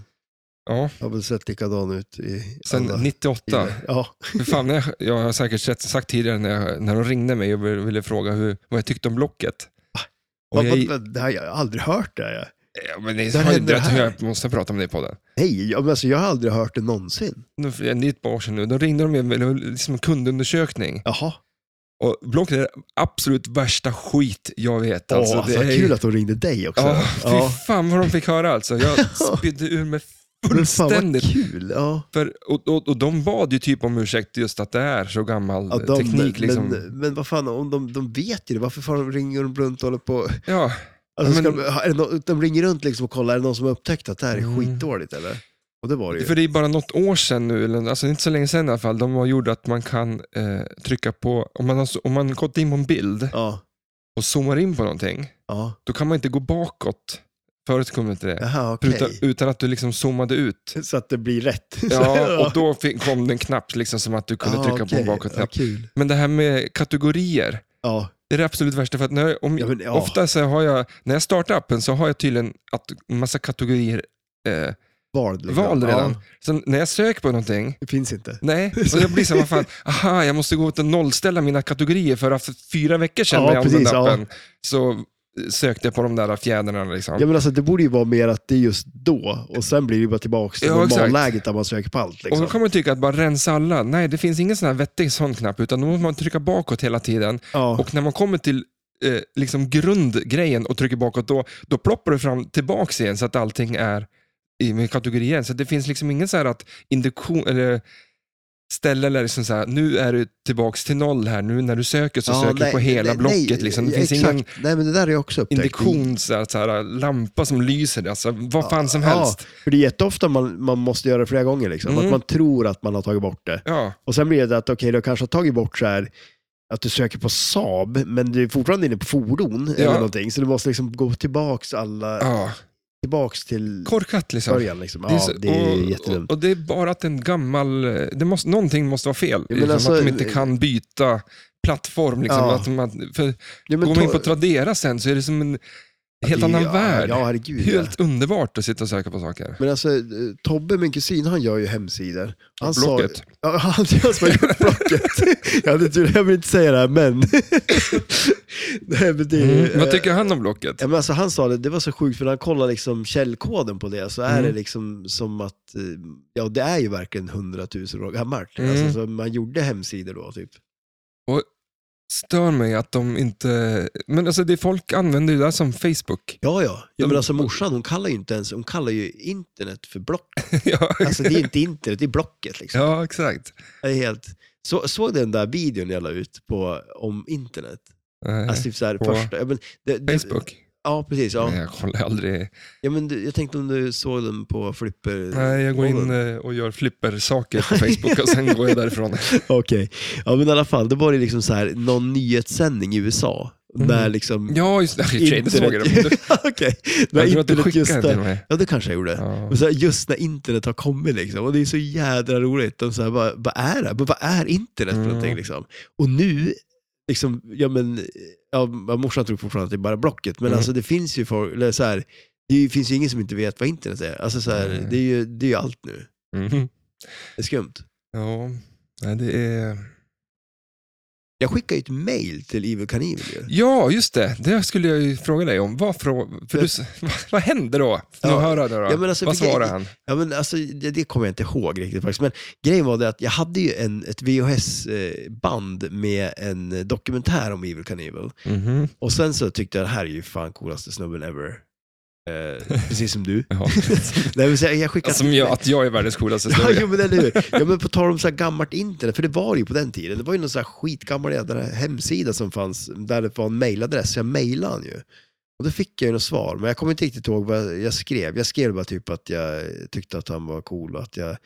Speaker 1: Ja.
Speaker 2: har väl sett likadan ut i
Speaker 1: Sen
Speaker 2: alla
Speaker 1: 98,
Speaker 2: tider. Ja,
Speaker 1: Hur fan, när jag, jag har säkert sett, sagt tidigare när, jag, när de ringde mig och ville- ville fråga hur, vad jag tyckte om Blocket. Och
Speaker 2: vad,
Speaker 1: jag,
Speaker 2: vad, vad, det här, jag har aldrig hört det. här, Jag.
Speaker 1: ja, men ni
Speaker 2: Vad
Speaker 1: har ju
Speaker 2: hände
Speaker 1: berättat hur
Speaker 2: här?
Speaker 1: jag måste prata om det i podden.
Speaker 2: Nej, ja, men alltså, jag har aldrig hört det någonsin.
Speaker 1: Nu- Det är ett par år sedan nu. Då ringde de med med liksom en kundundersökning.
Speaker 2: Jaha,
Speaker 1: Och Blocket är det absolut värsta skit jag vet.
Speaker 2: alltså,
Speaker 1: det
Speaker 2: alltså,
Speaker 1: är ju-
Speaker 2: kul att de ringde dig också.
Speaker 1: Ja, fy fan vad de fick höra alltså. Jag spydde ur mig
Speaker 2: Men fan vad
Speaker 1: fullständigt.
Speaker 2: kul. Ja.
Speaker 1: För, och, och, och de bad ju typ om ursäkt just att det är så gammal
Speaker 2: Ja, de,
Speaker 1: teknik. Liksom.
Speaker 2: men, men vad fan, om de, de vet ju det, varför fan ringer de runt och håller på?
Speaker 1: ja.
Speaker 2: Alltså,
Speaker 1: Ja,
Speaker 2: ska
Speaker 1: men-
Speaker 2: de, är det nå- de ringer runt liksom och kollar, är det någon som har upptäckt att det här är
Speaker 1: Mm.
Speaker 2: skitdåligt eller? Och det var det ju.
Speaker 1: För det är bara något år sedan nu, eller alltså inte så länge sedan i alla fall, de har gjort att man kan eh, trycka på, om man, har, om man gått in på en bild
Speaker 2: Ja,
Speaker 1: och zoomar in på någonting,
Speaker 2: ja.
Speaker 1: då kan man inte gå bakåt. Förut kunde man inte det.
Speaker 2: Jaha, okej.
Speaker 1: Utan, utan att du liksom zoomade ut.
Speaker 2: Så att det blir rätt.
Speaker 1: Ja, och då fick, kom den knappt liksom som att du kunde
Speaker 2: Ja,
Speaker 1: trycka på
Speaker 2: Ah, okej.
Speaker 1: en
Speaker 2: Ja,
Speaker 1: bakåt-knapp.
Speaker 2: kul.
Speaker 1: Men det här med kategorier,
Speaker 2: Ja,
Speaker 1: det är det absolut värsta. För att när, jag- om,
Speaker 2: ja, men, ja.
Speaker 1: Ofta så har jag, när jag startar appen så har jag tydligen att massa kategorier eh,
Speaker 2: vald, liksom.
Speaker 1: val redan.
Speaker 2: Ja,
Speaker 1: Så när jag söker på någonting,
Speaker 2: det finns inte.
Speaker 1: Nej, och jag blir så här, vad fan, aha, jag måste gå ut och nollställa mina kategorier för att för fyra veckor sedan
Speaker 2: Ja,
Speaker 1: när jag använde
Speaker 2: precis, ja.
Speaker 1: appen så eh, sökte jag på de där fjädrarna. Liksom.
Speaker 2: Ja, men alltså, det borde ju vara mer att det är just då och sen blir det ju bara tillbaka till
Speaker 1: Ja, exakt.
Speaker 2: normalläget där man söker på allt.
Speaker 1: och
Speaker 2: Liksom.
Speaker 1: då kan man tycka att bara rensa alla, nej det finns ingen sån här vettig sån knapp utan då måste man trycka bakåt hela tiden.
Speaker 2: Ja,
Speaker 1: Och när man kommer till eh, liksom grundgrejen och trycker bakåt, då, då ploppar du fram tillbaks igen så att allting är i min kategori igen. Så det finns liksom ingen så här att induktion, eller ställe där liksom så här, nu är du tillbaks till noll här, nu när du söker så söker du på hela blocket. liksom. Det finns
Speaker 2: exakt.
Speaker 1: ingen
Speaker 2: Nej, men det där har jag också upptäckt.
Speaker 1: induktion, så här, så här, lampa som lyser, alltså, vad
Speaker 2: Ja,
Speaker 1: fan som helst.
Speaker 2: Ja, för det är jätteofta man, man måste göra det flera gånger. Liksom.
Speaker 1: Mm.
Speaker 2: Att man tror att man har tagit bort det.
Speaker 1: Ja,
Speaker 2: Och sen blir det att, okej, du har kanske har tagit bort så här att du söker på Saab, men du är fortfarande inne på fordon
Speaker 1: Ja.
Speaker 2: eller någonting. Så du måste liksom gå tillbaks alla,
Speaker 1: ja.
Speaker 2: tillbaks till
Speaker 1: korkat liksom.
Speaker 2: början. Liksom.
Speaker 1: är
Speaker 2: Ja,
Speaker 1: så-
Speaker 2: det är
Speaker 1: och,
Speaker 2: jättedumt.
Speaker 1: Och, och det är bara att en gammal... Det måste, någonting måste vara fel.
Speaker 2: men
Speaker 1: liksom,
Speaker 2: alltså-
Speaker 1: att de inte kan byta plattform. Liksom,
Speaker 2: Ja.
Speaker 1: att man, för
Speaker 2: Ja, men
Speaker 1: går
Speaker 2: ta-
Speaker 1: man in på Tradera sen så är det som en
Speaker 2: Ja,
Speaker 1: helt
Speaker 2: det-
Speaker 1: annan
Speaker 2: ja,
Speaker 1: värld.
Speaker 2: Ja, herregud. ja.
Speaker 1: Helt underbart att sitta och söka på saker.
Speaker 2: Men alltså, eh, Tobbe, min kusin, han gör ju hemsidor. Han
Speaker 1: Blocket.
Speaker 2: Sa, ja, han han som har gjort Blocket. jag hade tur, jag vill inte säga det här, men... Nej, men det,
Speaker 1: Mm.
Speaker 2: eh,
Speaker 1: Vad tycker han om Blocket?
Speaker 2: Ja, men alltså, han sa det, det var så sjukt, för när han kollar liksom källkoden på det så är
Speaker 1: Mm.
Speaker 2: det liksom som att, eh, ja det är ju verkligen hundratusen år gammalt.
Speaker 1: Mm.
Speaker 2: Alltså, så man gjorde hemsidor då typ.
Speaker 1: Stör mig att de inte... Men alltså, det är folk använder ju det där som Facebook.
Speaker 2: Ja, ja. ja
Speaker 1: De-
Speaker 2: men alltså morsan, hon kallar ju inte ens, hon kallar ju internet för block.
Speaker 1: ja.
Speaker 2: Alltså det är inte internet, det är blocket liksom.
Speaker 1: ja, exakt.
Speaker 2: Jag är helt... så, såg du den där videon jag la ut på, om internet?
Speaker 1: Eh,
Speaker 2: Alltså typ så här
Speaker 1: På
Speaker 2: första... Ja, men, det, det,
Speaker 1: Facebook?
Speaker 2: Ja, precis. Ja.
Speaker 1: Nej, jag kollar aldrig.
Speaker 2: Ja, men du, jag tänkte om du såg den på Flipper...
Speaker 1: Nej, jag går in
Speaker 2: Någon.
Speaker 1: eh, och gör flippersaker på Facebook och sen går jag därifrån.
Speaker 2: Okej. Ja, men i alla fall, då var det liksom så här, någon nyhetssändning i USA.
Speaker 1: Mm.
Speaker 2: Där liksom...
Speaker 1: Ja, just det. Okej, det såg jag. Men du-
Speaker 2: Okej. Där
Speaker 1: Jag tror att du
Speaker 2: internet just
Speaker 1: skickade
Speaker 2: där-
Speaker 1: till mig.
Speaker 2: Ja, det kanske jag gjorde.
Speaker 1: Ja.
Speaker 2: Och så här, just när internet har kommit liksom. Och det är så jädra roligt. De så här, vad, vad är det? Men vad är internet för
Speaker 1: Mm.
Speaker 2: någonting liksom? Och nu, liksom, ja men, ja, morsan tror fortfarande att det är bara Blocket, men
Speaker 1: Mm.
Speaker 2: alltså det finns ju folk, eller så här, det finns ju ingen som inte vet vad internet är. Alltså så här,
Speaker 1: Mm.
Speaker 2: det är ju det är ju allt nu.
Speaker 1: Mhm.
Speaker 2: Det är skumt.
Speaker 1: Ja, nej, det är...
Speaker 2: Jag skickade ju ett mail till Evil Knievel ju.
Speaker 1: Ja, just det. Det skulle jag ju fråga dig om. Vad, frå... för du... s- Vad hände då? Får
Speaker 2: Ja.
Speaker 1: jag höra det då?
Speaker 2: Ja, men alltså,
Speaker 1: Vad
Speaker 2: vilka-
Speaker 1: svarade han?
Speaker 2: Ja, men alltså, det, det kommer jag inte ihåg riktigt faktiskt. Men grejen var det att jag hade ju en, ett VHS-band med en dokumentär om Evil Knievel.
Speaker 1: Mhm.
Speaker 2: Och sen så tyckte jag det här är ju fan coolaste snubben ever. Eh, precis som du.
Speaker 1: Ja.
Speaker 2: Nej, men så jag, jag skickade...
Speaker 1: Alltså, Som jag, att jag är världens coolaste
Speaker 2: Ja,
Speaker 1: snubbe.
Speaker 2: jo, men eller hur. Ja, men på tal om så här gammalt internet, för det var det ju på den tiden. Det var ju någon så här skitgammal jädra hemsida som fanns, där det var en mailadress. Så jag mailade han ju. Och då fick jag ju något svar, men jag kommer inte riktigt ihåg vad jag- jag skrev. Jag skrev bara typ att jag tyckte att han var cool, och att jag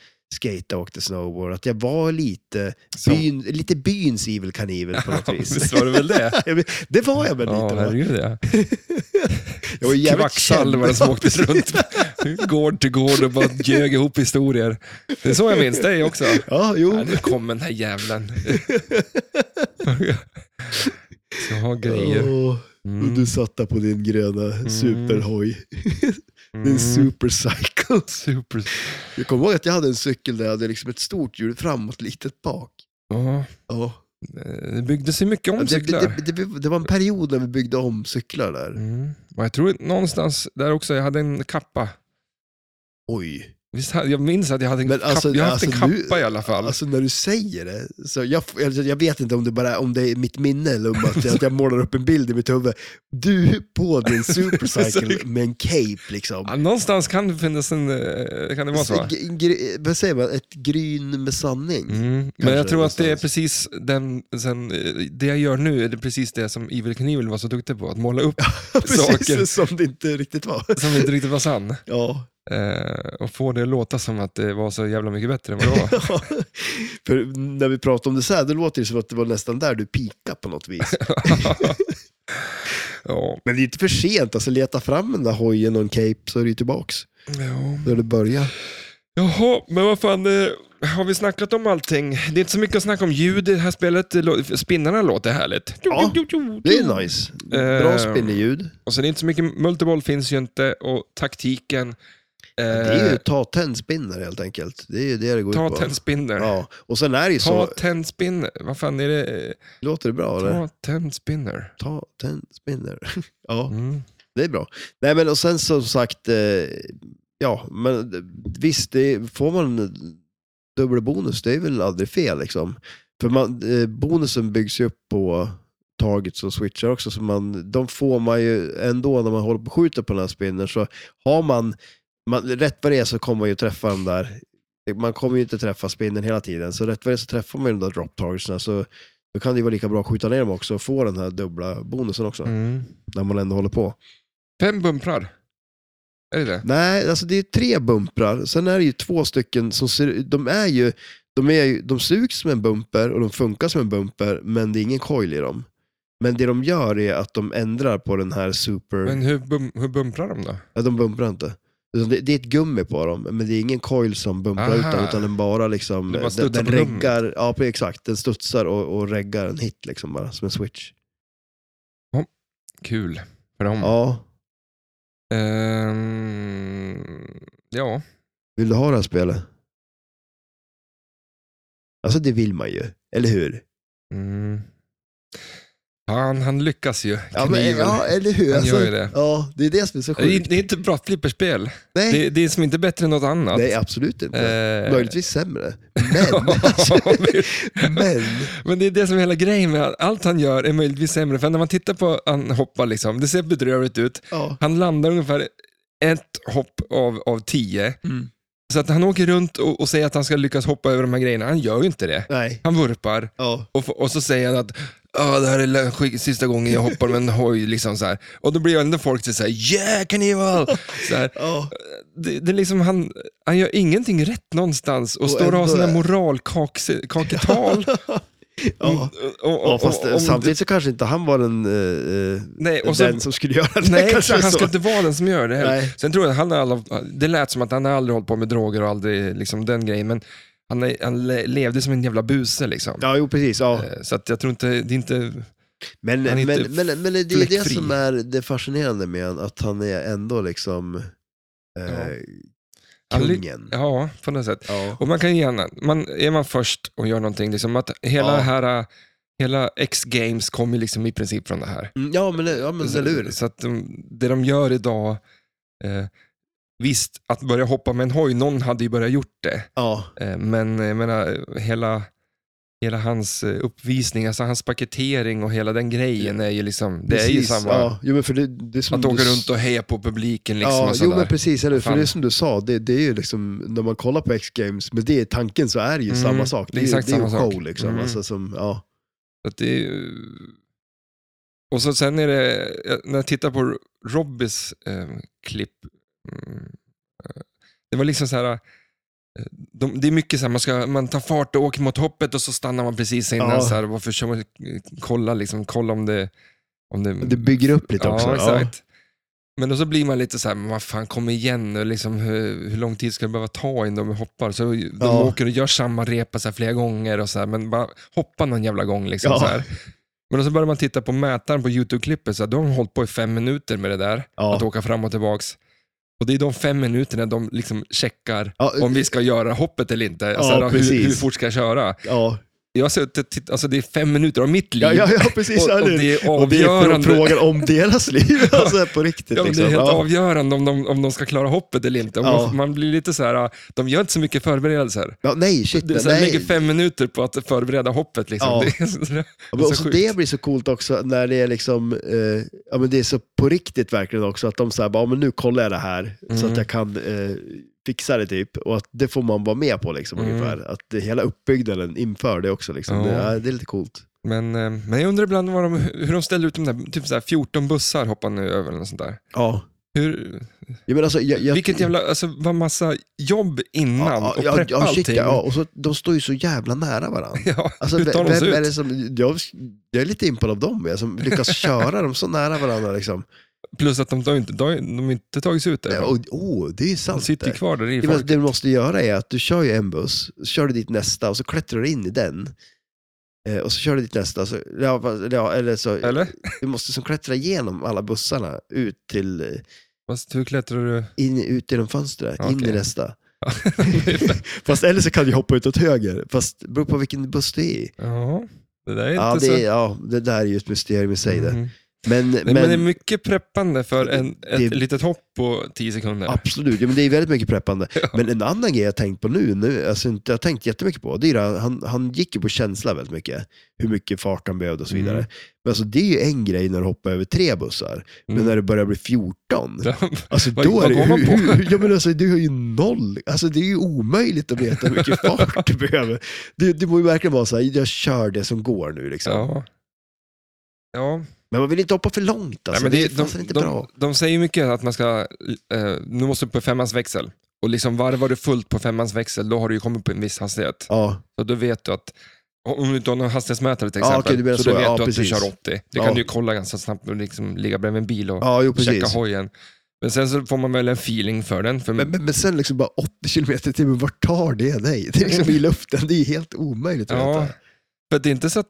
Speaker 2: skejtade och åkte snowboard, att jag var lite,
Speaker 1: Som-
Speaker 2: byn, lite byns evil kanivel på något vis.
Speaker 1: Visst var det väl det?
Speaker 2: Ja, men det var jag väl
Speaker 1: Ja,
Speaker 2: lite. va?
Speaker 1: herregud ja.
Speaker 2: Jag var jävligt
Speaker 1: Kvacksalvare
Speaker 2: känd.
Speaker 1: som åkte runt gård till gård och bara ljög ihop historier. Det är så jag minns dig också.
Speaker 2: Ja,
Speaker 1: Ja,
Speaker 2: jo.
Speaker 1: nu kom den här jävlen. Så ha grejer.
Speaker 2: Åh, och
Speaker 1: Mm.
Speaker 2: du satt där på din gröna superhoj.
Speaker 1: Mm.
Speaker 2: Din supercycle.
Speaker 1: Super.
Speaker 2: Jag kommer ihåg att jag hade en cykel där jag hade liksom ett stort hjul framåt, litet bak.
Speaker 1: Ja,
Speaker 2: Ja.
Speaker 1: eh, det byggdes ju mycket
Speaker 2: Det,
Speaker 1: om
Speaker 2: det,
Speaker 1: cyklar.
Speaker 2: det, det, det var en period när vi byggde om cyklar där.
Speaker 1: Mm. Och jag tror någonstans där också, jag hade en kappa.
Speaker 2: Oj.
Speaker 1: Visst, hade- jag minns att jag hade en
Speaker 2: Men alltså,
Speaker 1: kappa. Jag har haft
Speaker 2: alltså,
Speaker 1: en
Speaker 2: nu-
Speaker 1: kappa i alla fall.
Speaker 2: Alltså när du säger det, så jag, f- alltså, jag vet inte om det, bara, om det är mitt minne eller om att jag, att jag målar upp en bild i mitt huvud. Du på din supercycle med en cape liksom.
Speaker 1: Ja, någonstans kan det finnas en... eh, Kan det vara så? va?
Speaker 2: G- gr- vad säger man? Ett gryn med sanning.
Speaker 1: Mm. Men
Speaker 2: Kanske
Speaker 1: jag tror att det är
Speaker 2: någonstans.
Speaker 1: precis den, sen, eh, det jag gör nu, är det precis det som Evil Knievel var så duktig på, att måla upp
Speaker 2: Precis
Speaker 1: saker.
Speaker 2: som det inte riktigt var.
Speaker 1: som inte riktigt var sann.
Speaker 2: Ja.
Speaker 1: Eh, och få det att låta som att det var så jävla mycket bättre än vad det var.
Speaker 2: För när vi pratar om det så här, då låter det som att det var nästan där du pika på något vis.
Speaker 1: ja,
Speaker 2: Men det är inte för sent, alltså leta fram den där hojen och en cape så är det ju tillbaks.
Speaker 1: ja.
Speaker 2: Då är det börja.
Speaker 1: Jaha, men vad fan, eh, har vi snackat om allting? Det är inte så mycket att snacka om ljud i det här spelet. Det lå- Spinnarna låter härligt.
Speaker 2: Ja, Det är nice. Bra
Speaker 1: Ehm,
Speaker 2: spinneljud.
Speaker 1: Och sen är det inte så mycket, multiboll finns ju inte och taktiken. Eh,
Speaker 2: Det är ju ta tändspinner helt enkelt. Det är ju det det går ut
Speaker 1: ta
Speaker 2: på.
Speaker 1: tändspinner.
Speaker 2: Ja, och sen är det ju
Speaker 1: Ta
Speaker 2: så,
Speaker 1: tändspinner. Vad fan är det? Eh,
Speaker 2: låter det bra eller?
Speaker 1: Ta tändspinner.
Speaker 2: Ta tändspinner. Ja.
Speaker 1: Mm.
Speaker 2: Det är bra. Nej men och sen som sagt, eh, ja men eh, visst, det, får man dubbel bonus, det är väl aldrig fel liksom. För man, eh, bonusen byggs ju upp på targets och switchar också. Så man, de får man ju ändå när man håller på och skjuter på den här spinnen. Så har man, man rätt vad det är så kommer man ju träffa den där. Man kommer ju inte träffa spinnen hela tiden. Så rätt vad det är så träffar man ju de där drop targetsen. Så då kan det ju vara lika bra att skjuta ner dem också och få den här dubbla bonusen också.
Speaker 1: Mm.
Speaker 2: När man ändå håller på.
Speaker 1: Fem bumprar. Är det det?
Speaker 2: Nej, alltså det är tre bumprar. Sen är det ju två stycken som ser, de är ju, de, är ju, de ser ut som en bumper och de funkar som en bumper, men det är ingen coil i dem. Men det de gör är att de ändrar på den här super,
Speaker 1: Men hur, bum, hur bumprar de då?
Speaker 2: ja, de bumprar inte. Utan Det, det är ett gummi på dem, men det är ingen coil som bumprar ut
Speaker 1: Aha.
Speaker 2: den, utan den bara liksom,
Speaker 1: Det bara
Speaker 2: den,
Speaker 1: studsar
Speaker 2: den
Speaker 1: på gummit.
Speaker 2: reggar, ja pre- exakt, den studsar och, och reggar en hit liksom bara, som en switch.
Speaker 1: Kul för dem. Ja.
Speaker 2: Ja,
Speaker 1: Ehm, ja.
Speaker 2: vill du ha det här spelet? Alltså det vill man ju, eller hur?
Speaker 1: Mm. Han, han lyckas ju.
Speaker 2: Ja, men,
Speaker 1: Kniven.
Speaker 2: ja eh, eller hur. Alltså,
Speaker 1: Han gör ju det.
Speaker 2: Ja, det är det som är så
Speaker 1: Det är,
Speaker 2: sjukt.
Speaker 1: det är inte ett bra flipperspel.
Speaker 2: nej,
Speaker 1: Det, det är som inte bättre än något annat.
Speaker 2: nej, absolut inte.
Speaker 1: Eh,
Speaker 2: Möjligtvis sämre. Men, alltså, men.
Speaker 1: Men det är det som är hela grejen med att allt han gör är möjligtvis sämre. För när man tittar på han hoppar, liksom, det ser bedrövligt ut.
Speaker 2: Ja.
Speaker 1: Han landar ungefär ett hopp av, av tio. Så att han åker runt och, och säger att han ska lyckas hoppa över de här grejerna. Han gör ju inte det.
Speaker 2: Nej.
Speaker 1: Han vurpar
Speaker 2: Ja.
Speaker 1: och, f- och så säger han att "Ja, det här är la- sk- sista gången jag hoppar med en hoj. Liksom så här. Och då blir ändå folk så här, yeah, Knievel! Så här.
Speaker 2: Ja.
Speaker 1: Det, det är liksom han, han gör ingenting rätt någonstans och,
Speaker 2: Och
Speaker 1: står och har
Speaker 2: ändå
Speaker 1: sådana
Speaker 2: är-
Speaker 1: moralkaketal. Mm.
Speaker 2: Ja. Ja, fast eh, samtidigt så kanske inte han var den, eh,
Speaker 1: Nej, och så-
Speaker 2: den som skulle göra det.
Speaker 1: Nej,
Speaker 2: kanske
Speaker 1: han
Speaker 2: så.
Speaker 1: ska inte vara den som gör det heller.
Speaker 2: Nej.
Speaker 1: Sen tror jag att han har alla, det lät som att han har aldrig hållit på med droger och aldrig liksom den grejen, men han, är- han le- levde som en jävla buse liksom.
Speaker 2: Ja, jo precis. Ja.
Speaker 1: Eh, Så att jag tror inte, det är inte...
Speaker 2: Men,
Speaker 1: Han är
Speaker 2: men,
Speaker 1: inte
Speaker 2: men, men, det är
Speaker 1: fläckfri.
Speaker 2: det som är det fascinerande med honom, att han är ändå liksom eh,
Speaker 1: Han ly-
Speaker 2: kungen.
Speaker 1: Ja, på något sätt.
Speaker 2: Ja.
Speaker 1: Och man kan ge en- man, är man först och gör någonting, liksom att hela
Speaker 2: Ja.
Speaker 1: det här, eh, hela X-games kommer liksom i princip från det här.
Speaker 2: Mm, Ja, men, ja, men
Speaker 1: så,
Speaker 2: eller hur?
Speaker 1: så att de, det de gör idag, eh, visst, att börja hoppa med en hoj, någon hade ju börjat gjort det.
Speaker 2: Ja.
Speaker 1: Eh, Men jag menar, hela, hela hans eh, uppvisning, alltså hans paketering och hela den grejen är ju liksom, det är ju
Speaker 2: Precis,
Speaker 1: samma.
Speaker 2: Ja. Jo, men för det, det är som
Speaker 1: Att
Speaker 2: du
Speaker 1: åka
Speaker 2: s-
Speaker 1: runt och heja på publiken liksom
Speaker 2: ja,
Speaker 1: och
Speaker 2: jo
Speaker 1: sådär.
Speaker 2: men precis, eller hur? För
Speaker 1: Fan.
Speaker 2: det är som du sa, det, det är ju liksom, när man kollar på X-Games, med det i tanken så är det ju
Speaker 1: Mm,
Speaker 2: samma sak.
Speaker 1: det
Speaker 2: Det
Speaker 1: är
Speaker 2: är, ju-
Speaker 1: exakt
Speaker 2: det är
Speaker 1: samma
Speaker 2: ju
Speaker 1: sak.
Speaker 2: show liksom.
Speaker 1: Mm.
Speaker 2: Alltså, som, ja.
Speaker 1: Så att det är, ju- och så sen är det, när jag tittar på Robbys eh, klipp, mm, eh, det var liksom så här, eh, de, det är mycket så här, man, ska, man tar fart och åker mot hoppet och så stannar man precis innan.
Speaker 2: Ja.
Speaker 1: Så här, varför kör man, eh, kolla, liksom, kolla om det... Om det,
Speaker 2: Det bygger upp lite också.
Speaker 1: Ja, exakt. Men då så blir man lite så här, men vad fan kom igen nu, liksom, hur, hur lång tid ska det behöva ta innan de hoppar? Så de
Speaker 2: Ja.
Speaker 1: åker och gör samma repa så här flera gånger, och så här, men bara hoppa någon jävla gång. Liksom,
Speaker 2: Ja.
Speaker 1: så här. Men då så börjar man titta på mätaren på YouTube-klippet, så här, de har hållit på i fem minuter med det där,
Speaker 2: Ja.
Speaker 1: att åka fram och tillbaks. Och det är de fem minuterna de liksom checkar
Speaker 2: Ja,
Speaker 1: om vi ska göra hoppet eller inte. så här, hur,
Speaker 2: precis.
Speaker 1: hur fort ska jag köra?
Speaker 2: ja.
Speaker 1: Jag har suttit och tittat, alltså det är fem minuter av mitt liv.
Speaker 2: Ja, ja, ja, precis.
Speaker 1: Och-
Speaker 2: ja,
Speaker 1: och
Speaker 2: nu.
Speaker 1: det är
Speaker 2: och det är
Speaker 1: avgörande.
Speaker 2: frågan om deras liv, alltså på riktigt.
Speaker 1: Ja, men det
Speaker 2: liksom.
Speaker 1: är helt
Speaker 2: ja.
Speaker 1: avgörande om de, om de ska klara hoppet eller inte. Om
Speaker 2: Ja.
Speaker 1: Man, man blir lite så här, de gör inte så mycket förberedelser.
Speaker 2: Ja, nej, shit.
Speaker 1: Det är så här, lägger
Speaker 2: nej.
Speaker 1: fem minuter på att förbereda hoppet. Liksom.
Speaker 2: Ja.
Speaker 1: Det är så,
Speaker 2: Ja,
Speaker 1: Det
Speaker 2: men
Speaker 1: är så
Speaker 2: också
Speaker 1: sjukt.
Speaker 2: det blir så coolt också när det är liksom, eh, ja men det är så på riktigt verkligen också att de säger bara, ja, men nu kollar jag det här så
Speaker 1: Mm.
Speaker 2: att jag kan eh, fixa det typ. Och att det får man vara med på liksom
Speaker 1: Mm.
Speaker 2: ungefär. Att det, hela uppbyggnaden inför det också liksom.
Speaker 1: Ja.
Speaker 2: Det, ja, det är lite coolt.
Speaker 1: men, eh, men jag undrar ibland vad de, hur de ställer ut de där, typ så här 14 bussar hoppar nu över eller något sånt där.
Speaker 2: Ja.
Speaker 1: Hur,
Speaker 2: Jag menar alltså, jag, jag,
Speaker 1: vilket jävla, alltså vad massa jobb innan och
Speaker 2: ja,
Speaker 1: preppa
Speaker 2: ja, shit,
Speaker 1: allting.
Speaker 2: ja, och så, de står ju så jävla nära varandra.
Speaker 1: Ja,
Speaker 2: Alltså,
Speaker 1: hur
Speaker 2: vem
Speaker 1: tar de sig
Speaker 2: är
Speaker 1: ut?
Speaker 2: det som, jag, jag är lite impad av dem, jag, som lyckas köra dem så nära varandra. Liksom.
Speaker 1: Plus att de, de, har inte, de, har- de har inte tagits ut där.
Speaker 2: Och, oh, det är ju
Speaker 1: De
Speaker 2: sant.
Speaker 1: sitter ju
Speaker 2: det.
Speaker 1: kvar där i
Speaker 2: Ja, men
Speaker 1: folk.
Speaker 2: det du måste göra är att du kör ju en buss, så kör du dit nästa och så klättrar du in i den. Eh, och så kör du dit nästa, så, ja, va- ja, eller så,
Speaker 1: Eller?
Speaker 2: du måste som klättra igenom alla bussarna ut till, eh,
Speaker 1: Fast hur klättrar du?
Speaker 2: in, ut genom fönstret, in
Speaker 1: Okej.
Speaker 2: i nästa. fast eller så kan du hoppa ut åt höger, fast det beror på vilken buss det är.
Speaker 1: Ja, det där är inte
Speaker 2: Ja det,
Speaker 1: så...
Speaker 2: är, ja, det där är ju ett mysterium i sig det.
Speaker 1: Mm.
Speaker 2: Men,
Speaker 1: Men,
Speaker 2: men,
Speaker 1: det är mycket preppande för en, ett
Speaker 2: Det-
Speaker 1: litet hopp på 10 sekunder.
Speaker 2: absolut, ja, men det är väldigt mycket preppande.
Speaker 1: Ja.
Speaker 2: Men en annan grej jag tänkt på nu, nu alltså inte jag har tänkt jättemycket på, det är det, här, han, han gick ju på känsla väldigt mycket. Hur mycket fart han behövde och så vidare.
Speaker 1: Mm.
Speaker 2: Men alltså, det är ju en grej när du hoppar över tre bussar,
Speaker 1: Mm.
Speaker 2: men när det börjar bli 14, alltså,
Speaker 1: Vad-
Speaker 2: då är
Speaker 1: vad
Speaker 2: det,
Speaker 1: går man
Speaker 2: hur,
Speaker 1: på?
Speaker 2: hur, ja, men alltså, du har ju noll, alltså, det är ju omöjligt att veta hur mycket fart du behöver. Det, det borde ju verkligen vara så här, jag kör det som går nu. Liksom.
Speaker 1: ja. Ja,
Speaker 2: Men man vill inte hoppa för långt, alltså.
Speaker 1: Nej, men
Speaker 2: det, är
Speaker 1: det,
Speaker 2: fasen
Speaker 1: de,
Speaker 2: inte
Speaker 1: de,
Speaker 2: bra.
Speaker 1: de säger ju mycket att man ska, eh, nu måste du på femmans växel. Och liksom varvar du fullt på femmans växel, då har du ju kommit på en viss hastighet.
Speaker 2: Ja.
Speaker 1: Så då vet du att, om du inte har någon hastighetsmätare till
Speaker 2: Ja,
Speaker 1: exempel,
Speaker 2: okej, du menar
Speaker 1: så,
Speaker 2: så,
Speaker 1: då vet
Speaker 2: ja,
Speaker 1: du att
Speaker 2: precis.
Speaker 1: du kör 80. Det
Speaker 2: Ja.
Speaker 1: kan du ju kolla ganska snabbt och liksom ligga bredvid en bil och
Speaker 2: ja, jo
Speaker 1: checka
Speaker 2: precis.
Speaker 1: hojen. Men sen så får man väl en feeling för den. För
Speaker 2: Men, men, men sen liksom bara 80 kilometer i timmen, vart tar det dig? Det är liksom i luften, det är helt omöjligt att
Speaker 1: ja,
Speaker 2: veta.
Speaker 1: för att det är inte så att,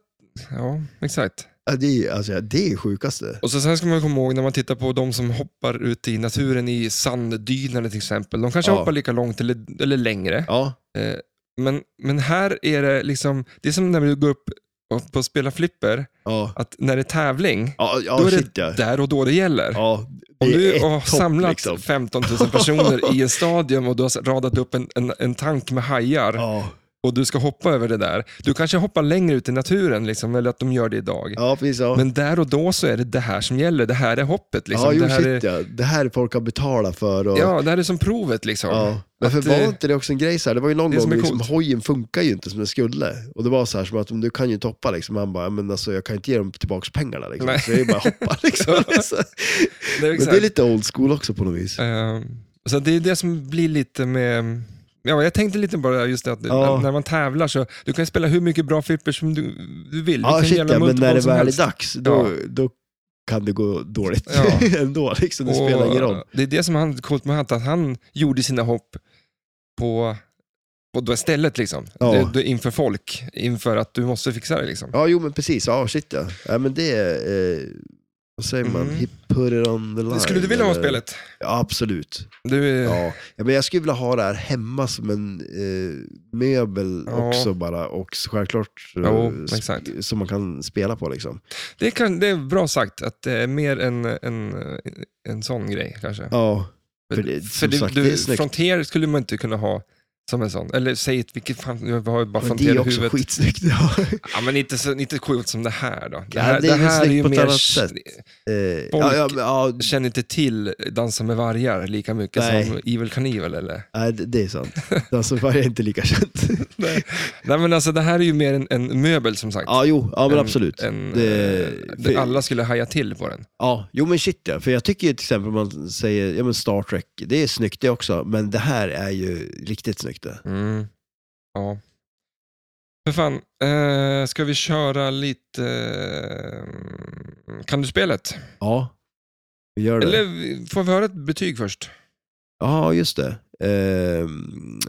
Speaker 1: ja, exakt.
Speaker 2: Ja, det, är, alltså, det är sjukaste.
Speaker 1: Och så sen ska man komma ihåg när man tittar på de som hoppar ut i naturen i sanddynare till exempel. De kanske
Speaker 2: Ja.
Speaker 1: hoppar lika långt eller, eller längre.
Speaker 2: Ja,
Speaker 1: Eh, Men, men här är det liksom, det är som när du går upp och, på och spelar flipper,
Speaker 2: ja.
Speaker 1: att när det är tävling,
Speaker 2: Ja,
Speaker 1: Då
Speaker 2: ja
Speaker 1: är det
Speaker 2: shit ja.
Speaker 1: där och då det gäller.
Speaker 2: ja det
Speaker 1: Om du
Speaker 2: är ett
Speaker 1: har
Speaker 2: topp,
Speaker 1: samlat
Speaker 2: liksom.
Speaker 1: 15 000 personer i en stadion och du har radat upp en, en, en tank med hajar
Speaker 2: Ja,
Speaker 1: och du ska hoppa över det där. Du kanske hoppar längre ut i naturen, liksom, eller att de gör det idag.
Speaker 2: ja precis. Ja.
Speaker 1: Men där och då så är det det här som gäller. Det här är hoppet. Liksom.
Speaker 2: ja, jo,
Speaker 1: det, här
Speaker 2: shit
Speaker 1: är,
Speaker 2: ja. Det här folk har betalat för. Och,
Speaker 1: ja, det här är som provet. Liksom.
Speaker 2: Ja. Varför
Speaker 1: Att,
Speaker 2: var
Speaker 1: eh,
Speaker 2: inte det också en grej? Så här? Det var ju någon
Speaker 1: det som
Speaker 2: gång
Speaker 1: är
Speaker 2: liksom,
Speaker 1: coolt.
Speaker 2: hojen funkar ju inte som den skulle. Och det var så här som att men du kan ju inte hoppa. Liksom. Han bara, men alltså, jag kan inte ge dem tillbaka pengarna. Liksom.
Speaker 1: Nej.
Speaker 2: Så det är bara att hoppa. Liksom.
Speaker 1: det
Speaker 2: Så-
Speaker 1: är
Speaker 2: men det är
Speaker 1: exakt.
Speaker 2: lite old school också på något vis.
Speaker 1: Eh, så det är det som blir lite med... Ja, jag tänkte lite bara just det att
Speaker 2: Ja.
Speaker 1: när man tävlar så, du kan ju spela hur mycket bra flipper som du, du vill.
Speaker 2: Ja,
Speaker 1: Vilken
Speaker 2: shit
Speaker 1: jävla
Speaker 2: ja, men
Speaker 1: multiboll
Speaker 2: när det
Speaker 1: som
Speaker 2: väl är
Speaker 1: helst.
Speaker 2: dags, då, då kan det gå dåligt
Speaker 1: Ja.
Speaker 2: ändå. Liksom. Det
Speaker 1: Och
Speaker 2: spelar ingen roll.
Speaker 1: Det är det som är coolt med Hunt, att han gjorde sina hopp på, på det stället liksom.
Speaker 2: Ja.
Speaker 1: Det, det, inför folk, inför att du måste fixa det liksom.
Speaker 2: Ja, jo men precis. Ja, shit ja. ja men det är, eh, vad säger man,
Speaker 1: Mm.
Speaker 2: he put it on the line.
Speaker 1: Skulle du vilja ha
Speaker 2: eller?
Speaker 1: spelet? Eh.
Speaker 2: Ja, absolut.
Speaker 1: Du, ja.
Speaker 2: Ja. Ja, men jag skulle vilja ha det här hemma som en eh, möbel
Speaker 1: Ja.
Speaker 2: också bara. Och självklart eh,
Speaker 1: Jo,
Speaker 2: sp-
Speaker 1: exakt.
Speaker 2: som man kan spela på liksom.
Speaker 1: Det, kan, det är bra sagt, att det är mer en, en, en sån grej kanske.
Speaker 2: Ja,
Speaker 1: För
Speaker 2: För det-
Speaker 1: för
Speaker 2: som
Speaker 1: du,
Speaker 2: sagt,
Speaker 1: du,
Speaker 2: det är snyggt.
Speaker 1: Frontier skulle man inte kunna ha som en sån. Eller säg ett, vilket fan, jag har ju bara
Speaker 2: men det
Speaker 1: Frontier
Speaker 2: är
Speaker 1: i
Speaker 2: också
Speaker 1: huvudet.
Speaker 2: skitsnyggt. Ja.
Speaker 1: Ja, men inte, så, inte coolt som det här då. Det
Speaker 2: Ja,
Speaker 1: här,
Speaker 2: det är
Speaker 1: det
Speaker 2: ju
Speaker 1: här är
Speaker 2: snyggt
Speaker 1: ju
Speaker 2: på ett
Speaker 1: mer,
Speaker 2: annat sätt. Eh, ja, ja, men, ja,
Speaker 1: Jag känner inte till Dansa med vargar lika mycket
Speaker 2: Nej.
Speaker 1: som Evil Knievel eller?
Speaker 2: nej, det- det är sant. Alltså, varje är inte lika känt.
Speaker 1: Nej. Nej men alltså det här är ju mer en, en möbel som sagt.
Speaker 2: Ja, jo, ja men
Speaker 1: En-
Speaker 2: absolut.
Speaker 1: En,
Speaker 2: Det-
Speaker 1: eh, det, alla skulle haja till på den.
Speaker 2: Ja, jo men shit ja. För jag tycker ju till exempel om man säger, ja men Star Trek, det är snyggt det också, men det här är ju riktigt snyggt det.
Speaker 1: Mm. Ja. För fan, eh, ska vi köra lite... Eh, kan du spelet?
Speaker 2: Ja, vi gör det.
Speaker 1: Eller vi- får vi höra ett betyg först?
Speaker 2: Ja, just det. Ehm,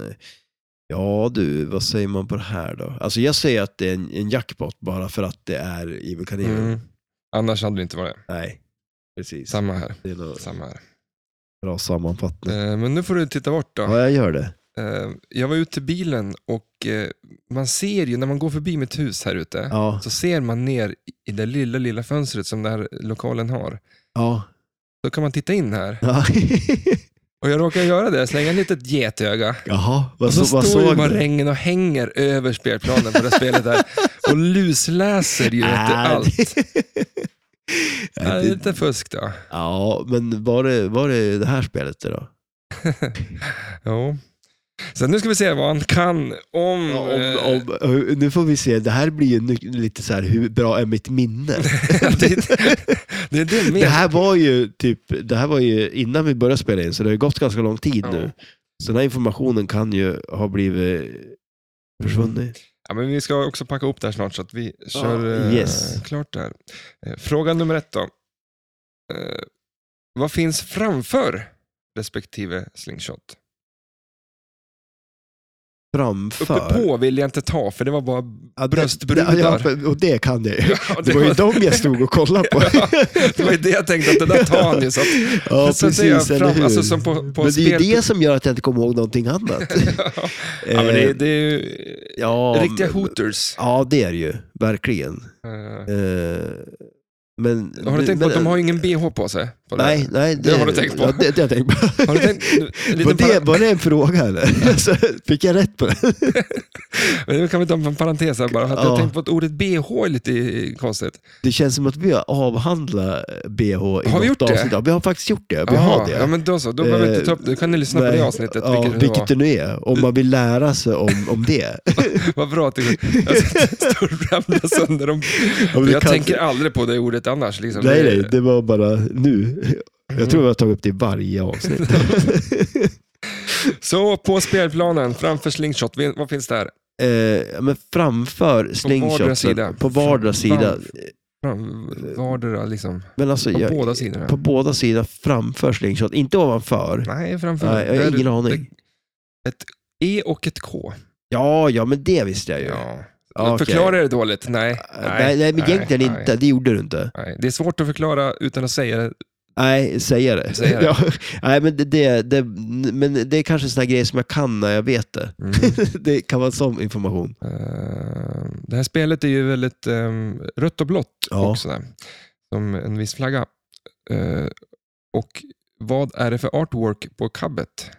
Speaker 2: ja du, vad säger man på det här då? Alltså jag säger att det är en, en jackpot bara för att det är Evil Knievel.
Speaker 1: Mm. Annars hade det inte varit.
Speaker 2: Nej, precis.
Speaker 1: Samma här.
Speaker 2: det är nog
Speaker 1: Samma här.
Speaker 2: bra sammanfattning.
Speaker 1: Eh, men nu får du titta bort då.
Speaker 2: Ja, jag gör det.
Speaker 1: Eh, jag var ute till bilen och eh, man ser ju, när man går förbi mitt hus här ute,
Speaker 2: Ja,
Speaker 1: så ser man ner i det lilla, lilla fönstret som den här lokalen har.
Speaker 2: ja.
Speaker 1: Då kan man titta in här.
Speaker 2: ja.
Speaker 1: Och jag råkar göra det, slänga ett litet getöga.
Speaker 2: Jaha, vad,
Speaker 1: Och så
Speaker 2: så, vad
Speaker 1: står ju
Speaker 2: såg du?
Speaker 1: marängen och hänger över spelplanen på det här spelet där och lusläser ju inte
Speaker 2: Nej,
Speaker 1: allt.
Speaker 2: Äh, det-
Speaker 1: Ja, det är
Speaker 2: Nej, det-
Speaker 1: lite fusk då.
Speaker 2: Ja, men var det, var det det här spelet det då?
Speaker 1: Jo. Så nu ska vi se vad han kan om... eh,
Speaker 2: om, om, nu får vi se, det här blir ju nu, lite så här, hur bra är mitt minne?
Speaker 1: det, det är det med.
Speaker 2: det här var ju typ, det här var ju innan vi började spela in, så det har ju gått ganska lång tid
Speaker 1: Ja.
Speaker 2: nu. Så den här informationen kan ju ha blivit försvunnit.
Speaker 1: Ja, men vi ska också packa upp det här snart så att vi kör eh,
Speaker 2: yes.
Speaker 1: klart det här. Eh, Fråga nummer ett då. Eh, vad finns framför respektive slingshot? Uppe
Speaker 2: Framför.
Speaker 1: på vill jag inte ta för det var bara
Speaker 2: Ja, det-
Speaker 1: bröstbrudar.
Speaker 2: Ja, men- och det kan det ju.
Speaker 1: Ja,
Speaker 2: Det var ju dem jag stod och kollade på.
Speaker 1: Ja, det var ju det jag tänkte att det där tar ni. Så att,
Speaker 2: Ja,
Speaker 1: så att det är
Speaker 2: precis,
Speaker 1: fram-
Speaker 2: eller hur?
Speaker 1: alltså som på- på
Speaker 2: men det är
Speaker 1: spel-
Speaker 2: ju det som gör att jag inte kommer ihåg någonting annat.
Speaker 1: ja, men
Speaker 2: Eh,
Speaker 1: det, det är ju
Speaker 2: Ja,
Speaker 1: riktiga
Speaker 2: men-
Speaker 1: hooters.
Speaker 2: Ja, det är det ju. Verkligen.
Speaker 1: Eh,
Speaker 2: Eh, Men,
Speaker 1: Har du tänkt på
Speaker 2: men,
Speaker 1: att de har ingen bh på sig? På det?
Speaker 2: Nej, nej.
Speaker 1: Det har du tänkt på.
Speaker 2: Ja, det, det har jag tänkt på.
Speaker 1: Har du tänkt, en
Speaker 2: var,
Speaker 1: liten
Speaker 2: det,
Speaker 1: para-
Speaker 2: var det en fråga eller? Alltså, fick jag rätt på det?
Speaker 1: Men nu kan vi ta en parentes här bara. Att Jag
Speaker 2: Ja.
Speaker 1: tänkt på att ordet bh är lite konstigt.
Speaker 2: Det känns som att vi har avhandlat BH i har
Speaker 1: vi gjort det?
Speaker 2: Vi har faktiskt gjort det. Vi
Speaker 1: Jaha,
Speaker 2: har det.
Speaker 1: Ja, men då så. Då behöver vi inte ta upp det. Då kan ni lyssna på
Speaker 2: Nej,
Speaker 1: det avsnittet.
Speaker 2: Ja,
Speaker 1: vilket
Speaker 2: vilket,
Speaker 1: det var.
Speaker 2: det nu är. Om man vill lära sig om, om det.
Speaker 1: Vad bra att du jag står och ramlar sönder dem.
Speaker 2: Ja, men det
Speaker 1: Jag
Speaker 2: kan-
Speaker 1: tänker aldrig på det ordet annars. Liksom.
Speaker 2: Nej,
Speaker 1: Det-
Speaker 2: nej, det var bara nu. Jag
Speaker 1: Mm.
Speaker 2: tror vi har tagit upp det i varje avsnitt.
Speaker 1: Så på spelplanen, framför slingshot, vi- vad finns där?
Speaker 2: eh, men framför
Speaker 1: sida.
Speaker 2: slingshotsen, på vardera sida.
Speaker 1: Fram- Fram- Vardera liksom.
Speaker 2: Men alltså,
Speaker 1: På
Speaker 2: jag,
Speaker 1: båda sidorna.
Speaker 2: på båda sidor framför slingshot, inte ovanför.
Speaker 1: Nej, framför.
Speaker 2: Nej, jag har
Speaker 1: Där-
Speaker 2: ingen aning.
Speaker 1: E och ett K.
Speaker 2: Ja, ja, men det visste jag ju.
Speaker 1: Ja.
Speaker 2: Ja, okej. Eh,
Speaker 1: Förklarar det dåligt? Nej.
Speaker 2: Nej, nej, men egentligen
Speaker 1: nej,
Speaker 2: inte. Det gjorde du inte.
Speaker 1: Nej. Det är svårt att förklara utan att säga det.
Speaker 2: Nej, säga det.
Speaker 1: Säga det.
Speaker 2: Ja, nej, men det, det, det, men det är kanske en sån här grej som jag kan när jag vet det.
Speaker 1: Mm.
Speaker 2: det kan vara sån information.
Speaker 1: Eh, det här spelet är ju väldigt um, rött och blått
Speaker 2: Ja.
Speaker 1: också. Där, som en viss flagga. Eh, och vad är det för artwork på cubbet?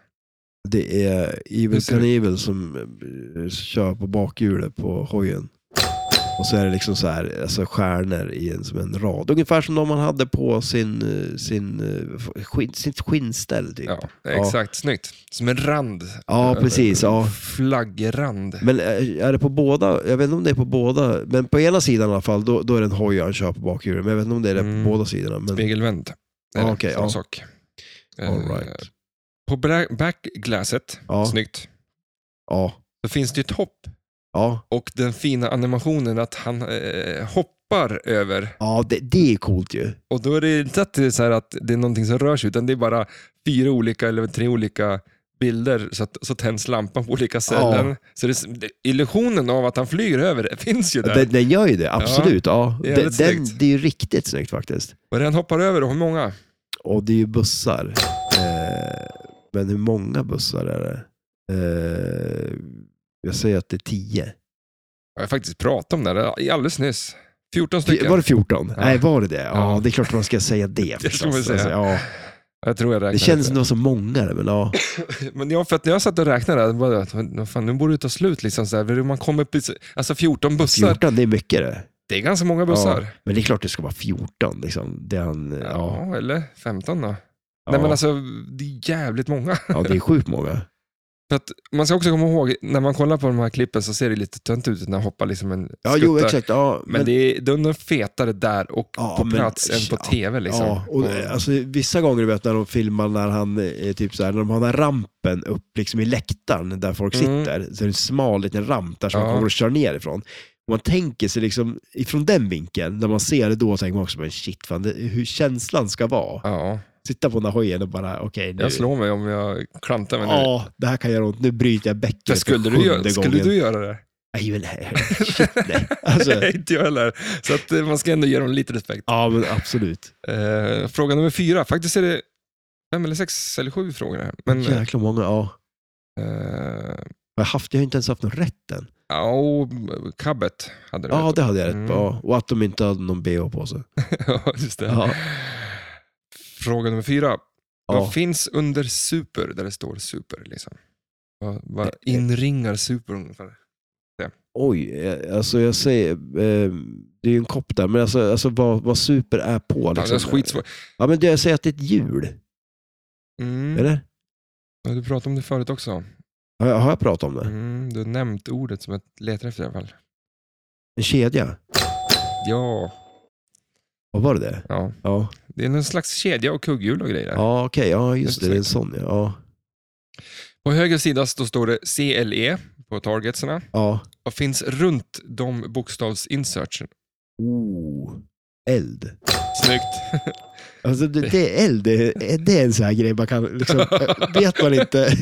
Speaker 2: Det är
Speaker 1: Hur
Speaker 2: Evil
Speaker 1: ser det ut?
Speaker 2: Knievel som eh, kör på bakhjulet på hojen. Och så är det liksom så här, alltså stjärnor i en, som en rad. Ungefär som de man hade på sin, eh, sin, eh, skinn, sitt skinnställ. Typ. Ja,
Speaker 1: Ja, exakt. Snyggt. Som en rand. Eh,
Speaker 2: precis. Ja.
Speaker 1: Flaggrand.
Speaker 2: Men eh, är det på båda? Jag vet inte om det är på båda. Men på ena sidan i alla fall, då, då är det en hoj han kör på bakhjulet. Men jag vet inte om det är det
Speaker 1: Mm.
Speaker 2: på båda sidorna. Men,
Speaker 1: Spegelvänd.
Speaker 2: Ja,
Speaker 1: Eller
Speaker 2: okej,
Speaker 1: samma
Speaker 2: ja.
Speaker 1: sak. Eh,
Speaker 2: all right.
Speaker 1: På bra- backglaset,
Speaker 2: Ja.
Speaker 1: snyggt,
Speaker 2: Ja,
Speaker 1: så finns det ju ett hopp.
Speaker 2: ja.
Speaker 1: Och den fina animationen att han eh, hoppar över.
Speaker 2: ja det, det är coolt ju.
Speaker 1: Och då är det inte att det är, så här att det är någonting som rör sig, utan det är bara fyra olika eller tre olika bilder så, att, så tänds lampan på olika ställen. Så det, det, illusionen av att han flyger över det finns ju där.
Speaker 2: Den, den gör ju det, absolut. Ja.
Speaker 1: det är
Speaker 2: Den,
Speaker 1: jävligt
Speaker 2: den,
Speaker 1: snyggt.
Speaker 2: det är ju riktigt snyggt faktiskt.
Speaker 1: Och den hoppar över, och hur många?
Speaker 2: Och det är ju bussar. Eh, men hur många bussar är det? Eh, jag säger att det är tio.
Speaker 1: Jag har faktiskt pratat om det här alldeles nyss. 14
Speaker 2: Fy-
Speaker 1: stycken.
Speaker 2: Var det 14?
Speaker 1: Ja.
Speaker 2: Nej, var det det? Ja,
Speaker 1: Ja.
Speaker 2: det är klart man ska säga det
Speaker 1: Det ska
Speaker 2: förstås. Alltså,
Speaker 1: man säga.
Speaker 2: ja.
Speaker 1: Jag tror jag räknade
Speaker 2: Det känns
Speaker 1: ut
Speaker 2: som det var så många, men ja.
Speaker 1: Men jag, för att när jag satt och räknade, jag bara, att, vad fan, nu borde det ta slut. Liksom, så här. För Man kommer precis, alltså 14 bussar,
Speaker 2: 14, det är mycket det.
Speaker 1: det är ganska många bussar.
Speaker 2: Ja. Men det är klart det ska vara 14. Liksom. Det, är en, ja. Ja.
Speaker 1: Ja, eller 15 då. Nej men alltså, det är jävligt många.
Speaker 2: ja, det är sjukt många.
Speaker 1: För att, man ska också komma ihåg, när man kollar på de här klippen så ser det lite tönt ut när han hoppar liksom en
Speaker 2: Ja,
Speaker 1: skutta.
Speaker 2: jo, exakt. Ja,
Speaker 1: Men, det är, den är fetare där och
Speaker 2: Ja,
Speaker 1: på
Speaker 2: men-
Speaker 1: plats än på tv. Liksom.
Speaker 2: Ja, och, eh, alltså, vissa gånger vet, när de filmar när han eh, typ så här, när de har den här rampen upp liksom, i läktaren där folk
Speaker 1: Mm.
Speaker 2: sitter, så är det en smal liten ramp där som
Speaker 1: Ja.
Speaker 2: man kommer och kör ner ifrån. Om man tänker sig liksom, ifrån den vinkeln, när man ser det då, tänker man också men shit, fan, det, hur känslan ska vara.
Speaker 1: Ja,
Speaker 2: Sitta på den här hojen och bara, okej nu,
Speaker 1: jag slår mig om jag klantar mig nu.
Speaker 2: ja, det här kan göra ont, nu bryter jag bäcket
Speaker 1: För
Speaker 2: för
Speaker 1: skulle, du,
Speaker 2: sjunde
Speaker 1: göra- skulle
Speaker 2: gången.
Speaker 1: du göra det?
Speaker 2: Nej, men nej, shit nej. Alltså,
Speaker 1: Nej, inte jag heller. Så att, eh, man ska ändå ge dem lite respekt.
Speaker 2: ja, men absolut.
Speaker 1: Eh, fråga nummer fyra. Faktiskt är det fem eller sex eller sju frågor här. Men,
Speaker 2: Jäkla många, ja.
Speaker 1: eh,
Speaker 2: Jag har, haft, jag har inte ens haft någon rätt än.
Speaker 1: ja, och eh, Kabbet hade du.
Speaker 2: Ja, det hade jag rätt
Speaker 1: Mm.
Speaker 2: på. Ja. Och att de inte hade någon bh på sig.
Speaker 1: Ja, just det.
Speaker 2: Ja.
Speaker 1: Fråga nummer fyra.
Speaker 2: Ja.
Speaker 1: Vad finns under super, där det står super? Liksom? Vad, vad inringar super ungefär?
Speaker 2: Oj, eh, alltså jag säger, eh, det är ju en kopp där, men alltså, alltså vad, vad super är på.
Speaker 1: Ja,
Speaker 2: Liksom.
Speaker 1: det är skitsvårt.
Speaker 2: Ja, men det, jag säger att det är ett hjul,
Speaker 1: Mm.
Speaker 2: eller?
Speaker 1: Ja, Du pratade om det förut också.
Speaker 2: Har jag, har jag pratat om det?
Speaker 1: Mm, du har nämnt ordet som jag letar efter i alla fall.
Speaker 2: En kedja?
Speaker 1: Ja,
Speaker 2: Vad var det det?
Speaker 1: ja.
Speaker 2: Ja,
Speaker 1: det är någon slags kedja och kugghjul och grejer. där.
Speaker 2: ja okej, ja just
Speaker 1: Det är
Speaker 2: det, det är en sån ja. ja.
Speaker 1: På höger sida så står det CLE på targetsarna
Speaker 2: ja.
Speaker 1: och finns runt de bokstavsinsertsen.
Speaker 2: Oh. Eld.
Speaker 1: Snyggt.
Speaker 2: Alltså det, det är eld, det är, det är en sån här grej man kan, liksom, vet man inte,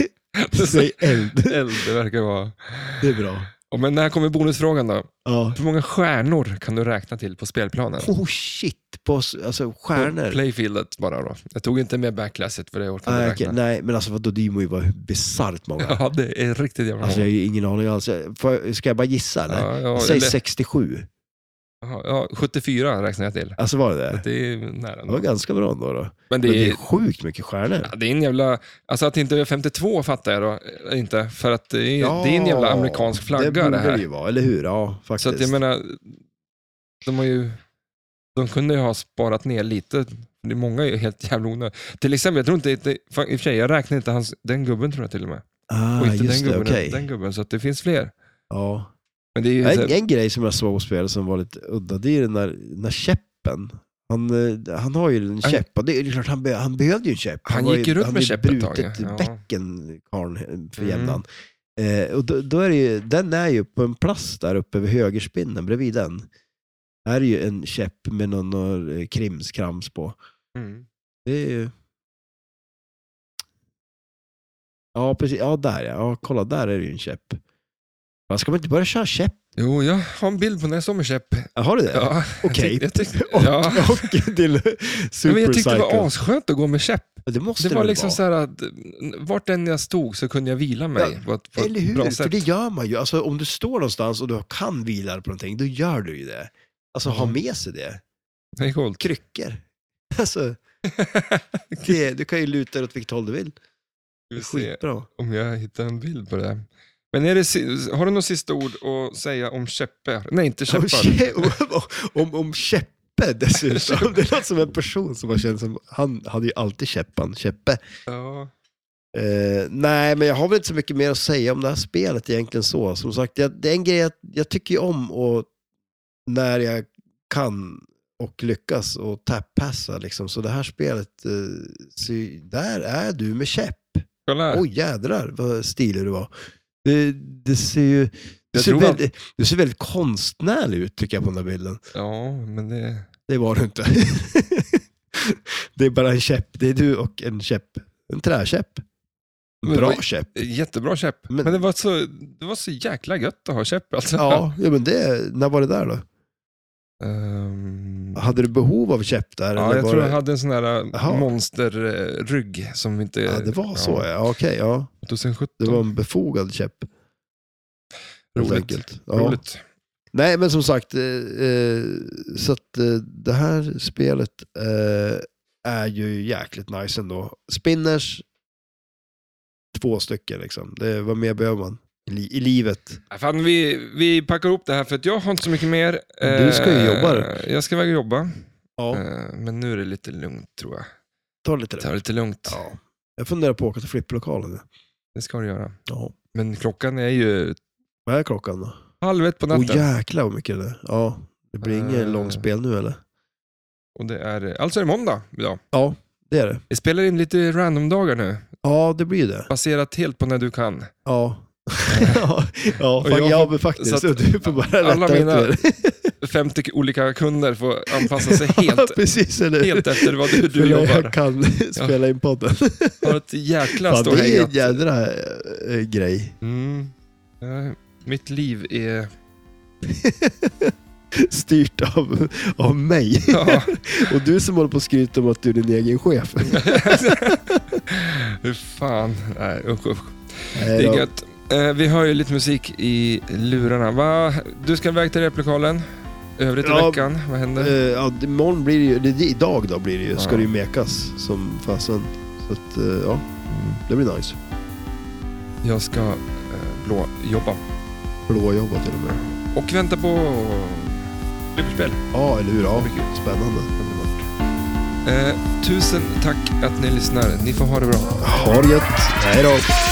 Speaker 2: säg eld.
Speaker 1: Eld, det verkar vara...
Speaker 2: Det är bra.
Speaker 1: Och men här kommer bonusfrågan då.
Speaker 2: Ja.
Speaker 1: Hur många stjärnor kan du räkna till på spelplanen?
Speaker 2: Oh shit, på, s- alltså
Speaker 1: På
Speaker 2: stjärnor.
Speaker 1: playfieldet bara då. Jag tog inte med backlasset för det orkade jag
Speaker 2: Nej,
Speaker 1: inte
Speaker 2: okej,
Speaker 1: räkna.
Speaker 2: nej, men alltså vadå, det må ju vara bisarrt många.
Speaker 1: Ja, det är riktigt jävla
Speaker 2: Alltså jag
Speaker 1: många.
Speaker 2: har ju ingen aning alls. Får jag- Ska jag bara gissa eller?
Speaker 1: Ja, ja,
Speaker 2: Säg
Speaker 1: eller-
Speaker 2: 67.
Speaker 1: Jaha, ja, 74 räknar jag till.
Speaker 2: Alltså var det det?
Speaker 1: Det är ju nära.
Speaker 2: Det var
Speaker 1: nog.
Speaker 2: ganska bra ändå. Då.
Speaker 1: Men
Speaker 2: Det,
Speaker 1: det
Speaker 2: Men det är
Speaker 1: är,
Speaker 2: sjukt mycket stjärnor.
Speaker 1: ja, det är en jävla... Alltså att det inte är 52 fattar jag då eh, inte. För att det är,
Speaker 2: Ja,
Speaker 1: det är en jävla amerikansk flagga
Speaker 2: det
Speaker 1: det,
Speaker 2: borde
Speaker 1: här.
Speaker 2: det ju vara, eller hur? Ja, faktiskt.
Speaker 1: Så att jag menar, de har ju... De kunde ju ha sparat ner lite. Det är många är helt jävla onödiga. Till exempel, jag tror inte, inte- fan, i och för sig, jag räknar inte hans, den gubben tror jag till och med.
Speaker 2: ah,
Speaker 1: och inte
Speaker 2: just
Speaker 1: den
Speaker 2: det,
Speaker 1: gubben,
Speaker 2: okej.
Speaker 1: den gubben. Så att det finns fler.
Speaker 2: Ja.
Speaker 1: Men det är ju så
Speaker 2: En,
Speaker 1: här,
Speaker 2: en grej som jag såg på spelet som var lite udda, det är den där, den där käppen. Han, eh, han har ju en käpp, och det är ju klart han, be, han behövde ju en käpp.
Speaker 1: Han
Speaker 2: var
Speaker 1: gick ju runt
Speaker 2: han
Speaker 1: med
Speaker 2: hade
Speaker 1: käpp ett tag,
Speaker 2: brutit
Speaker 1: ja.
Speaker 2: bäcken, karln, för
Speaker 1: Mm.
Speaker 2: jämnan. Eh, och då, då är det ju, den är ju på en plast där uppe vid högerspinnen, bredvid den. Här är ju en käpp med någon, någon eh, krimskrams på.
Speaker 1: mm.
Speaker 2: Det är ju... Ja, precis. Ja, där ja. ja. Kolla, där är det ju en käpp. Man ska man inte börja köra käpp?
Speaker 1: Jo, jag har en bild på när jag såg med käpp.
Speaker 2: Ja, Har du det?
Speaker 1: Ja,
Speaker 2: Okej.
Speaker 1: Jag tyckte, jag
Speaker 2: Och,
Speaker 1: tyckte, ja.
Speaker 2: och till
Speaker 1: Ja, men jag tyckte
Speaker 2: Supercycle.
Speaker 1: det var asskönt att gå med käpp.
Speaker 2: det måste
Speaker 1: Det var
Speaker 2: väl
Speaker 1: liksom
Speaker 2: vara.
Speaker 1: så här att eh, vart än jag stod så kunde jag vila mig på ett, på
Speaker 2: Eller
Speaker 1: ett bra
Speaker 2: hur? För
Speaker 1: sätt.
Speaker 2: det gör man ju. Alltså, om du står någonstans och du kan vila dig på någonting, då gör du ju det. Alltså ha
Speaker 1: Mm.
Speaker 2: med sig det.
Speaker 1: Det är coolt.
Speaker 2: Kryckor. Alltså, det, du kan ju luta dig åt vilket håll du vill.
Speaker 1: Vi
Speaker 2: Det är
Speaker 1: får se
Speaker 2: skitbra.
Speaker 1: om jag hittar en bild på det. Men är det, si- har du något sista ord att säga om käppar? Nej, inte käppar.
Speaker 2: Om, kä- om, om käppe dessutom. Det låter som en person som man känner som, han hade ju alltid käppan, käppe.
Speaker 1: Ja.
Speaker 2: Eh, nej, men jag har väl inte så mycket mer att säga om det här spelet egentligen så. Som sagt, jag, det är en grej jag, jag tycker ju om och när jag kan och lyckas och tappassa liksom. Så det här spelet, eh, så där är du med käpp.
Speaker 1: Kolla här.
Speaker 2: Oj jädrar vad stilig du var. Det, det ser ju det
Speaker 1: Jag
Speaker 2: ser,
Speaker 1: tror att-
Speaker 2: väldigt, det ser väldigt konstnärlig ut tycker jag på den där bilden.
Speaker 1: Ja, men det...
Speaker 2: Det var det inte. det är bara en käpp. Det är du och en käpp. En träkäpp. En
Speaker 1: Men
Speaker 2: bra
Speaker 1: vad-
Speaker 2: käpp.
Speaker 1: Jättebra käpp.
Speaker 2: Men-
Speaker 1: Men, det, var så, det var så jäkla gött att ha käpp alltså.
Speaker 2: Ja, ja men det, när var det där då?
Speaker 1: Ehm,
Speaker 2: Hade du behov av käpp där?
Speaker 1: ja,
Speaker 2: eller
Speaker 1: jag
Speaker 2: var
Speaker 1: tror
Speaker 2: det...
Speaker 1: jag hade en sån eh, där
Speaker 2: Jaha.
Speaker 1: monsterrygg eh, som inte...
Speaker 2: Ja, det var så ja. ja Okej, ja.
Speaker 1: 2017.
Speaker 2: Det var en befogad käpp. helt
Speaker 1: Roligt.
Speaker 2: enkelt. Ja.
Speaker 1: Roligt.
Speaker 2: Nej, men som sagt, eh, eh, så att eh, det här spelet eh, är ju jäkligt nice ändå. Spinners, två stycken liksom. Det, vad mer behöver man i, li- i livet?
Speaker 1: Ja, Fan, vi, vi packar ihop det här för att jag har inte så mycket mer.
Speaker 2: Du ska ju
Speaker 1: Eh,
Speaker 2: jobba.
Speaker 1: Jag ska iväg och jobba.
Speaker 2: Ja,
Speaker 1: Eh, Men nu är det lite lugnt tror jag.
Speaker 2: ta lite det.
Speaker 1: Ta det lite lugnt.
Speaker 2: Ja. Jag funderar på att åka till flipplokalen. nu.
Speaker 1: Det ska du göra.
Speaker 2: Ja.
Speaker 1: Men klockan är ju
Speaker 2: Vad är klockan då?
Speaker 1: halv ett på
Speaker 2: Åh
Speaker 1: natten.
Speaker 2: jäklar vad mycket det är. Ja, det blir inget
Speaker 1: Eh.
Speaker 2: långspel nu eller?
Speaker 1: och det är, alltså är det måndag idag.
Speaker 2: Ja, det är det.
Speaker 1: Vi spelar in lite random-dagar nu.
Speaker 2: Ja, det blir det.
Speaker 1: Baserat helt på när du kan.
Speaker 2: Ja. ja, ja,
Speaker 1: Och
Speaker 2: fan,
Speaker 1: jag
Speaker 2: ja
Speaker 1: får-
Speaker 2: men faktiskt.
Speaker 1: så att
Speaker 2: du får bara rätta
Speaker 1: alla
Speaker 2: upp
Speaker 1: mina
Speaker 2: det.
Speaker 1: 50 olika kunder får anpassa sig helt,
Speaker 2: Precis, eller
Speaker 1: helt efter vad du,
Speaker 2: För
Speaker 1: du
Speaker 2: Jag
Speaker 1: jobbar.
Speaker 2: kan spela in podden.
Speaker 1: Har ett jäkla
Speaker 2: Fan, det är
Speaker 1: ståhej.
Speaker 2: en
Speaker 1: att-
Speaker 2: jädra eh, grej.
Speaker 1: Mm. Eh, Mitt liv är...
Speaker 2: Styrt av, av mig.
Speaker 1: Ja.
Speaker 2: Och du som håller på och skryter om att du är din egen chef.
Speaker 1: Hur fan. Nej, usch, usch.
Speaker 2: Nej
Speaker 1: Det
Speaker 2: då.
Speaker 1: är gött. Eh, Vi har ju lite musik i lurarna. Va? Du ska iväg till replokalen. Övrigt
Speaker 2: Ja.
Speaker 1: i veckan, vad
Speaker 2: Eh,
Speaker 1: händer?
Speaker 2: ja, det- imorgon blir det ju, det, det- idag då blir det ju, ska
Speaker 1: Ja.
Speaker 2: det ju mekas som fasen. Så att, eh, ja,
Speaker 1: Mm.
Speaker 2: det blir nice.
Speaker 1: Jag ska eh, blå jobba.
Speaker 2: Blåjobba till och med.
Speaker 1: Och vänta på flipperspel.
Speaker 2: Ja, eller hur? Ja,
Speaker 1: Mycket kul.
Speaker 2: spännande.
Speaker 1: Eh, tusen tack att ni lyssnar. Ni får ha det bra.
Speaker 2: Ha det gött. Hej då.